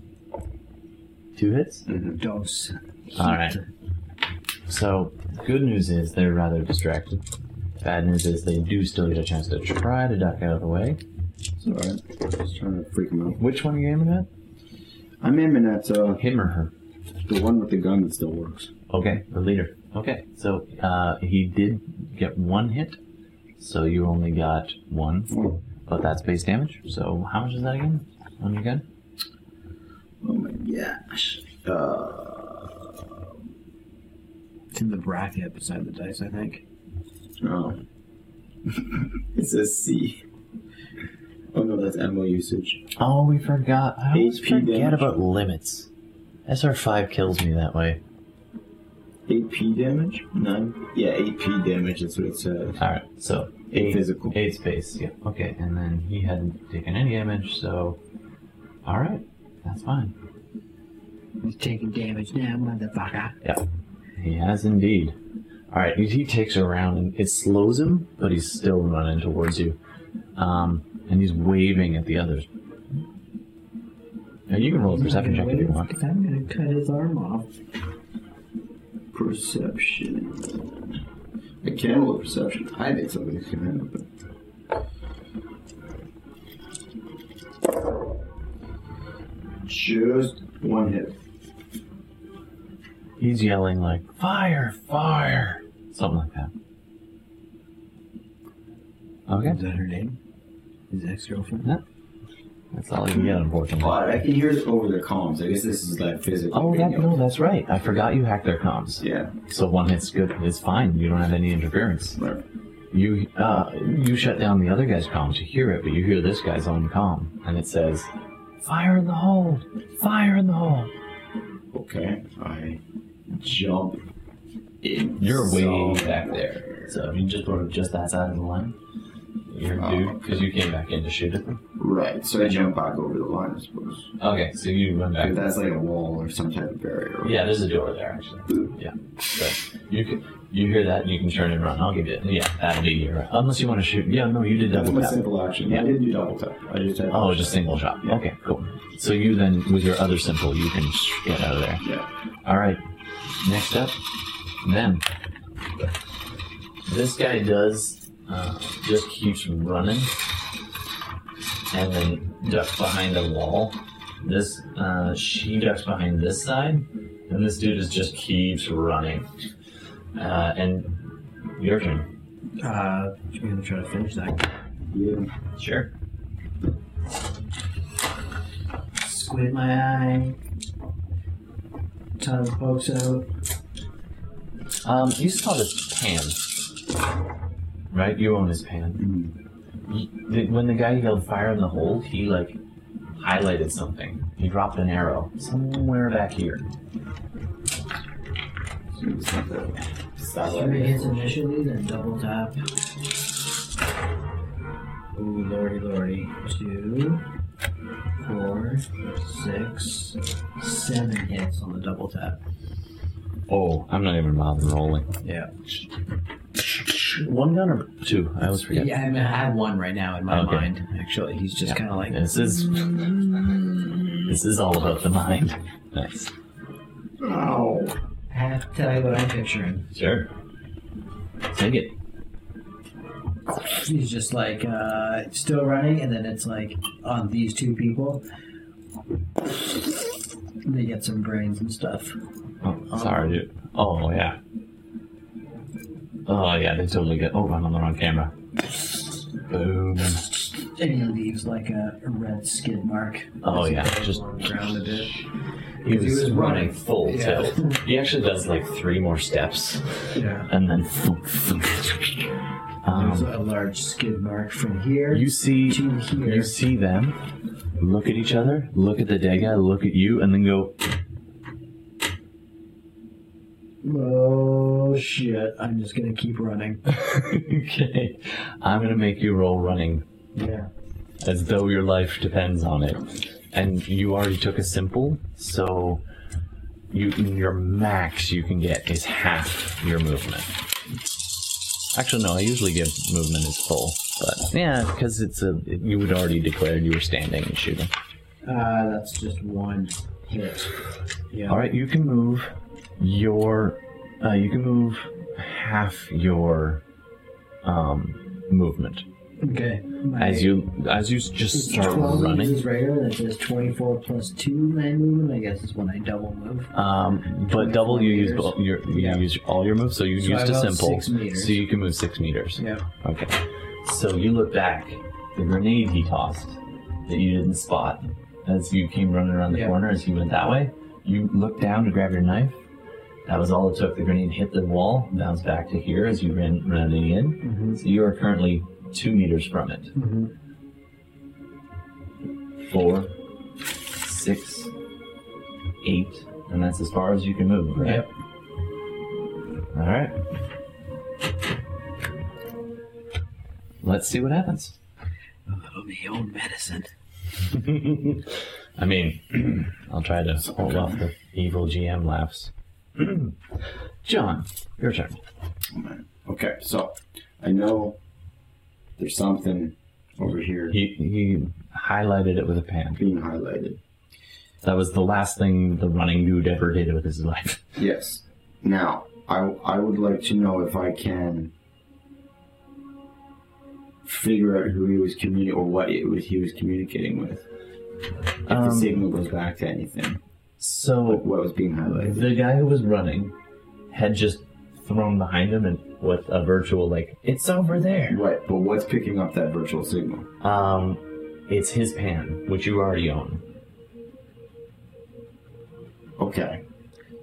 Two hits?
Dose.
All right. So, good news is they're rather distracted. Bad news is they do still get a chance to try to duck out of the way.
It's alright. Just trying to freak him out.
Which one are you aiming at?
I'm aiming at uh,
Him or her?
the one with the gun that still works.
Okay, the leader. Okay, so uh, he did get one hit, so you only got one,
Oh,
but that's base damage. So how much is that again on your gun?
oh my gosh. Uh,
It's in the bracket beside the dice, I think.
no. it says Oh. C. Oh no, that's ammo usage.
Oh, we forgot. I always
HP
forget
damage.
about limits. SR5 kills me that way.
8p damage? Nine? Yeah, 8p damage, that's what it says.
All right, so
Eight physical.
eight space. Yeah. Okay, and then he hadn't taken any damage, so all right, that's fine.
He's taking damage now, motherfucker.
He has indeed. All right, he- he takes a round and it slows him, but he's still running towards you, um, and he's waving at the others. And you can roll a perception check if you want.
I'm gonna cut his arm off.
Perception. I can roll a perception. I think something's gonna happen. Just one hit.
He's yelling like "fire, fire," something like that. Okay,
Is that her name? His ex-girlfriend.
that's all I can get, unfortunately.
But I can hear it over the comms. I guess this is like physical.
Oh, that,
radio.
no, that's right. I forgot you hacked their comms.
Yeah.
So one hit's good. It's fine. You don't have any interference.
Right.
You uh, you shut down the other guy's comms. You hear it, but you hear this guy's own comm, and it says, "Fire in the hole! Fire in the hole!"
Okay. I jump in.
You're way
So-
back there. So you just were just that side of the line. You're
Oh,
dude, because you came back in to shoot at them.
Right. So I jump back over the line, I suppose.
Okay, so you went back.
If that's like a wall or some type of barrier.
Yeah, there's a door there actually. Yeah. So you can, you hear that and you can turn and run. I'll give you. Yeah, that'll be your. Unless you want to shoot. Yeah, no, you did
That's
double
my
tap.
simple action. I didn't do double tap. I just had.
Oh, just single shot.
Yeah.
Okay, cool. So you then, with your other simple, you can get out of there.
Yeah.
All right. Next up, them. This guy does uh, just keeps running, and then ducks behind a wall. This uh, she ducks behind this side, and this dude is just keeps running. Uh, and your turn.
Uh, she's gonna try to finish that.
Yeah.
Sure.
Squint my eye. Tongue pokes out.
Um, you saw this pan, right? You own his pan. He- the- When the guy yelled "fire in the hole," he like highlighted something. He dropped an arrow somewhere back here.
It's not that- it's not
Three
like-
hits initially, then double tap. Ooh, lordy, lordy. Two, four, six, seven hits on the double tap.
Oh, I'm not even bothering rolling.
Yeah.
One gun or two? I always
Yeah,
forget.
I, mean, I have one right now in my
Okay.
mind, actually. He's just
Yeah.
kind of like,
This is this is all about the mind. Nice.
ow. I have to tell you what I'm picturing.
Sure. Take it.
He's just like, uh, still running, and then it's like on these two people. They get some brains and stuff.
Oh, sorry, dude. Oh yeah. Oh yeah, they totally get. Oh, I'm on the wrong camera. Boom.
And he leaves like a, a red skid mark.
Oh, yeah,
just
just-
on the ground a bit.
He was,
was running.
running full
Yeah.
tilt. He actually does like three more steps
Yeah.
and then. um,
There's a large skid mark from here.
You see,
to here.
you see them look at each other, look at the dead guy, look at you, and then go.
oh shit! I'm just gonna keep running.
okay, I'm gonna make you roll running
Yeah.
as though your life depends on it. And you already took a simple, so you your max you can get is half your movement. Actually, no. I usually give movement as full, but yeah, because it's a you had already declared you were standing and shooting.
Uh, that's just one hit. Yeah.
All right, you can move your uh, you can move half your um, movement
Okay. My-
as you as you just
it's
start
12
running.
is regular, and it says 24 plus 2 my movement. I guess is when I double move.
Um, but double, you use
meters.
bo- your, you
Yeah.
use all your moves, so you
So
used
I
a
moved
simple,
six meters.
so you can move six meters.
Yeah.
Okay. So you look back, the grenade he tossed that you didn't spot as you came running around the
Yeah.
corner as he went that way. You looked down to grab your knife. That was all it took. The grenade hit the wall, bounced back to here as you ran running in.
Mhm.
So you are currently two meters from it.
Mhm.
Four, six, eight, and that's as far as you can move, right?
Yep.
All right. Let's see what happens.
Little me own medicine.
I mean, I'll try to hold off the evil GM laughs. John, your turn.
Okay, so I know there's something over here
He, he highlighted it with a pen.
being highlighted.
That was the last thing the running dude ever did with his life.
Yes. Now, I, I would like to know if I can figure out who he was communicating or what it was he was communicating with. If the
Um,
signal goes back to anything,
So
like what was being highlighted.
The guy who was running had just thrown behind him and with a virtual like, it's over there.
Right, but what's picking up that virtual signal?
Um, it's his pan, which you already own.
Okay.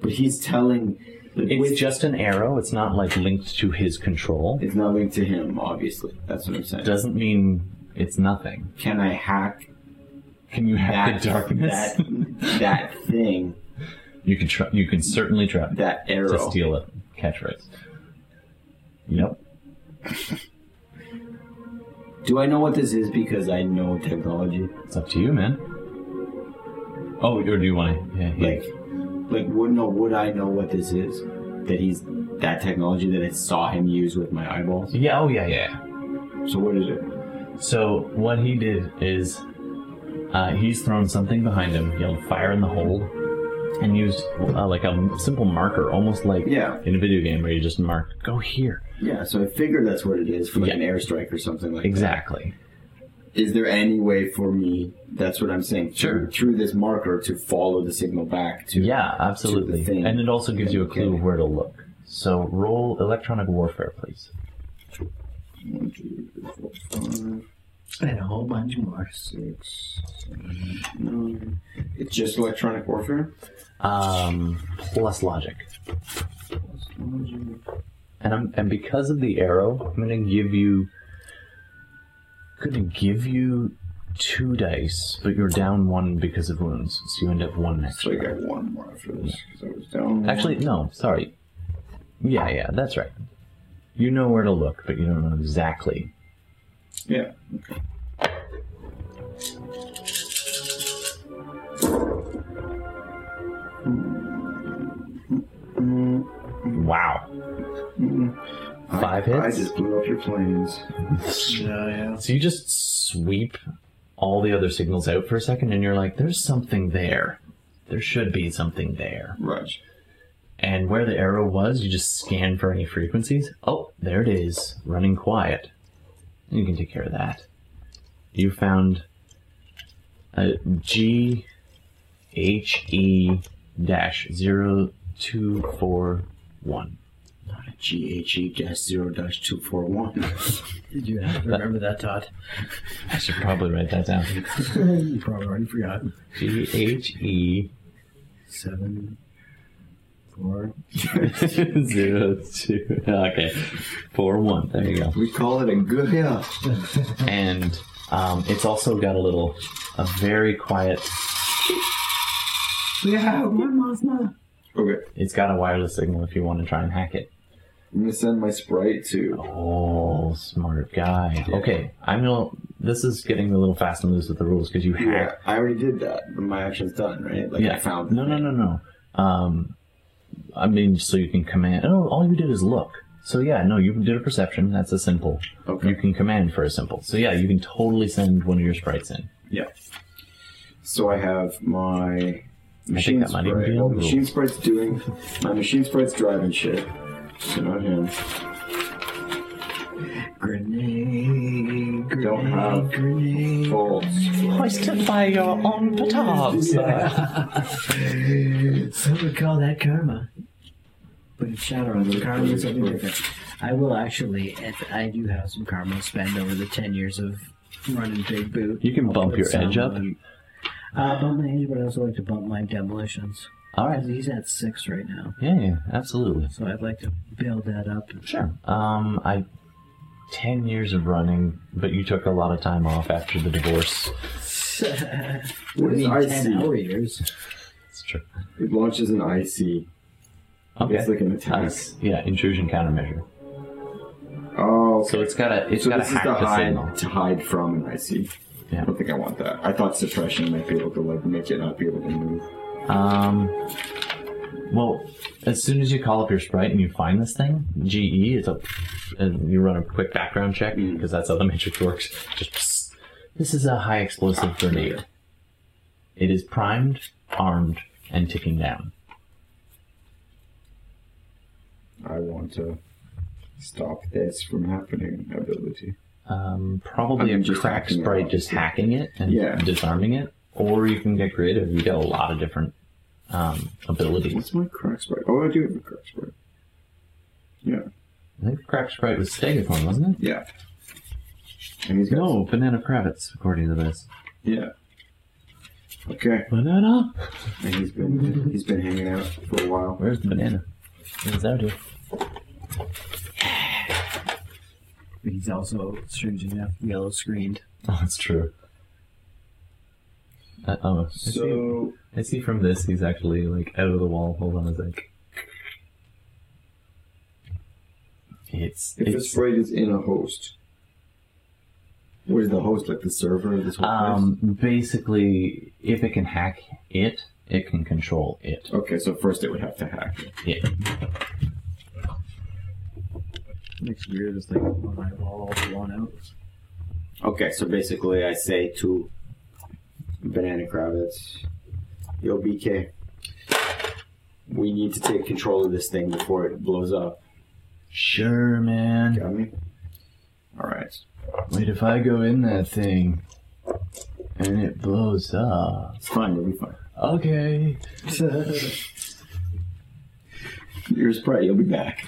But he's telling. Like,
It's
which-
just an arrow. It's not like linked to his control.
It's not linked to him, obviously. That's what I'm saying.
It doesn't mean it's nothing.
Can I hack
Can you hack
that
the darkness?
That, that thing,
you can try. You can certainly try
that
to
arrow.
steal it. Catchphrase. Yep.
Do I know what this is because I know technology?
It's up to you, man. Oh, or do you want to? Yeah, yeah.
Like, like would no would I know what this is? That he's that technology that I saw him use with my eyeballs.
yeah. Oh, yeah, yeah.
So what is it?
So what he did is uh, he's thrown something behind him, yelled "fire in the hole," and used uh, like a simple marker, almost like
Yeah.
in a video game where you just mark "go here."
Yeah. So I figure that's what it is for like
Yeah.
an airstrike or something like.
Exactly.
That. Is there any way for me? That's what I'm saying.
Sure.
Through, through this marker to follow the signal back to.
Yeah, absolutely.
thing.
And it also gives you a clue
Okay.
of where to look. So roll electronic warfare, please.
One, two, three, four, five,
And a whole bunch more.
six, seven, eight, nine. It's just electronic warfare.
Um, plus logic. And I'm and because of the arrow, I'm gonna give you. Gonna give you two dice, but you're down one because of wounds, so you end up one extra.
So I got one more after this because I was down.
Actually, no, sorry. Yeah, yeah, that's right. You know where to look, but you don't know exactly.
Yeah.
Wow. Five
Mm-hmm. I,
hits.
I just blew up your planes.
Yeah, yeah.
So you just sweep all the other signals out for a second, and you're like, "There's something there. There should be something there."
Right.
And where the arrow was, you just scan for any frequencies. Oh, there it is, running quiet. You can take care of that. You found a G H E dash zero two four one.
GHE dash zero dash two four one.
Did you have to remember that, Todd?
I should probably write that down.
you
E
probably already forgot.
G H E
Seven. four.
Zero, two. Okay. Four, one. There you go.
We call it a good yeah.
And um, it's also got a little, a very quiet.
Okay,
It's got a wireless signal if you want to try and hack it.
I'm gonna send my sprite to.
Oh, smart guy. Okay, I'm gonna. This is getting a little fast and loose with the rules because you
Yeah,
hacked.
I already did that. My action's done, right? Like I found.
No, no, no, no. Um, I mean, so you can command. Oh, all you did is look. So yeah, no, you did a perception. That's a simple.
Okay.
You can command for a simple. So yeah, you can totally send one of your sprites in.
So I have my machine
that might even
sprite.
be
Well,
on the
machine sprite's doing my machine sprite's driving shit. So not him.
Grenade, grenade,
Don't have
grenade.
Full
Hoisted by your own petards.
Some would call that karma. But it's Shadowrun. Karma is something different. I will actually, if I do have some karma to spend over the 10 years of running Big Boot.
You can
I'll
bump
put
your
some
edge up.
on- Uh, bump my edge, but I also like to bump my demolitions.
All right.
'Cause He's at six right now,
Yeah, yeah, absolutely.
so I'd like to build that up.
Sure. Um, I ten years of running, but you took a lot of time off after the divorce.
I
What is
mean, 10
IC?
hour years.
It's true.
It launches an IC.
Okay.
It's like an attack.
Nice. Oh. Yeah, intrusion countermeasure.
Oh,
So it's got a it's
so
got to
this is
hack
the
the signal.
hide to hide from an IC.
Yeah.
I don't think I want that. I thought suppression might be able to like make it not be able to move.
Um, well, as soon as you call up your sprite and you find this thing, GE, it's a, and you run a quick background check
Mm.
because that's how the matrix works. Just psst. this is a high explosive grenade. It is primed, armed, and ticking down.
I want to stop this from happening. Ability.
Um, probably
I mean,
a
just
cracked
hacking it,
sprite just hacking it and
Yeah.
disarming it, or you can get creative. You get a lot of different um, abilities.
What's my crack sprite? Oh, I do have a crack sprite. Yeah,
I think cracked sprite was Stegathorn, wasn't it?
yeah. And he's got
No, Banana Kravitz, according to this.
Yeah. Okay.
Banana?
And he's been he's been hanging out for a while.
Where's the banana? It's out here.
But he's also, strange enough, yellow screened.
Oh, that's true. Uh, oh, I see,
So
I see from this he's actually like out of the wall. Hold on a sec. It's
if the
it's
sprite is in a host, what is the host like? The server of this whole
um basically if it can hack it, it can control it.
place? Okay, so first it would have to hack. it.
Yeah.
It's weird, it's like one eyeball, all blown out.
Okay, so basically I say to Banana Kravitz, Yo BK, we need to take control of this thing before it blows up.
Sure, man.
Got me. All right.
Wait, if I go in that thing and it blows up.
It's fine, it'll be fine.
Okay.
Your sprite, you'll be back.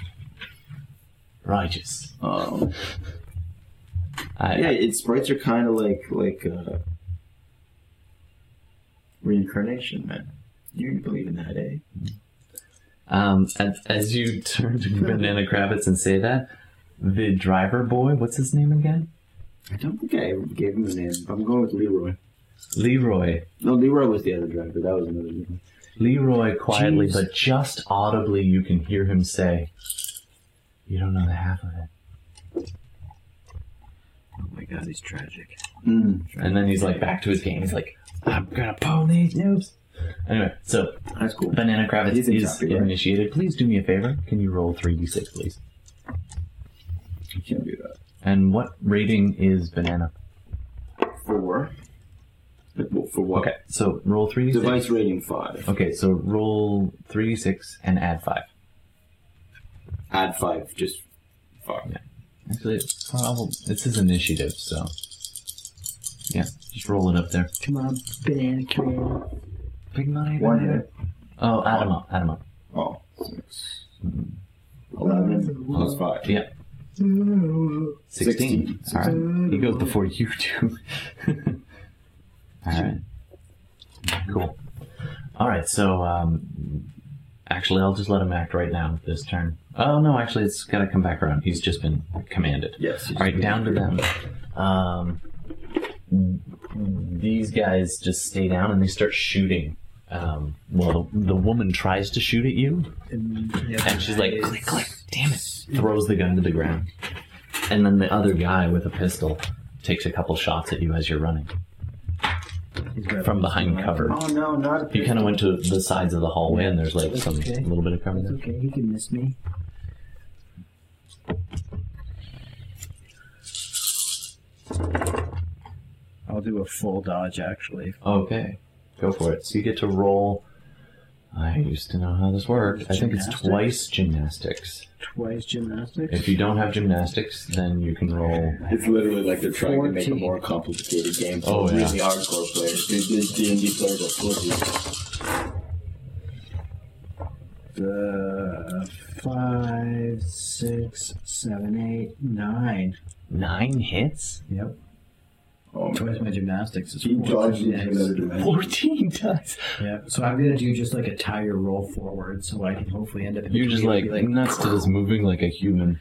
Righteous.
Um,
I,
yeah, it, sprites are kind of like like uh, reincarnation, man. You believe in that, eh?
Um, as, as you turn to Banana Kravitz and say that, the driver boy, what's his name again?
I don't think I ever gave him a name. I'm going with Leroy.
Leroy.
No, Leroy was the other driver. That was another one.
Leroy quietly,
Jeez.
but just audibly, you can hear him say, You don't know the half of it.
Oh my god, he's tragic.
Mm.
And then he's like back to his game. He's like, I'm gonna pwn these noobs. Anyway, so
That's cool.
Banana Kravitz
He's
is
exactly right.
initiated. Please do me a favor. Can you roll 3d6, please?
You can't do that.
And what rating is Banana?
Four. Like, wh- For what?
Okay, so roll 3d6.
Device rating five.
Okay, so roll 3d6 and add 5.
Add five. Just fuck.
Actually, it's probably this is initiative, so yeah, just roll it up there.
Come on, banana, come on.
Big money.
One
banana.
hit.
Oh, add 'em up, add 'em up.
Oh, six. Eleven plus five.
Yeah. Sixteen. All right, he goes before you do. All right. Cool. All right, so um, Actually, I'll just let him act right now this turn. Oh no, actually, it's gotta come back around. He's just been commanded.
Yes.
All right, down to them. Um, these guys just stay down and they start shooting. Um, well, the, the woman tries to shoot at you, and she's like, click, click, damn it. Throws the gun to the ground. And then the other guy with a pistol takes a couple shots at you as you're running from behind cover.
Oh no, not a
You kind of went to the sides of the hallway, and there's like some
Okay.
little bit of cover
It's
there.
okay, he can miss me. I'll do a full dodge actually.
Okay, go for it. So you get to roll. I used to know how this worked. I think it's
Gymnastics?
twice gymnastics.
Twice gymnastics.
If you don't have gymnastics, then you can roll.
It's literally like they're trying to make a
14.
more complicated game for
Oh, yeah.
really hardcore players. These D and D players are pussies.
Uh, five, six, seven, eight, nine.
Nine hits?
Yep.
Oh,
Twice
man.
my gymnastics is
He
four.
dodged into
Yes.
another dimension.
14 times.
Yeah. So I'm gonna do just like a tire roll forward, so I can hopefully end up. in
You're just
between
like
and be
nuts to this moving like a human.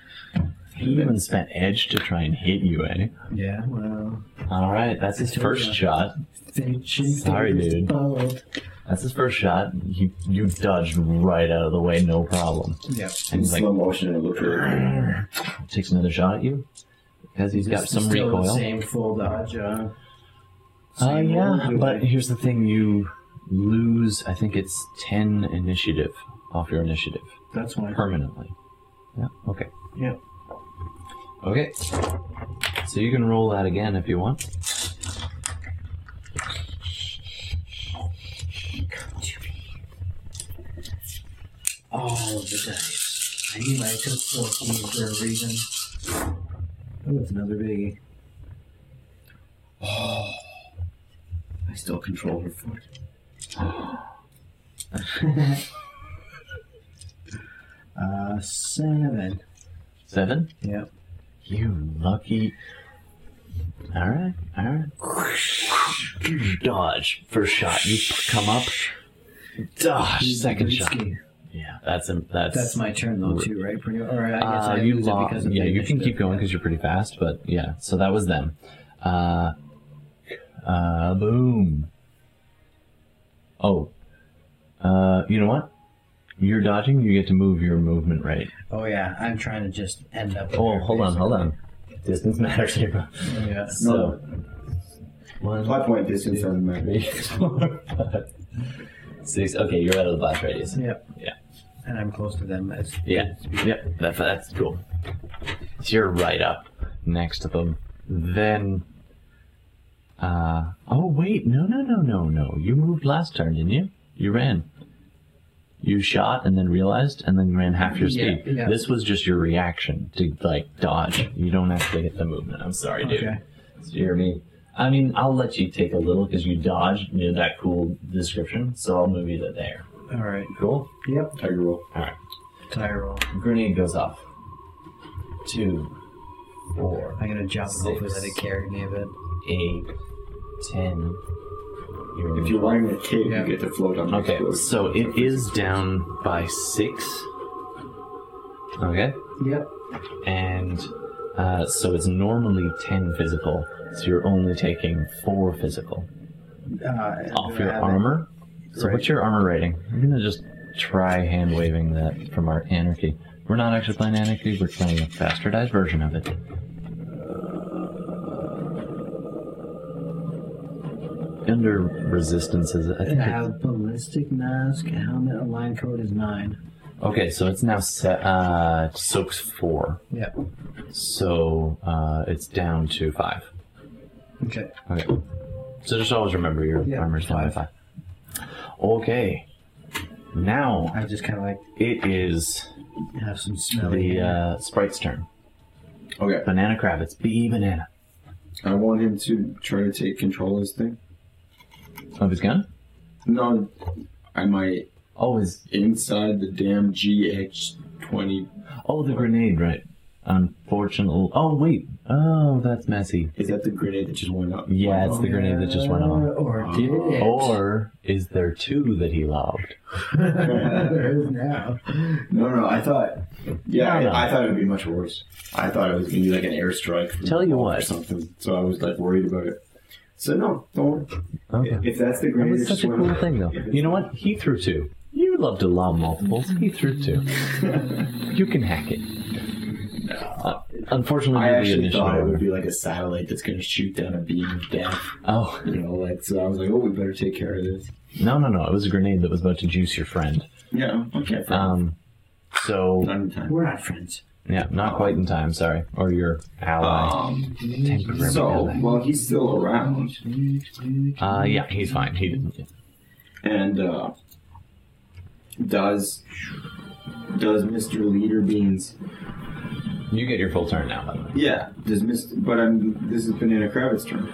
He even spent edge to try and hit you, eh?
Yeah. Well.
All right, that's his first shot. Sorry, dude. That's his first shot. You you dodged right out of the way, no problem.
Yep.
And
In
he's like
slow motion, it looked really.
takes another shot at you because he's got
This
some
is still
recoil.
The same full dodge. Uh,
Uh,
same
yeah,
roll, do
but
I-
here's the thing: you lose. I think it's ten initiative off your initiative
that's why.
permanently. Yeah. Okay.
Yep.
Okay. So you can roll that again if you want.
All of Oh, the dice. I knew I took 14 for a reason. Oh, it's another biggie.
Oh.
I still control her foot.
Uh, seven.
Seven.
Yep.
You lucky. All right, all right. Dodge first shot. You come up. Dodge second shot.
Risky.
Yeah, that's a, that's
That's my turn though, too, right? Pretty, or I guess
Uh,
I
you
lose it
lost.
because of
Yeah,
the
you can
initiative.
keep going because you're pretty fast. But yeah, so that was them. Uh, uh, boom. Oh, uh, you know what? You're dodging. You get to move your movement rate.
Oh yeah, I'm trying to just end up.
Oh, hold on, hold on. Distance matters here.
on. Yeah.
So, one,
Plot point distance doesn't matter.
four, five, six. Okay, you're out of the blast radius.
Yep.
Yeah.
And I'm close to them. As,
Yeah, yeah, that's that's cool. So you're right up next to them. Then, uh, oh wait, no, no, no, no, no. You moved last turn, didn't you? You ran. You shot and then realized, and then ran half your
Yeah,
speed.
yeah.
This was just your reaction to like dodge. You don't actually hit the movement. I'm sorry, dude.
Okay.
So you're me. I mean, I'll let you take a little because you dodged near that cool description. So I'll move you to there.
All right.
Cool.
Yep.
Tiger roll.
Tire roll.
Grenade goes off. Two, four,
I'm gonna jump and hopefully let it
Six.
carry me a bit.
eight, ten. You're
If you're wearing a cape,
Yeah.
you get to float on the
okay,
explosion.
so it is down by six. Okay,
Yep.
and uh, so it's normally ten physical, so you're only taking four physical off
Uh, do I
Oh, your
have it?
armor. So
Right.
what's your armor rating? I'm gonna just try hand waving that from our anarchy. We're not actually playing anarchy. We're playing a bastardized version of it. Under resistances, I
It
think.
has ballistic mask, helmet, and line code is nine.
it- okay, so it's now set. Uh, soaks four,
Yep.
so uh, it's down to five.
Okay.
Okay. So just always remember your
Yeah,
armor's down by five. Okay. Now
I just kind of like
it is
have some smelly.
the uh, sprite's turn.
Okay.
Banana Kravitz, be banana.
I want him to try to take control of this thing.
Of his gun?
No, I might
Oh, his
inside the damn GH twenty.
oh the grenade, right? Unfortunately, oh wait, Oh, that's messy.
Is that the grenade that just went up?
Yeah, it's the grenade that just went off.
Or did it?
Or is there two that he lobbed?
there is now.
No, no, I thought. Yeah,
No, no.
I, I thought it would be much worse. I thought it was going to be like an airstrike. from
Tell you
above or
what.
something. So I was like worried about it. So no, don't. worry.
Okay.
If that's the
That
grenade,
was
that
such
just
a
went
cool
off-
thing, though.
if it's-
You know what? He threw two. You love to lob multiples. He threw two. you can hack it. Uh, unfortunately,
I
you're the
actually
initial
thought it
owner.
would be like a satellite that's going to shoot down a beam of death.
Oh
You know, like so. I was like, oh, we better take care of this.
no, no, no! It was a grenade that was about to juice your friend.
Yeah. Okay. fine.
Um, so
Not in time.
We're not friends.
yeah, not quite in time. Sorry, or your ally.
Um,
Temporary
so
ally.
while he's still around,
Uh, yeah, he's fine. He didn't.
and uh, does does Mister Leader Beans
You get your full turn now, by the way.
Yeah, does Mr. But I'm. This has been in a Kravitz turn.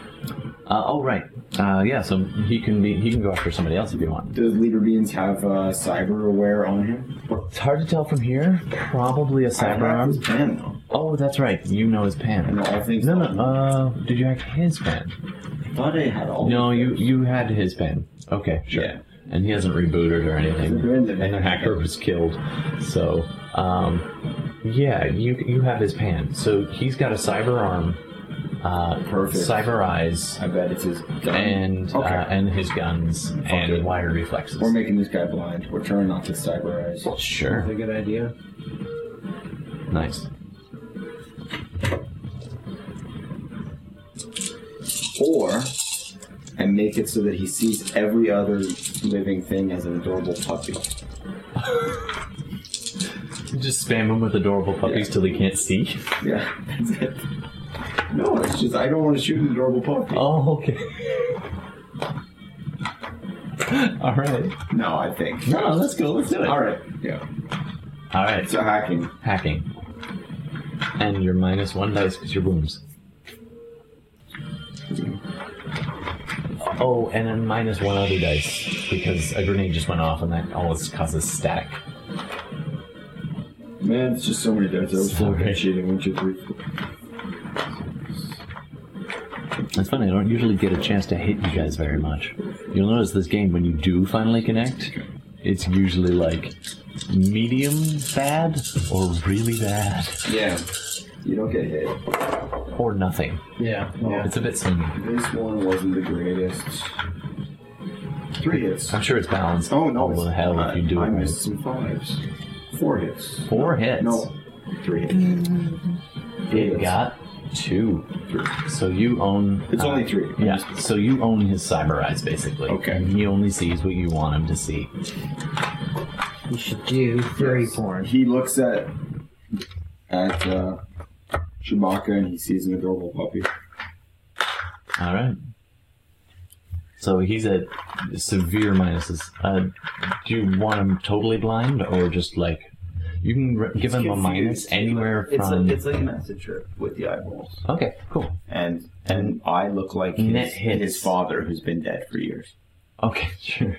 Uh, oh right. Uh, yeah. So he can be. He can go after somebody else if you want.
Does Leader Beans have uh, cyber aware on him?
It's hard to tell from here. Probably a
I have
sidearm.
his pen though.
Oh, that's right. You know his pan.
No, I think
No,
so.
no. Uh, did you hack his pen?
I thought I had all.
No, you you had his pen. Okay, sure.
Yeah.
And he hasn't rebooted or anything.
They're in the-
And the hacker was killed. So, um, yeah, you you have his pan. So he's got a cyber arm, uh,
Perfect.
cyber eyes,
I bet it's his gun.
and
okay.
uh, and his guns and
it.
wire reflexes.
we're making this guy blind. We're turning off his cyber eyes.
Sure.
That's a good idea.
Nice.
Or and make it so that he sees every other living thing as an adorable puppy.
Just spam him with adorable puppies till he can't see.
Yeah, that's it. No, it's just I don't want to shoot an adorable puppy.
Oh, okay. All right.
No, I think.
No, let's go. Let's do it.
All right. Yeah.
All right.
So hacking.
Hacking. And you're minus one dice because you're wounds. Mm-hmm. Oh, and then minus one other dice because a grenade just went off and that always causes static.
Man, it's just so many dice. I was
Sorry.
fucking shitting. One, two, three, four.
That's funny, I don't usually get a chance to hit you guys very much. You'll notice this game, when you do finally connect, it's usually like medium bad or really bad
Yeah. You don't get hit.
Oh. or nothing.
Yeah.
It's a bit swingy.
This one wasn't the greatest. Three hits.
I'm sure it's balanced.
Oh no!
Although
it's
hell,
not.
if you do it
I
right.
missed some fives. Four hits.
Four hits.
No, three hits. Three
It
hits.
got two. So you own. uh,
It's only three.
Yeah. So you own his cyber eyes, basically.
Okay.
And he only sees what you want him to see.
You should do furry porn.
He looks at at uh, Chewbacca and he sees an adorable puppy.
All right. So he's at severe minuses. Uh, do you want him totally blind or just like? You can re- give him a minus anywhere
It's,
from.
a, it's like a message trip with the eyeballs.
okay. Cool.
And and I look like his,
Net hits.
his father, who's been dead for years.
Okay. Sure.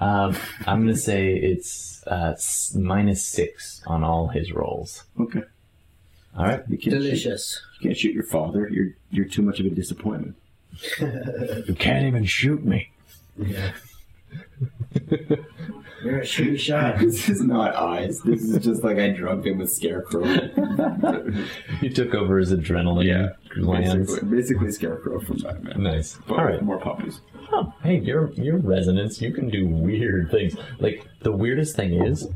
Um, I'm gonna say it's uh, s- minus six on all his rolls.
Okay.
All right.
You can't Shoot,
Delicious.
you can't shoot your father. You're you're too much of a disappointment.
You can't even shoot me.
You're a shooty shot.
This is not eyes. This is just like I drugged him with scarecrow.
You took over his adrenaline glands.
basically, basically scarecrow from Batman.
Nice.
But
All right.
more puppies.
Oh, hey, your your resonance. You can do weird things. Like the weirdest thing is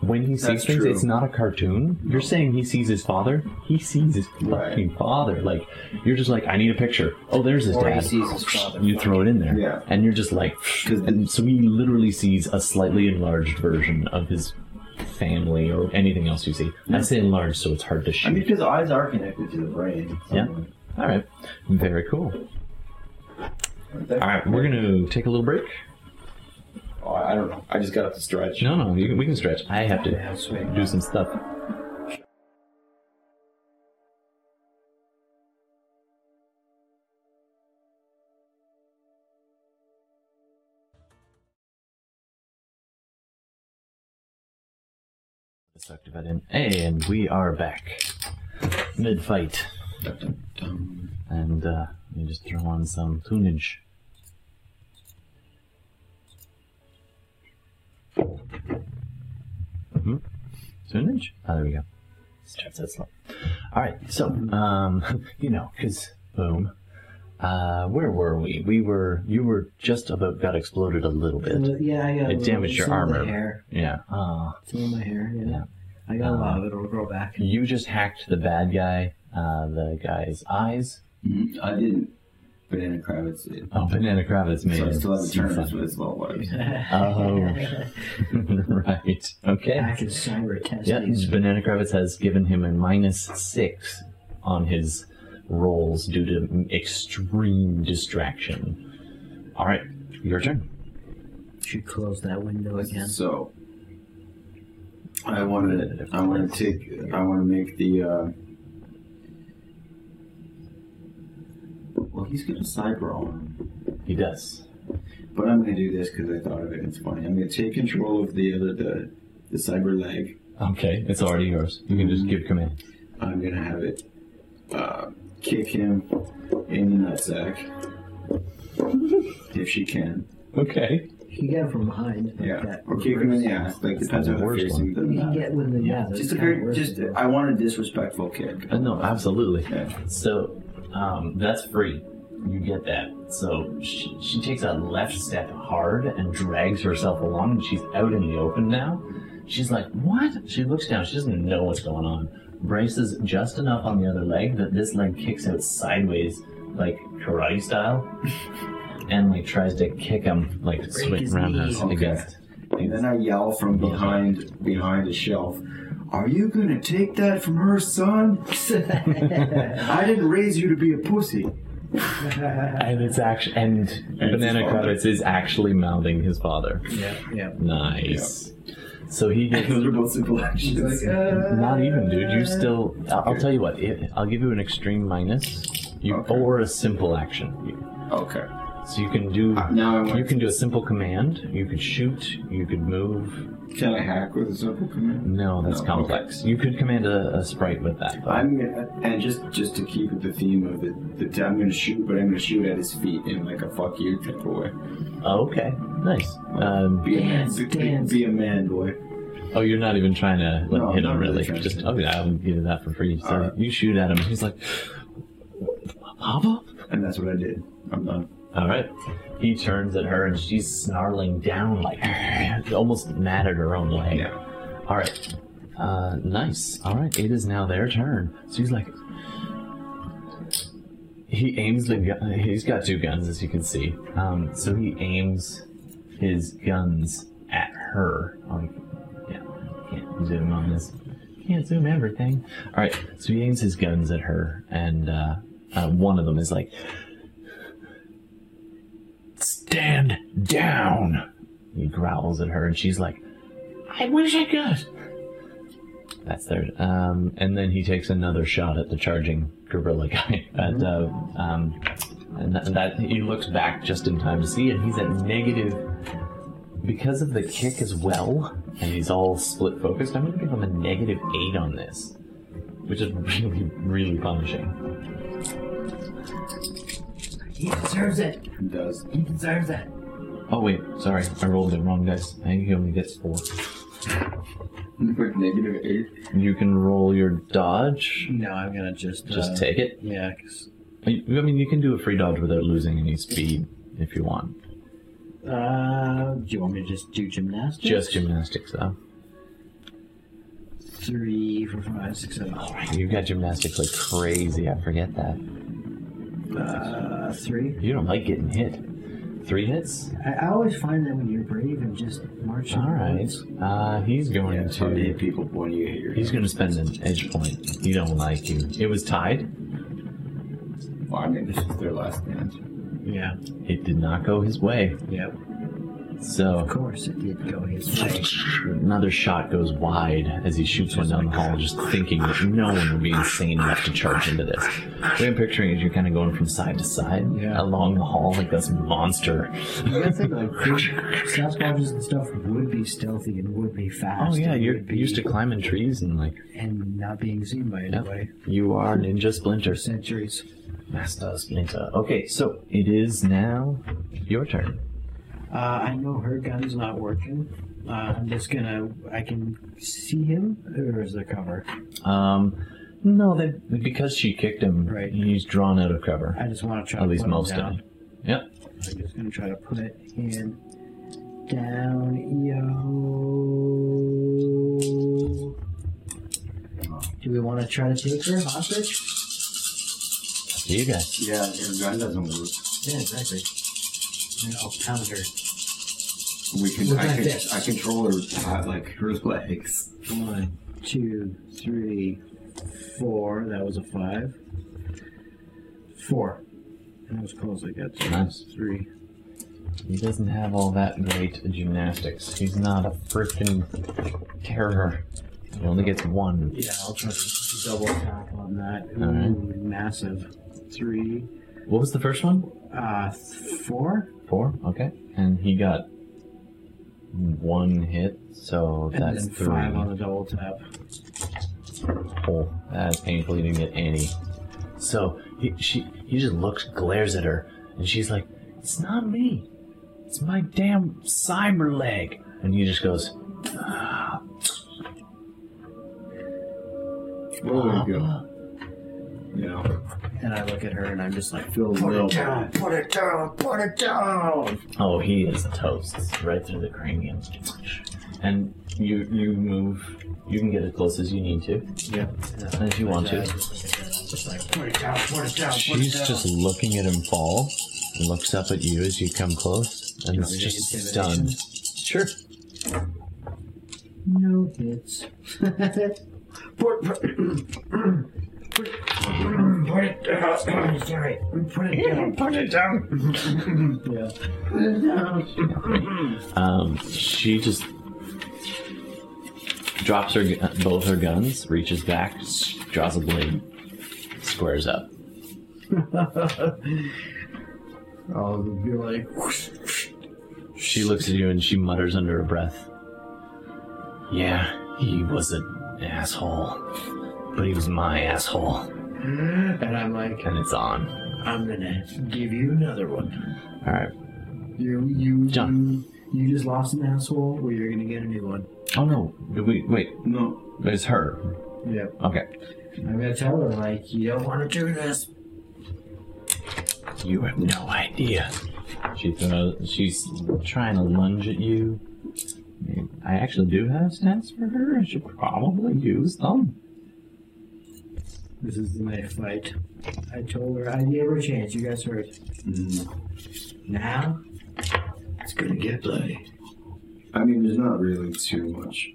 when he sees
That's
things.
true.
It's not a cartoon. You're saying he sees his father. He sees his
Right.
fucking father. Like you're just like, I need a picture. Oh, there's his
Or he
dad.
sees his father.
You throw it in there,
Yeah.
and you're just like, and so he literally sees a slightly enlarged version of his family or anything else you see. I say enlarged, so it's hard to shoot.
I mean, because eyes are connected to the brain.
Yeah. All right. Very cool. All right, we're gonna take a little break.
Oh, I I don't know. I just got up to stretch.
No, no, you can, we can stretch. I have to do some stuff. Let's talk about him. And we are back mid fight. and uh, you just throw on some tunage. Hmm? Tunage? Oh, there we go. Starts that slow. All right, so um, you know, because boom. Uh, where were we? We were. You were just about got exploded a little bit.
yeah, I got
It damaged your
some of the
armor.
hair.
Yeah. Mm-hmm. Uh,
Some of my hair, yeah.
Yeah.
I got a
Uh-huh.
lot of it. It'll grow back.
you just hacked the bad guy. Uh, the guy's eyes.
Mhm. I didn't. Banana Kravitz did.
Oh, banana cravats made.
So I
him
still have
see
a terms
something.
with well, what
Oh, right. Okay.
I can cyber test
Yeah,
these.
Banana Kravitz has given him a minus six on his rolls due to extreme distraction. All right, your turn.
Should close that window again.
So I want to. I want to take. I want to make the. Uh, well, he's gonna cyber arm,
He does.
but I'm gonna do this because I thought of it. It's funny. I'm gonna take control of the other the, the cyber leg.
Okay, it's already yours. You can just give command.
I'm gonna have it uh, kick him in the nutsack if she can.
Okay.
You get it from behind. Like
Yeah,
That
or kick him in the ass. Like depends on
the
the
worst
facing
You
doesn't
can
matter.
get with the
Yeah,
yeah.
Just a very, just I want a disrespectful kick.
Uh, no, absolutely.
Yeah.
So, um, that's free. You get that. So she, she takes a left step hard and drags herself along, and she's out in the open now. She's like, "What?" She looks down. She doesn't know what's going on. Braces just enough on the other leg that this leg kicks out sideways, like karate style, and like tries to kick him, like swing
his
roundhouse
knee.
against.
And then I yell from behind behind a shelf, "Are you gonna take that from her, son? I didn't raise you to be a pussy."
And it's actually and, Banana
his father.
Kravitz is actually mouthing his father.
yeah, yeah.
Nice. So he gets
Those are both simple actions.
"Uh, Not even, dude. You still. I'll, I'll tell you what. It, I'll give you an extreme minus, you
Okay.
or a simple action.
okay.
So you can do.
Uh, now I want-
you can do a simple command. You could shoot. You could move.
Can I hack with a simple command?
No, that's
No,
complex. You could command a, a sprite with that. though.
I'm gonna, and just just to keep with the theme of the, the I'm gonna shoot, but I'm gonna shoot at his feet in like a fuck you type of way.
Oh, okay. Nice. Um,
Be
Dance,
a man, be- be,
dance.
be a man, boy.
oh, you're not even trying to like,
No,
hit
not
him
really
really.
trying to.
Just oh yeah, I'll give you that for free. So
Alright.
you shoot at him. He's like, Papa.
And that's what I did. I'm done.
All right. He turns at her and she's snarling down, like almost mad at her own leg.
Yeah.
All right. Uh, nice. All right. It is now their turn. So he's like, he aims the gun. He's got two guns, as you can see. Um, so he aims his guns at her. Like, yeah, can't zoom on this. Can't zoom everything. All right. So he aims his guns at her, and uh, uh, one of them is like, stand down. He growls at her, and she's like, I wish I could. That's their. Um, and then he takes another shot at the charging gorilla guy. At, uh, um, and that, that he looks back just in time to see, and he's at negative because of the kick as well, and he's all split focused. I'm going to give him a negative eight on this, which is really, really punishing.
He deserves it.
He does.
He deserves it.
Oh wait, sorry, I rolled it wrong, guys. I think he only gets four.
Like negative eight.
You can roll your dodge.
No, I'm gonna just
Just
uh,
take it.
Yeah, 'cause,
I I mean, you can do a free dodge without losing any speed if you want.
uh, do you want me to just do gymnastics?
Just gymnastics, though.
three, four, five, six, seven. All right.
You've got gymnastics like crazy. I forget that.
Uh, three.
You don't like getting hit. Three hits?
I, I always find that when you're brave and just marching.
All right. Uh, he's going
Yeah, it's hard to
to.
hit people when you hit your.
He's going to spend an edge point. He don't like you. It was tied.
Well, I mean, this is their last dance.
Yeah.
It did not go his way.
Yep.
So
Of course, it did go his way.
another shot goes wide as he shoots one down the hall, just thinking that no one would be insane enough to charge into this. What I'm picturing is you're kind of going from side to side
Yeah.
along the hall like this monster.
You gotta think, like, big Sasquatches and stuff would be stealthy and would be fast.
Oh yeah,
and
you're
would be-
used to climbing trees and like
and not being seen by anybody
you are Ninja Splinter.
for centuries.
Master Splinter. Okay, so it is now your turn.
Uh, I know her gun's not working. Uh, I'm just gonna. I can see him, or is there cover?
Um, no, they, because she kicked him,
Right.
he's drawn out of cover.
I just want to try.
At
to
least
put
most
him down.
of them. Yep.
I'm just gonna try to put him down, yo. Do we want to try to take her hostage?
See you guys.
Yeah, your gun doesn't work.
Yeah, exactly. Yeah, I'll pound her.
We can.
Look
I,
like
can
this.
I control her uh, like her legs.
One, two, three, four. That was a five. Four. That was close, I guess.
Nice.
Three.
He doesn't have all that great gymnastics. He's not a freaking terror. He only gets one.
Yeah, I'll try to double tap on that. Ooh,
All right.
Massive. Three.
What was the first one?
Uh, four.
Four. Okay. And he got one hit, so
And
that's
then
three.
five on the double tap.
Oh, that's painful. You didn't get any. So he, she, he just looks, glares at her, and she's like, "It's not me. It's my damn cyber leg." And he just goes,
There we
"Ah,
go. Yeah.
And I look at her and I'm just like, "Oh,
Feel
put
real
it down,
bad.
put it down, put it down.
"Oh, he is toast right through the cranium." And you, you move. You can get as close as you need to,
Yeah. uh,
if you want to.
Just like, put it down, put it down, put
She's
it down.
just looking at him fall, and looks up at you as you come close, and
You
is
want me to
just
intimidation?
stunned. Sure.
No hits. put, put, put it down. Sorry. Put it down. Put it down. yeah.
Um, she just drops her gu- both her guns, reaches back, s- draws a blade, squares up.
I'll be like,
She looks at you and she mutters under her breath, "Yeah, he was an asshole, but he was my asshole."
"Mm," and I'm like,
And it's on.
I'm gonna give you another one.
All right.
You, you,
John.
you, you just lost an asshole. Well, you're gonna get a new one.
Oh no! Wait, wait.
No.
It's her.
Yeah.
Okay.
I'm gonna tell her like, you don't want to do this.
You have no idea. She throws, she's trying to lunge at you. I actually do have stats for her. I should probably use them.
This is the night fight. I told her I gave her a chance. You guys heard. Now it's gonna get bloody.
I mean, there's not really too much.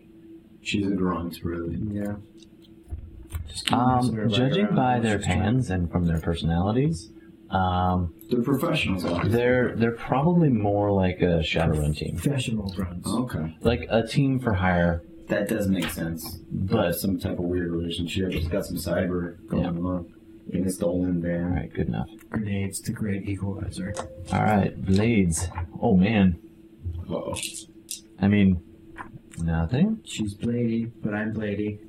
She's a grunt, really.
Yeah. Just keep messing her
Um,
back
judging
around.
by their
She's trying-
pans and from their personalities, um,
They're professionals. obviously.
they're they're probably more like a Shadowrun team,
professional grunts.
Okay.
like a team for hire.
That does make sense.
But
some type of weird relationship. It's got some cyber going
Yeah.
on. And it's stolen
all
van.
right, good enough.
Grenades, the great equalizer.
All right, blades. Oh man,
Uh-oh.
I mean, nothing.
She's bladey, but I'm bladey.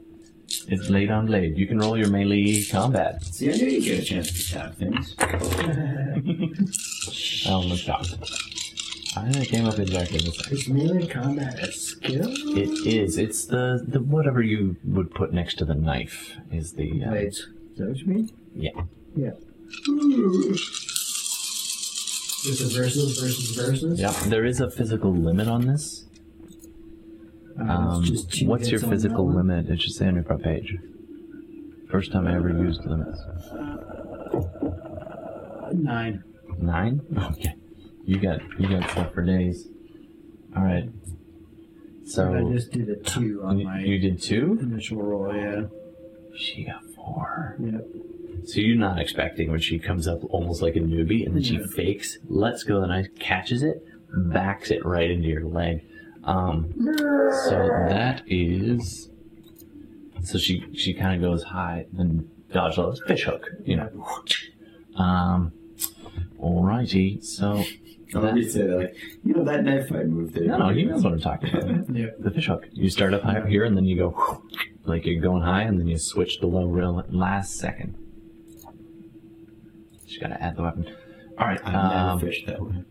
It's blade on blade. You can roll your melee combat.
See, I knew you get a chance to tap things.
Oh, look shocked. I came up exactly the same.
Is melee combat a skill?
It is. It's the, the whatever you would put next to the knife is the. Uh,
Blades. Is that what you mean?
Yeah.
Yeah. This is versus versus versus.
yeah. There is a physical limit on this.
Um,
Um,
it's just two
what's your
hits on that
physical
one.
limit? It should say on your front page. First time I ever used limits.
Uh, Nine.
Nine. Okay. You got you got stuff for days. All right.
I
So
just did a two on
you,
my
you did two.
initial roll. Yeah.
She got four.
Yeah.
So you're not expecting when she comes up almost like a newbie and then she
Yeah.
fakes, lets go of the knife, catches it, backs it right into your leg. Um, so that is. So she she kind of goes high, then dodge lows, fish hook, you know. Um, alrighty, so
I'll
That-
just Oh, say that, like, you know, that knife fight move there.
no, no, he knows what I'm talking about.
Yeah.
The fish hook. You start up high up here, and then you go like you're going high, and then you switch to low real last second. She got to add the weapon. All right.
I've
Um,
never fished that way.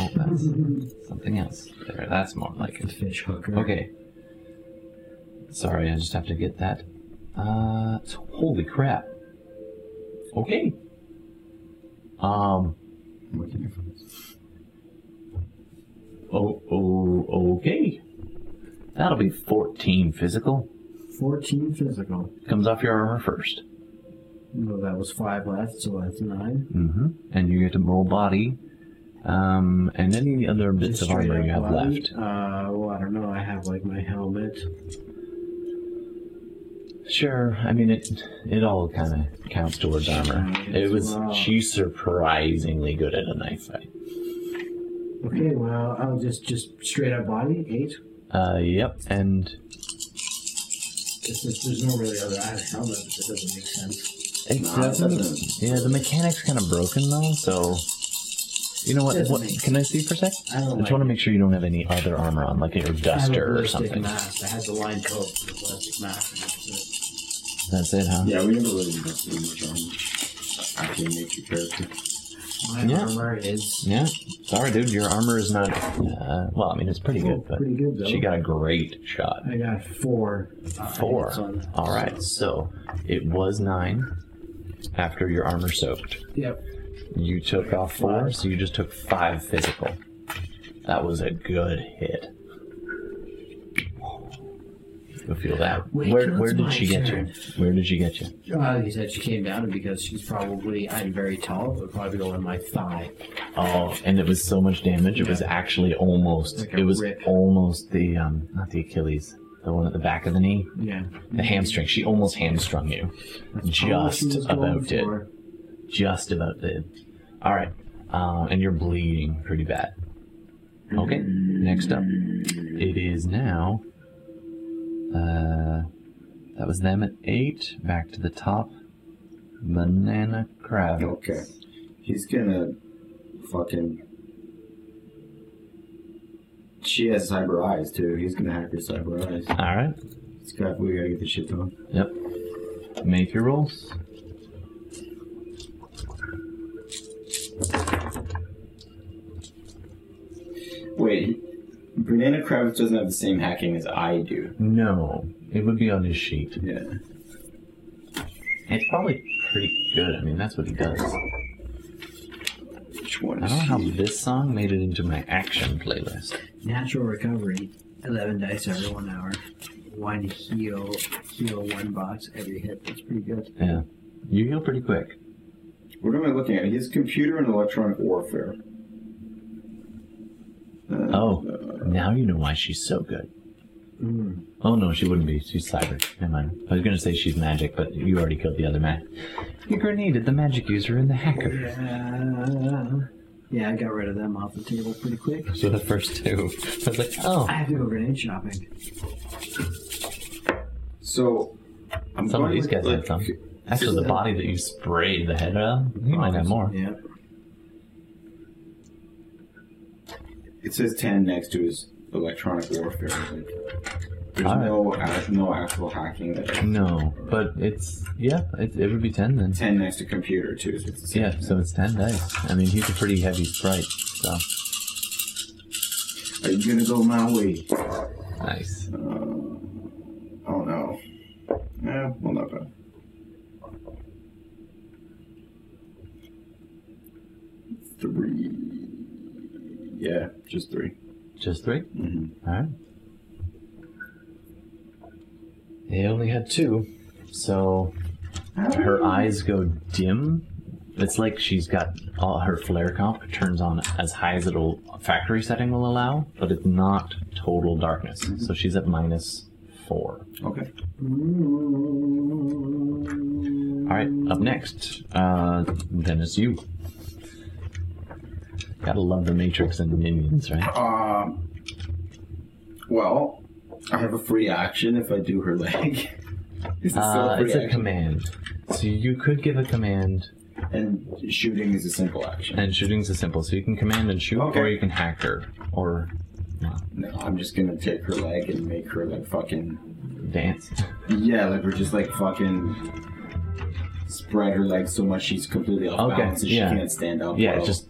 oh, that's something else. There, that's more like
The
it.
fish hooker.
Okay. Sorry, I just have to get that. Uh, it's- holy crap. Okay. Um. Oh, oh, okay. That'll be 14 physical.
14 physical.
Comes off your armor first.
Well, that was five left, so that's nine.
Mm-hmm. And you get to roll body. Um, and any other bits
Just
of
straight
armor
up
you have
body.
left.
Uh, well, I don't know. I have like my helmet.
Sure. I mean, it it all kind of counts towards armor. It was
Wow.
she's surprisingly good at a knife fight.
Okay, well, I'll just just straight up body eight.
Uh, yep. And
This is, there's no really other. I have a helmet, but that doesn't make sense.
it doesn't. Yeah, the mechanic's kind of broken though. So, you know what?
Doesn't
what
make
can I see for a sec?
I
I
don't
just
like.
want to make sure you don't have any other armor on, like your
I have a
duster or
ballistic
something.
Mask. I had the line coat for the plastic mask. and that's it.
That's it, huh?
Yeah, we never really invested in much on actually make your character.
My
Yeah.
armor is
Yeah. Sorry, dude. Your armor is not. Uh, well, I mean, it's pretty
oh,
good, but
pretty good though.
she got a great shot.
I got four. uh,
Four.
hits on that.
All right, so it was nine after your armor soaked.
Yep.
You took off four, so you just took five physical. That was a good hit. You feel that?
Wait,
where
till
where
it's
did
my
she get
turn.
you? Where did she get you?
Uh, he said she came down because she's probably. I'm very tall. It would probably go in my thigh.
Oh, and it was so much damage. It was actually almost.
Like a
it was
rip.
almost the um, not the Achilles, the one at the back of the knee,
Yeah.
the hamstring. She almost hamstrung you. Just about it. just about did. All right, um, and you're bleeding pretty bad. Okay, next up, it is now. Uh, that was them at eight. Back to the top. Banana crab.
Okay. He's gonna fucking. She has cyber eyes too. He's gonna hack her cyber eyes.
All right.
It's crap. We gotta get this shit done.
Yep. Make your rolls.
Wait, Banana Kravitz doesn't have the same hacking as I do.
No, it would be on his sheet.
Yeah.
It's probably pretty good. I mean, that's what he does.
Which one
I
is
don't know how
she?
this song made it into my action playlist.
Natural recovery, 11 dice every one hour. One heal, heal one box every hit. That's pretty good.
Yeah, you heal pretty quick.
What am I looking at? His computer and electronic warfare. Uh,
Oh, now you know why she's so good.
Mm.
Oh no, she wouldn't be. She's cyber. Never mind. I was gonna say she's magic, but you already killed the other man. You grenaded the magic user and the hacker.
Yeah. Uh, yeah, I got rid of them off the table pretty quick.
So the first two. I was like, oh,
I have to go grenade shopping.
So, I'm
some of
going
these
with,
guys
like,
had some. Actually, the body that you sprayed the head of, you might have more.
Yeah.
It says ten next to his electronic warfare. Like, there's
Alright.
no act- no actual hacking. That
No, but it's yeah, it, it would be ten then.
ten next to computer too. So it's the same
Yeah, so it's ten dice. I mean, he's a pretty heavy sprite. So
Are you gonna go my way?
nice.
Oh no. Yeah, well, not bad. Three. Yeah, just three.
Just three.
Mhm.
All right. They only had two, so her eyes go dim. It's like she's got all her flare comp turns on as high as it'll factory setting will allow, but it's not total darkness. So she's at minus four.
Okay.
All right, up next, uh, then it's you. Gotta love the Matrix and the minions, right?
Um. Well, I have a free action if I do her leg. Is it still
Uh,
a free
it's a
action?
command. So you could give a command,
and shooting is a simple action.
and shooting's a simple. So you can command and shoot,
Okay.
or you can hack her, or
No, I'm just gonna take her leg and make her like fucking.
dance.
Yeah, like we're just like fucking. Spread her legs so much she's completely off
Okay,
balance and
yeah.
she can't stand up.
Yeah,
well.
just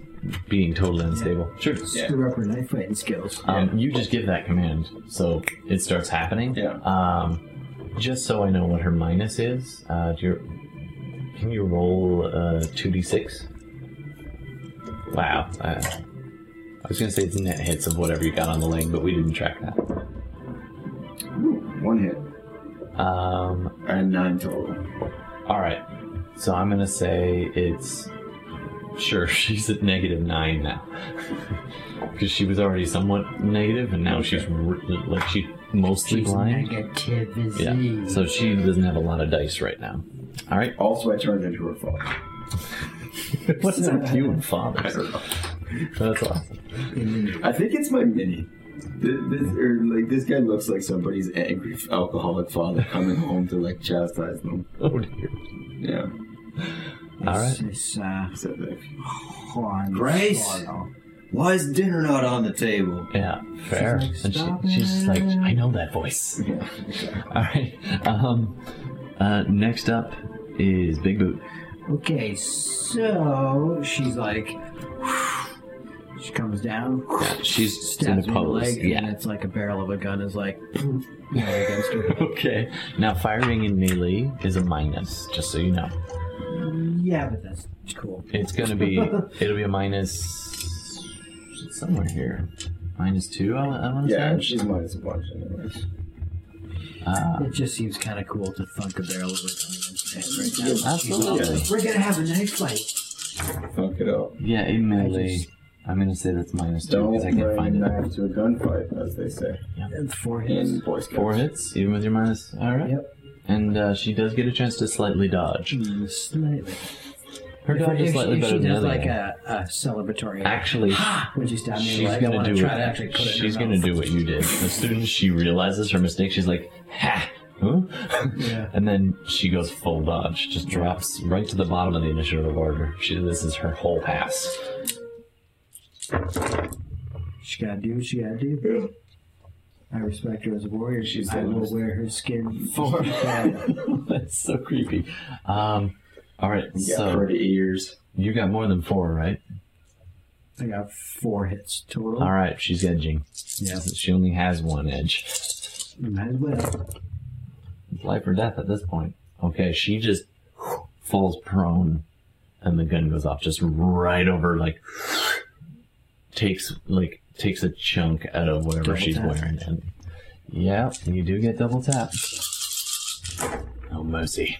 being totally unstable. Sure.
Screw up her knife fighting skills.
Um, you just give that command, so it starts happening.
Yeah.
Um, just so I know what her minus is, uh, do you, can you roll uh, two d six? Wow. Uh, I was gonna say it's net hits of whatever you got on the leg, but we didn't track that.
one hit
Um,
and nine total.
all right. So I'm gonna say it's sure she's at negative nine now because she was already somewhat negative, and now she's re- like she mostly
She's
blind.
negative is
Yeah. So she doesn't have a lot of dice right now. All right.
Also, I turned into her father.
What's up with you and fathers? That's awesome.
I think it's my mini. This, this, or like this guy looks like somebody's angry alcoholic father coming home to like chastise them.
Oh dear.
Yeah,
All right.
It's, it's, uh,
it's epic.
Juan
Grace?
Sorrow.
Why is dinner not on the table?
Yeah. Fair.
She's like,
and
"Stop
she, she's just like, I know that voice. All right. Um. Uh. Next up is Big Boot.
Okay, so she's like, she comes down,
She's in a
stabs me in the
pose.
leg,
Yeah.
and it's like a barrel of a gun is like right against her.
Okay. Now firing in melee is a minus. Just so you know,
Yeah, but that's cool.
it's gonna be. it'll be a minus. It's somewhere here. Minus two. I, I want to
Yeah,
say. Uh,
and she's minus a bunch anyways.
It just seems kind of cool to thunk a barrel of a gun against her head right now.
Absolutely.
We're gonna have a knife fight.
Fuck it up.
Yeah, in melee. I'm gonna say that's minus two
Don't
because I can't
bring
find it.
knife to a gunfight, as they say
And four hits.
in Boy Scouts.
Four hits, even with your minus. All right.
Yep.
And uh, she does get a chance to slightly dodge.
Mm, Slightly.
Her
If-
dodge
if
is
she-
slightly
if
better
she
than the
does
other.
like
guy.
a, a celebratory.
Actually,
when she stabbed me, in
she's
the leg, I
gonna
wanna
do
try
it.
To actually put it in
she's
her
gonna
mouth.
do what you did. As soon as she realizes her mistake, she's like, "Ha." Huh?
Yeah.
and then she goes full dodge, just drops right to the bottom of the initiative order. She, this is her whole pass.
She gotta do what she gotta do. I respect her as a warrior. She's I will wear her skin for
That's so creepy. Um, all right,
Yeah,
so
pretty ears.
you got more than four, right?
I got four hits total.
All right, she's edging.
Yeah,
She only has one edge.
might as well.
It's life or death at this point. Okay, she just falls prone and the gun goes off just right over like takes like takes a chunk out of whatever
Double
she's
tap.
wearing and yeah, you do get double tap. Oh mercy.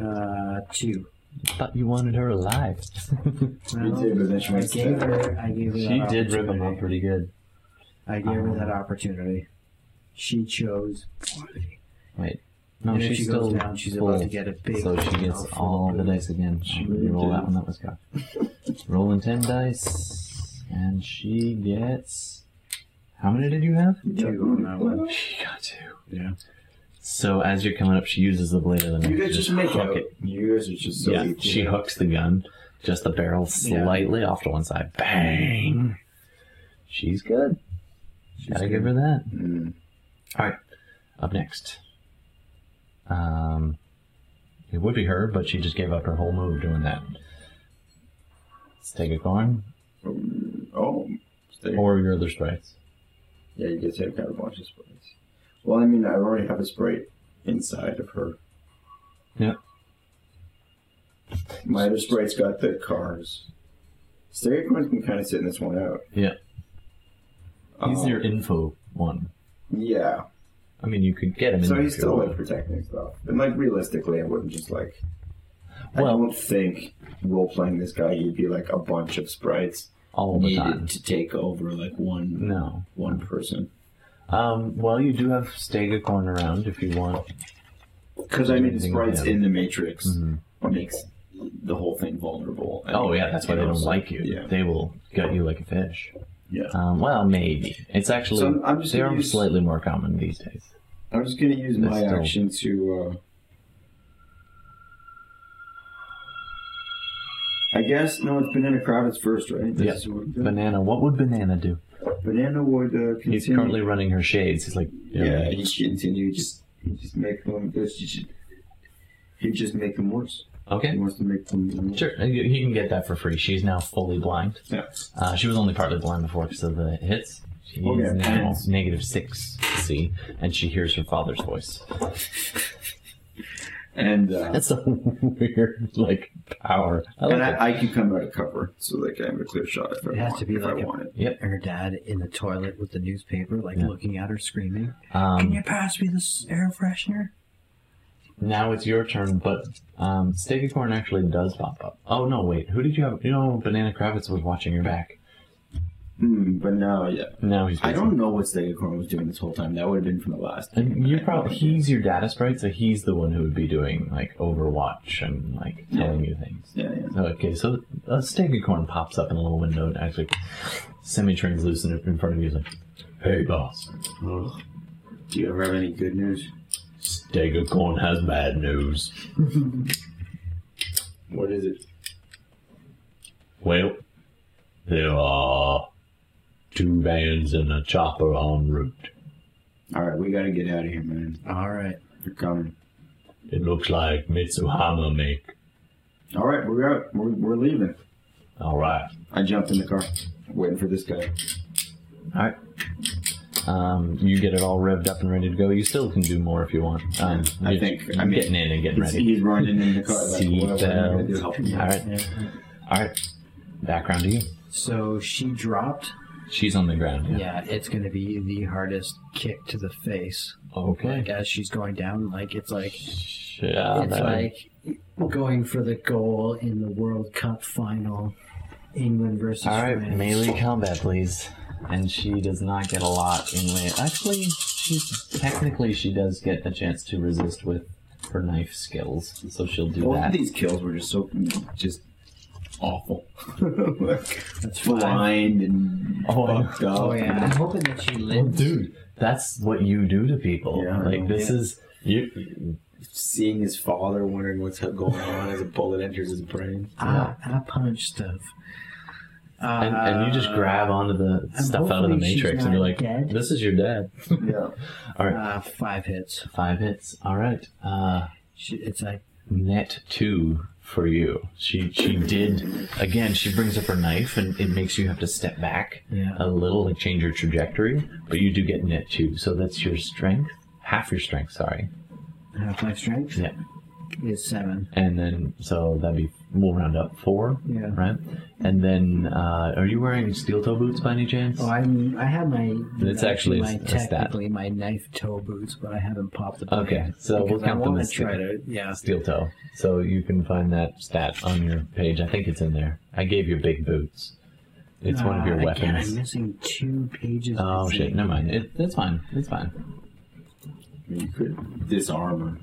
Uh, two.
Thought you wanted her alive.
Well,
too, but then she
I
went
gave
step.
her. I gave her.
she
that
did rip him
opportunity.
up pretty good.
I gave her that opportunity. She chose. quantity.
Wait. No,
and if
she's
she
still
goes down, she's about
full.
to get a big.
So she gets
mouthful of
all the
food.
dice again. She roll that one that was cocked. Rolling ten dice, and she gets. How many did you have?
Two on that one.
She got two.
Yeah.
So as you're coming up, she uses the blade of the knife.
You guys
to
just make
hook
out. You guys are just so
yeah,
equal.
she hooks the gun, just the barrel slightly off to one side.
Mm-hmm.
Bang! She's good. Gotta give her that.
Mm.
All right, up next. Um, it would be her, but she just gave up her whole move doing that. Let's take a corn
Oh, stay.
or your other sprites.
Yeah, you get to take out a bunch of sprites. Well, I mean, I already have a sprite inside of her.
Yeah.
My other sprite's got the cars. Stereocorn can kind of sit in this one out.
Yeah, he's
Um,
your info one.
Yeah.
I mean, you could get him. in
So
there
he's
if you
still like
want.
protecting stuff. And like realistically, I wouldn't just like. I
Well-
don't think role playing this guy, he'd be like a bunch of sprites
all the time.
needed to take over like one
No.
one person.
Um, well, you do have Stega corn around if you want.
Because I mean,
Anything
sprites
with him.
in the Matrix
Mhm.
makes the whole thing vulnerable. And
Oh yeah, that's why they don't like you.
Yeah.
They will gut you like a fish.
Yeah.
Um, well, maybe it's actually
So I'm just
they
gonna
are
use-
slightly more common these days.
I'm just gonna use
That's
my
still-
action to. Uh, I guess no, it's Banana Kravitz first, right? This
Yeah.
is what-
Banana, what would Banana do?
Banana would uh, continue.
He's currently running her shades. He's like,
Yeah, he should continue. Just, he just make them. This, he should, he'd just make them worse. He
Okay.
wants to make them.
Sure, and you- he can get that for free. She's now fully blind.
Yeah.
Uh, she was only partly blind before because of the hits. She's
Okay.
now negative six C, and she hears her father's voice.
And uh,
That's a weird like power. I like
and
it.
I, I can come out of cover, so like I have a clear shot if I
It has
want.
to be
if
like
I
a-
want it.
Her dad in the toilet with the newspaper, like
Yeah.
looking at her, screaming, "Can you
Um,
pass me this air freshener?"
now it's your turn, but um, Sticky Corn actually does pop up. Oh no, wait, who did you have? You know, Banana Kravitz was watching your back.
Hmm, but now, yeah.
No, he's.
I don't know what Stegacorn was doing this whole time. That would have been from the last.
And you
I-
probably he's your data sprite, so he's the one who would be doing like Overwatch and like telling you things.
Yeah, yeah.
So, Okay, so a stinky corn pops up in a little window and actually semi-translucent in front of you. He's like, "Hey, boss,
Ugh. Do you ever have any good news?
Stegacorn has bad news.
What is it?
Well, there are two vans and a chopper en route.
All right, we gotta get out of here, man.
All right.
They're coming.
It looks like Mitsuhama make.
All right, we're out. We're, we're leaving.
All right,
I jumped in the car, waiting for this guy.
all right." Um, you get it all revved up and ready to go. You still can do more if you want. Um,
I
you're-
think- I
you're
mean,
getting in and getting
He's,
ready.
he's running in the car. Like, what am I gonna do?
Seatbelt.
Help him
All
out.
right. All right. Background to you.
So she dropped.
She's on the ground. Yeah.
Yeah, it's going to be the hardest kick to the face. Like
Okay. Ah,
as she's going down, like it's like
Yeah,
it's
that-
like going for the goal in the World Cup final, England versus
All right,
France.
melee combat, please. And she does not get a lot in melee. Actually, she's technically she does get a chance to resist with her knife skills, so she'll do
Both of
that.
these kills were just so just awful.
That's fine.
Blind and
Oh,
fucked up.
Oh yeah, I'm hoping that she
Well,
lives.
dude, that's what you do to people.
Yeah, I
like
know.
this is you.
Seeing his father, wondering what's going on as a bullet enters his brain.
Ah, I punch stuff. Uh,
And, and you just grab onto the stuff out of the
hopefully she's
matrix, and you're
not
like,
dead.
"This is your dad."
Yeah.
uh, five hits.
Five hits. All right. Uh,
She, it's like
net two for you. She she did again. She brings up her knife, and it makes you have to step back
Yeah.
a little, like change your trajectory. But you do get net two, so that's your strength, half your strength. Sorry.
half my strength
Yeah.
is seven.
And then so that'd be we'll round up four.
Yeah.
Right. And then uh, are you wearing steel toe boots by any chance?
Oh, I'm. I have my.
That's actually
my,
a stat.
technically my knife toe boots, but I haven't popped the. button
Okay, so we'll
because
count
I
them
wanna
as
try
steel-
to. Yeah.
Steel toe. So you can find that stat on your page. I think it's in there. I gave you big boots. It's one of your
Ah, Again,
weapons.
I'm missing two pages.
Oh
I
shit!
think.
Never mind. It, it's fine. It's fine.
You could disarm her.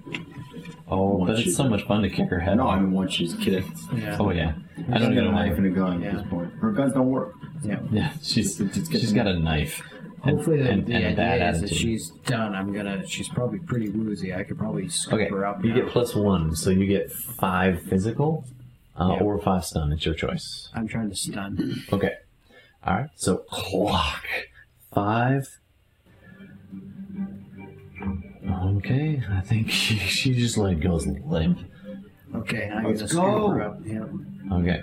Oh,
Once
but
you-
it's so much fun to kick her head.
No, I
off.
mean once she's kicked.
Yeah.
Oh yeah. I don't
She's got
even
a
know.
knife and a gun
Yeah.
at this point. Her guns don't work.
yeah.
Yeah, she's
It's- it's
she's
getting-
got a knife. and-
Hopefully, the,
and-
the
and a bad
idea is that
attitude.
she's done. I'm gonna. She's probably pretty woozy. I could probably scoop
Okay,
her up.
you
now.
get plus one, so you get five physical, uh,
Yeah.
or five stun. It's your choice.
I'm trying to stun.
Okay. All right. So clock five. Okay, I think she, she just like goes limp.
Okay, I'm
Let's
gonna scoop
go.
her up. Yeah.
Okay,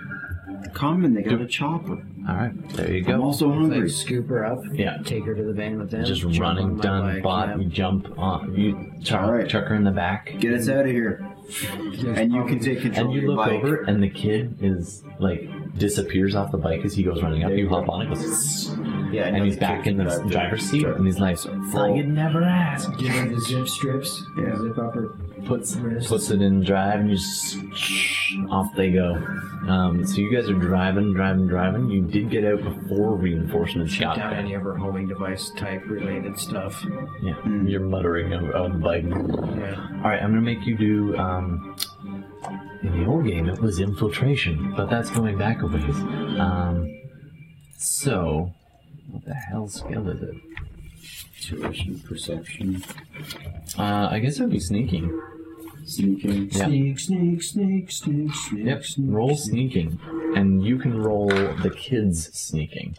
Come and they got a chopper.
all right, there you go.
I'm also
Like
hungry.
scoop her up.
Yeah.
Take her to the van with them.
just
jump
running
on my
done
bike,
bot
yeah.
you jump on you chuck,
All right.
chuck her in the back
Get us out of here. And you can take control
and you
of your
look
bike.
over and the kid is like disappears off the bike as he goes running up
There
you
you go.
hop on it goes
Yeah,
and he's back in the driver's seat and he's like I
Full.
would never ask
Give her the zip strips.
Yeah.
Zip up her
puts
wrists.
puts it in drive and you just off they go um, so you guys are driving driving driving you did get out before reinforcements got
down
there
any of her homing device type related stuff.
yeah
Hmm.
you're muttering on on the bike
Yeah.
All right, I'm gonna make you do um, In the old game, it was infiltration, but that's going back a ways. Um, so, what the hell skill is it?
Intuition, perception,
Uh, I guess it would be sneaking.
sneaking.
Yeah.
Sneak, sneak, sneak, sneak, sneak.
Yep, roll sneaking, and you can roll the kid's sneaking,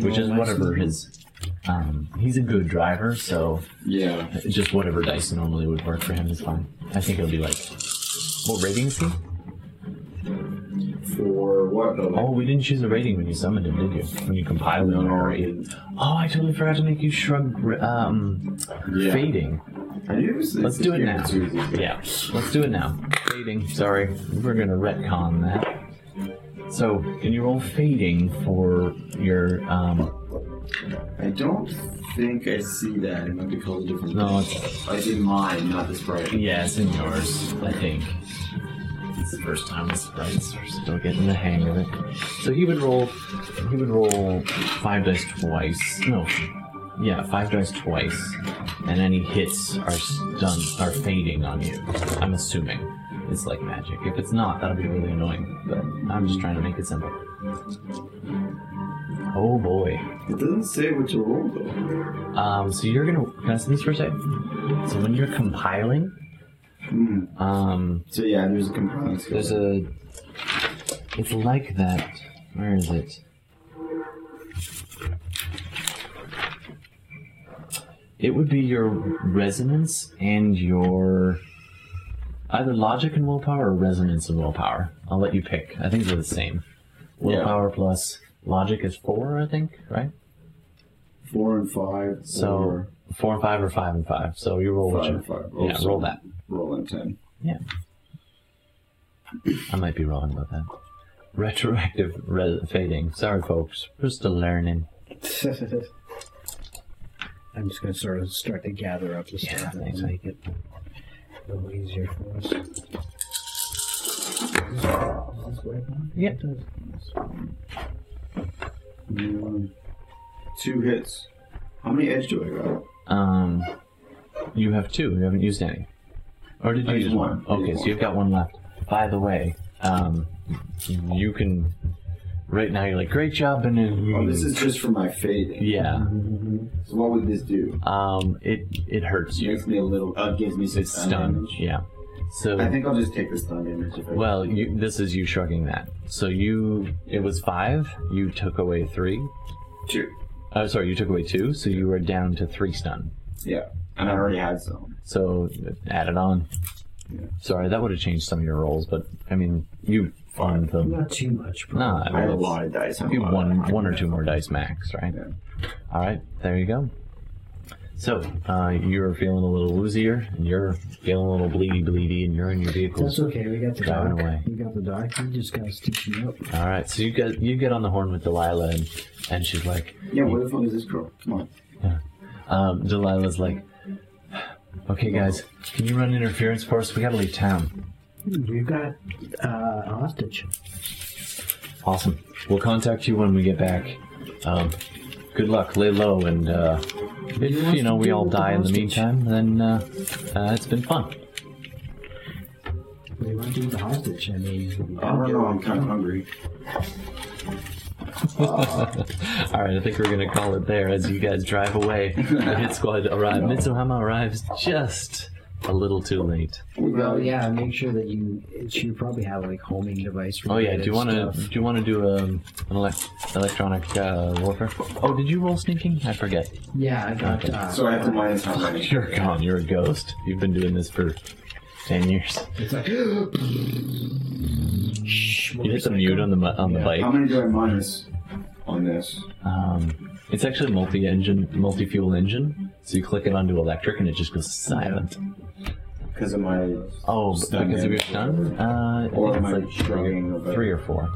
which is whatever his. Um, he's a good driver, so
Yeah.
just whatever dice normally would work for him is fine. I think it'll be like, what rating is he?
For what? though?
Oh, we didn't choose a rating when you summoned him, did you? When you compiled him,
No,
or
I didn't.
Oh, I totally forgot to make you shrug. ra- Um,
Yeah.
fading.
I knew was,
Let's do it now.
It's easy.
Yeah, let's do it now. Fading. Sorry, we're gonna retcon that. So, can you roll fading for your? Um,
I don't think I see that. It might be called a different.
no, it's,
I see mine, not the sprite.
yeah, it's in yours. I think it's the first time it's right. so We're still getting the hang of it. So he would roll. He would roll five dice twice. No, yeah, five dice twice, and any hits are stunned, are fading on you. I'm assuming it's like magic. If it's not, that'll be really annoying. But I'm just trying to make it simple. Oh boy.
It doesn't say what to roll though.
Um, so you're gonna can I see this for a second? So when you're compiling,
Hmm.
um,
So yeah, there's a compiling skill.
there's a. It's like that. Where is it? It would be your resonance and your either logic and willpower or resonance and willpower. I'll let you pick. I think they're the same. Willpower plus logic is four, I think, right?
four and five.
So
or
four and five or five and five. So you roll
five
whichever.
and five. Oh,
Yeah, roll that.
Roll and ten.
I might be wrong about that. Retroactive re- fading. Sorry, folks. We're still learning.
I'm just gonna sort of start to gather up the
Yeah,
stuff
thanks,
and make it a little easier for us.
Yep.
Mm, Two hits. How many edge do I got?
Um, you have two. You haven't used any. Or did you
I used
use one?
one. I
Okay,
used
so
one.
you've got one left. By the way, um, you can. Right now, you're like, great job, and then-
Oh, this is just for my fading.
Yeah.
So what would this do?
Um, it it hurts you.
Makes me a little. Uh, gives me some
It's stunned.
damage.
Yeah. So
I think I'll just take the stun damage. If I
Well, you, this is you shrugging that. So you, it was five. You took away three.
two.
Oh, sorry, you took away two. So you were down to three stun.
Yeah, and I already had some.
So add it on.
Yeah.
Sorry, that would have changed some of your rolls, but I mean, you farmed them.
Not too much, but
Nah, I
I
mean,
had a
it's-
lot of dice. I'm
you
not-
one, one or two more dice max, right?
Yeah.
All right, there you go. So uh, you're feeling a little woozier, and you're feeling a little bleedy, bleedy, and you're in your vehicle.
that's okay. We got the
Driving
doc.
away.
We got the doc. You just gotta stitch me up.
All right, so you get you get on the horn with Delilah, and, and she's like,
Yeah, where the fuck is this girl? Come on.
Um, Delilah's like, okay, guys, can you run interference for us? We gotta leave town.
We've got uh, a hostage.
Awesome. We'll contact you when we get back. Um, good luck. Lay low, and uh, if you know we all die in the meantime, then uh, uh, it's been fun.
What do you want to do with the hostage? I mean,
I don't know. I'm kind of hungry.
All right, I think we're gonna call it there as you guys drive away. The hit squad arrives. Mitsuhama arrives just a little too late.
well, yeah. Make sure that you. She probably have like homing device.
Oh yeah, do you want to do you want to do um, an elec electronic uh, warfare? Oh, did you roll sneaking? I forget.
Yeah, I got.
Okay.
Uh,
So I have to minus how many?
You're gone. You're a ghost. You've been doing this for ten years.
it's like. Shh,
You hit the mute on the mi- on the
How
bike.
many do I minus on this?
Um, it's actually multi-engine, multi-fuel engine. So you click it onto electric, and it just goes silent.
Because of my
Oh, b-
Stun
because of your
damage.
stun. Uh, I
Or
think
am I
it's like
shrugging about
three or four.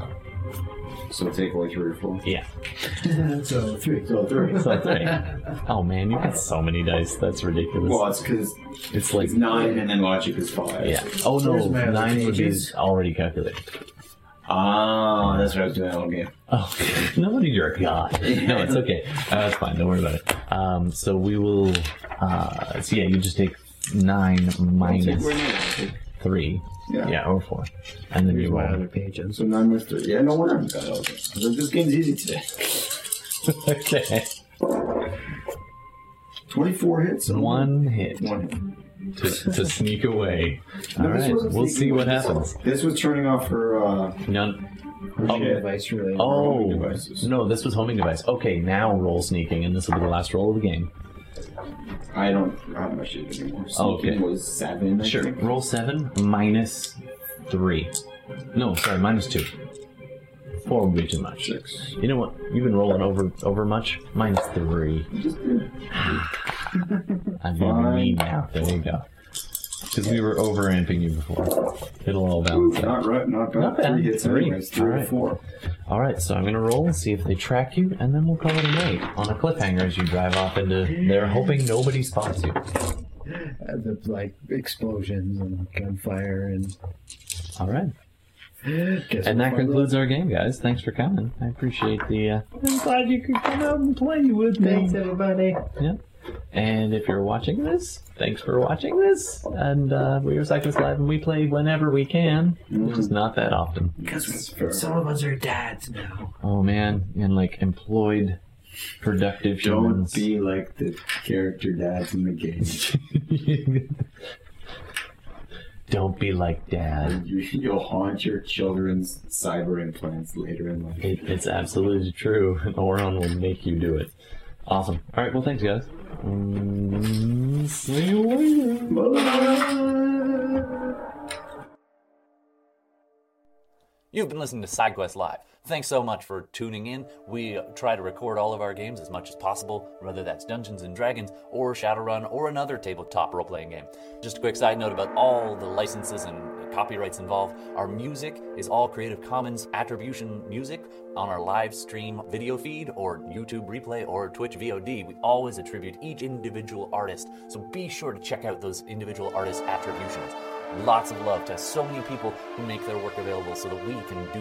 So take away three or four.
Yeah.
so three.
So three.
So three. Oh man, you got so many dice. That's ridiculous.
well, it's because
it's like
it's nine and then logic is five.
yeah. Oh no,
Where's my other
nine would be
pages?
already calculated.
Ah, that's what I was doing all game.
Oh, nobody, you're a god. No, it's okay. Uh, it's fine. Don't worry about it. Um, so we will. Uh, so yeah, you just take nine minus.
Take away nine.
three.
Yeah.
or four. And then
Here's
you
my
roll.
other pages.
So nine minus three. Yeah, no wonder I got all this. This game's easy today.
okay.
24 hits. and
One hit
One hit.
to, to sneak away. All
No, this
right,
wasn't
we'll
sneaking
see what
away. This-
happens.
This was turning off her, uh,
None.
her
Oh.
shit.
Device related.
Oh,
Homing devices.
no, this was homing device. Okay, now roll sneaking, and this will be the last roll of the game.
I don't have my shit anymore.
Oh,
Sneaking
okay.
was seven. I
Sure.
think.
Roll seven minus three. No, sorry, minus two. Four would be too much.
Six.
You know what? You've been rolling over over much. Minus three.
Just did.
I'm gonna be mean now. There you go. Because we were over ramping you before. It'll all
Ooh,
balance out.
not right, not bad.
Not bad.
Three hits
Three.
anyways. Three
All
or
right.
four.
All right, so I'm gonna roll and see if they track you, and then we'll call it a night on a cliffhanger as you drive off into. They're hoping nobody spots you.
Uh, the, like explosions and gunfire and.
All right,
Guess
and
what
that
fun it
concludes our game, guys. Thanks for coming. I appreciate the. Uh, I'm glad you could come out and play with me. Thanks, everybody. Yeah. And if you're watching this, thanks for watching this. And uh, we are Cyclist Live, and we play whenever we can, which is not that often.
is. Some of us are dads now.
Oh man, and like employed, productive
Don't
humans.
be like the character dads in the game.
Don't be like dad.
You, you'll haunt your children's cyber implants later in life.
It, it's absolutely true. and Oron will make you do it. Awesome. All right. Well, thanks, guys. Mm, see you later.
You've been listening to SideQuest Live. Thanks so much for tuning in. We try to record all of our games as much as possible, whether that's Dungeons and Dragons or Shadowrun or another tabletop role playing game. Just a quick side note about all the licenses and copyrights involved. Our music is all Creative Commons attribution music on our live stream video feed or YouTube replay or Twitch VOD. We always attribute each individual artist, so be sure to check out those individual artist attributions lots of love to so many people who make their work available so that we can do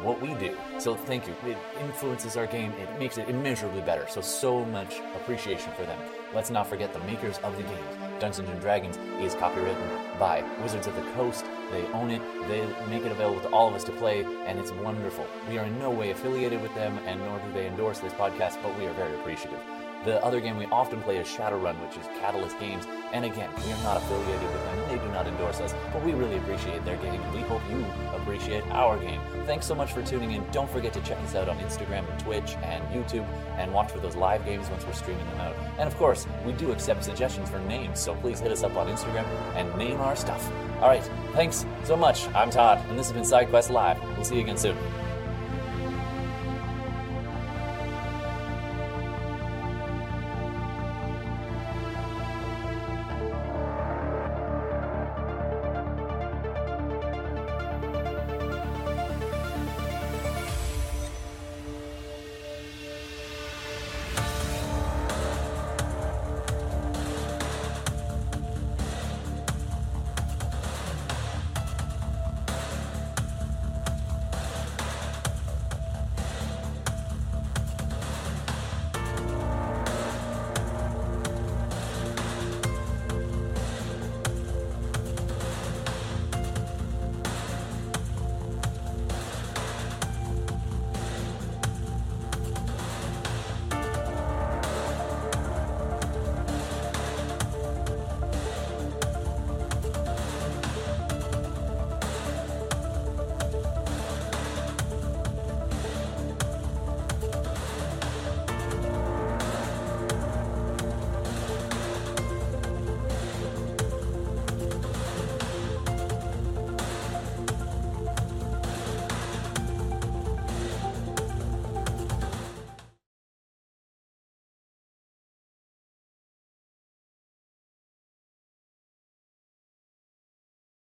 what we do. So thank you. It influences our game. It makes it immeasurably better. So so much appreciation for them. Let's not forget the makers of the games. Dungeons and Dragons is copywritten by Wizards of the Coast. They own it. They make it available to all of us to play, and it's wonderful. We are in no way affiliated with them, and nor do they endorse this podcast, but we are very appreciative. The other game we often play is Shadowrun, which is Catalyst Games. And again, we are not affiliated with them and they do not endorse us, but we really appreciate their game and we hope you appreciate our game. Thanks so much for tuning in. Don't forget to check us out on Instagram and Twitch and YouTube and watch for those live games once we're streaming them out. And of course, we do accept suggestions for names, so please hit us up on Instagram and name our stuff. All right, thanks so much. I'm Todd, and this has been SideQuest Live. We'll see you again soon.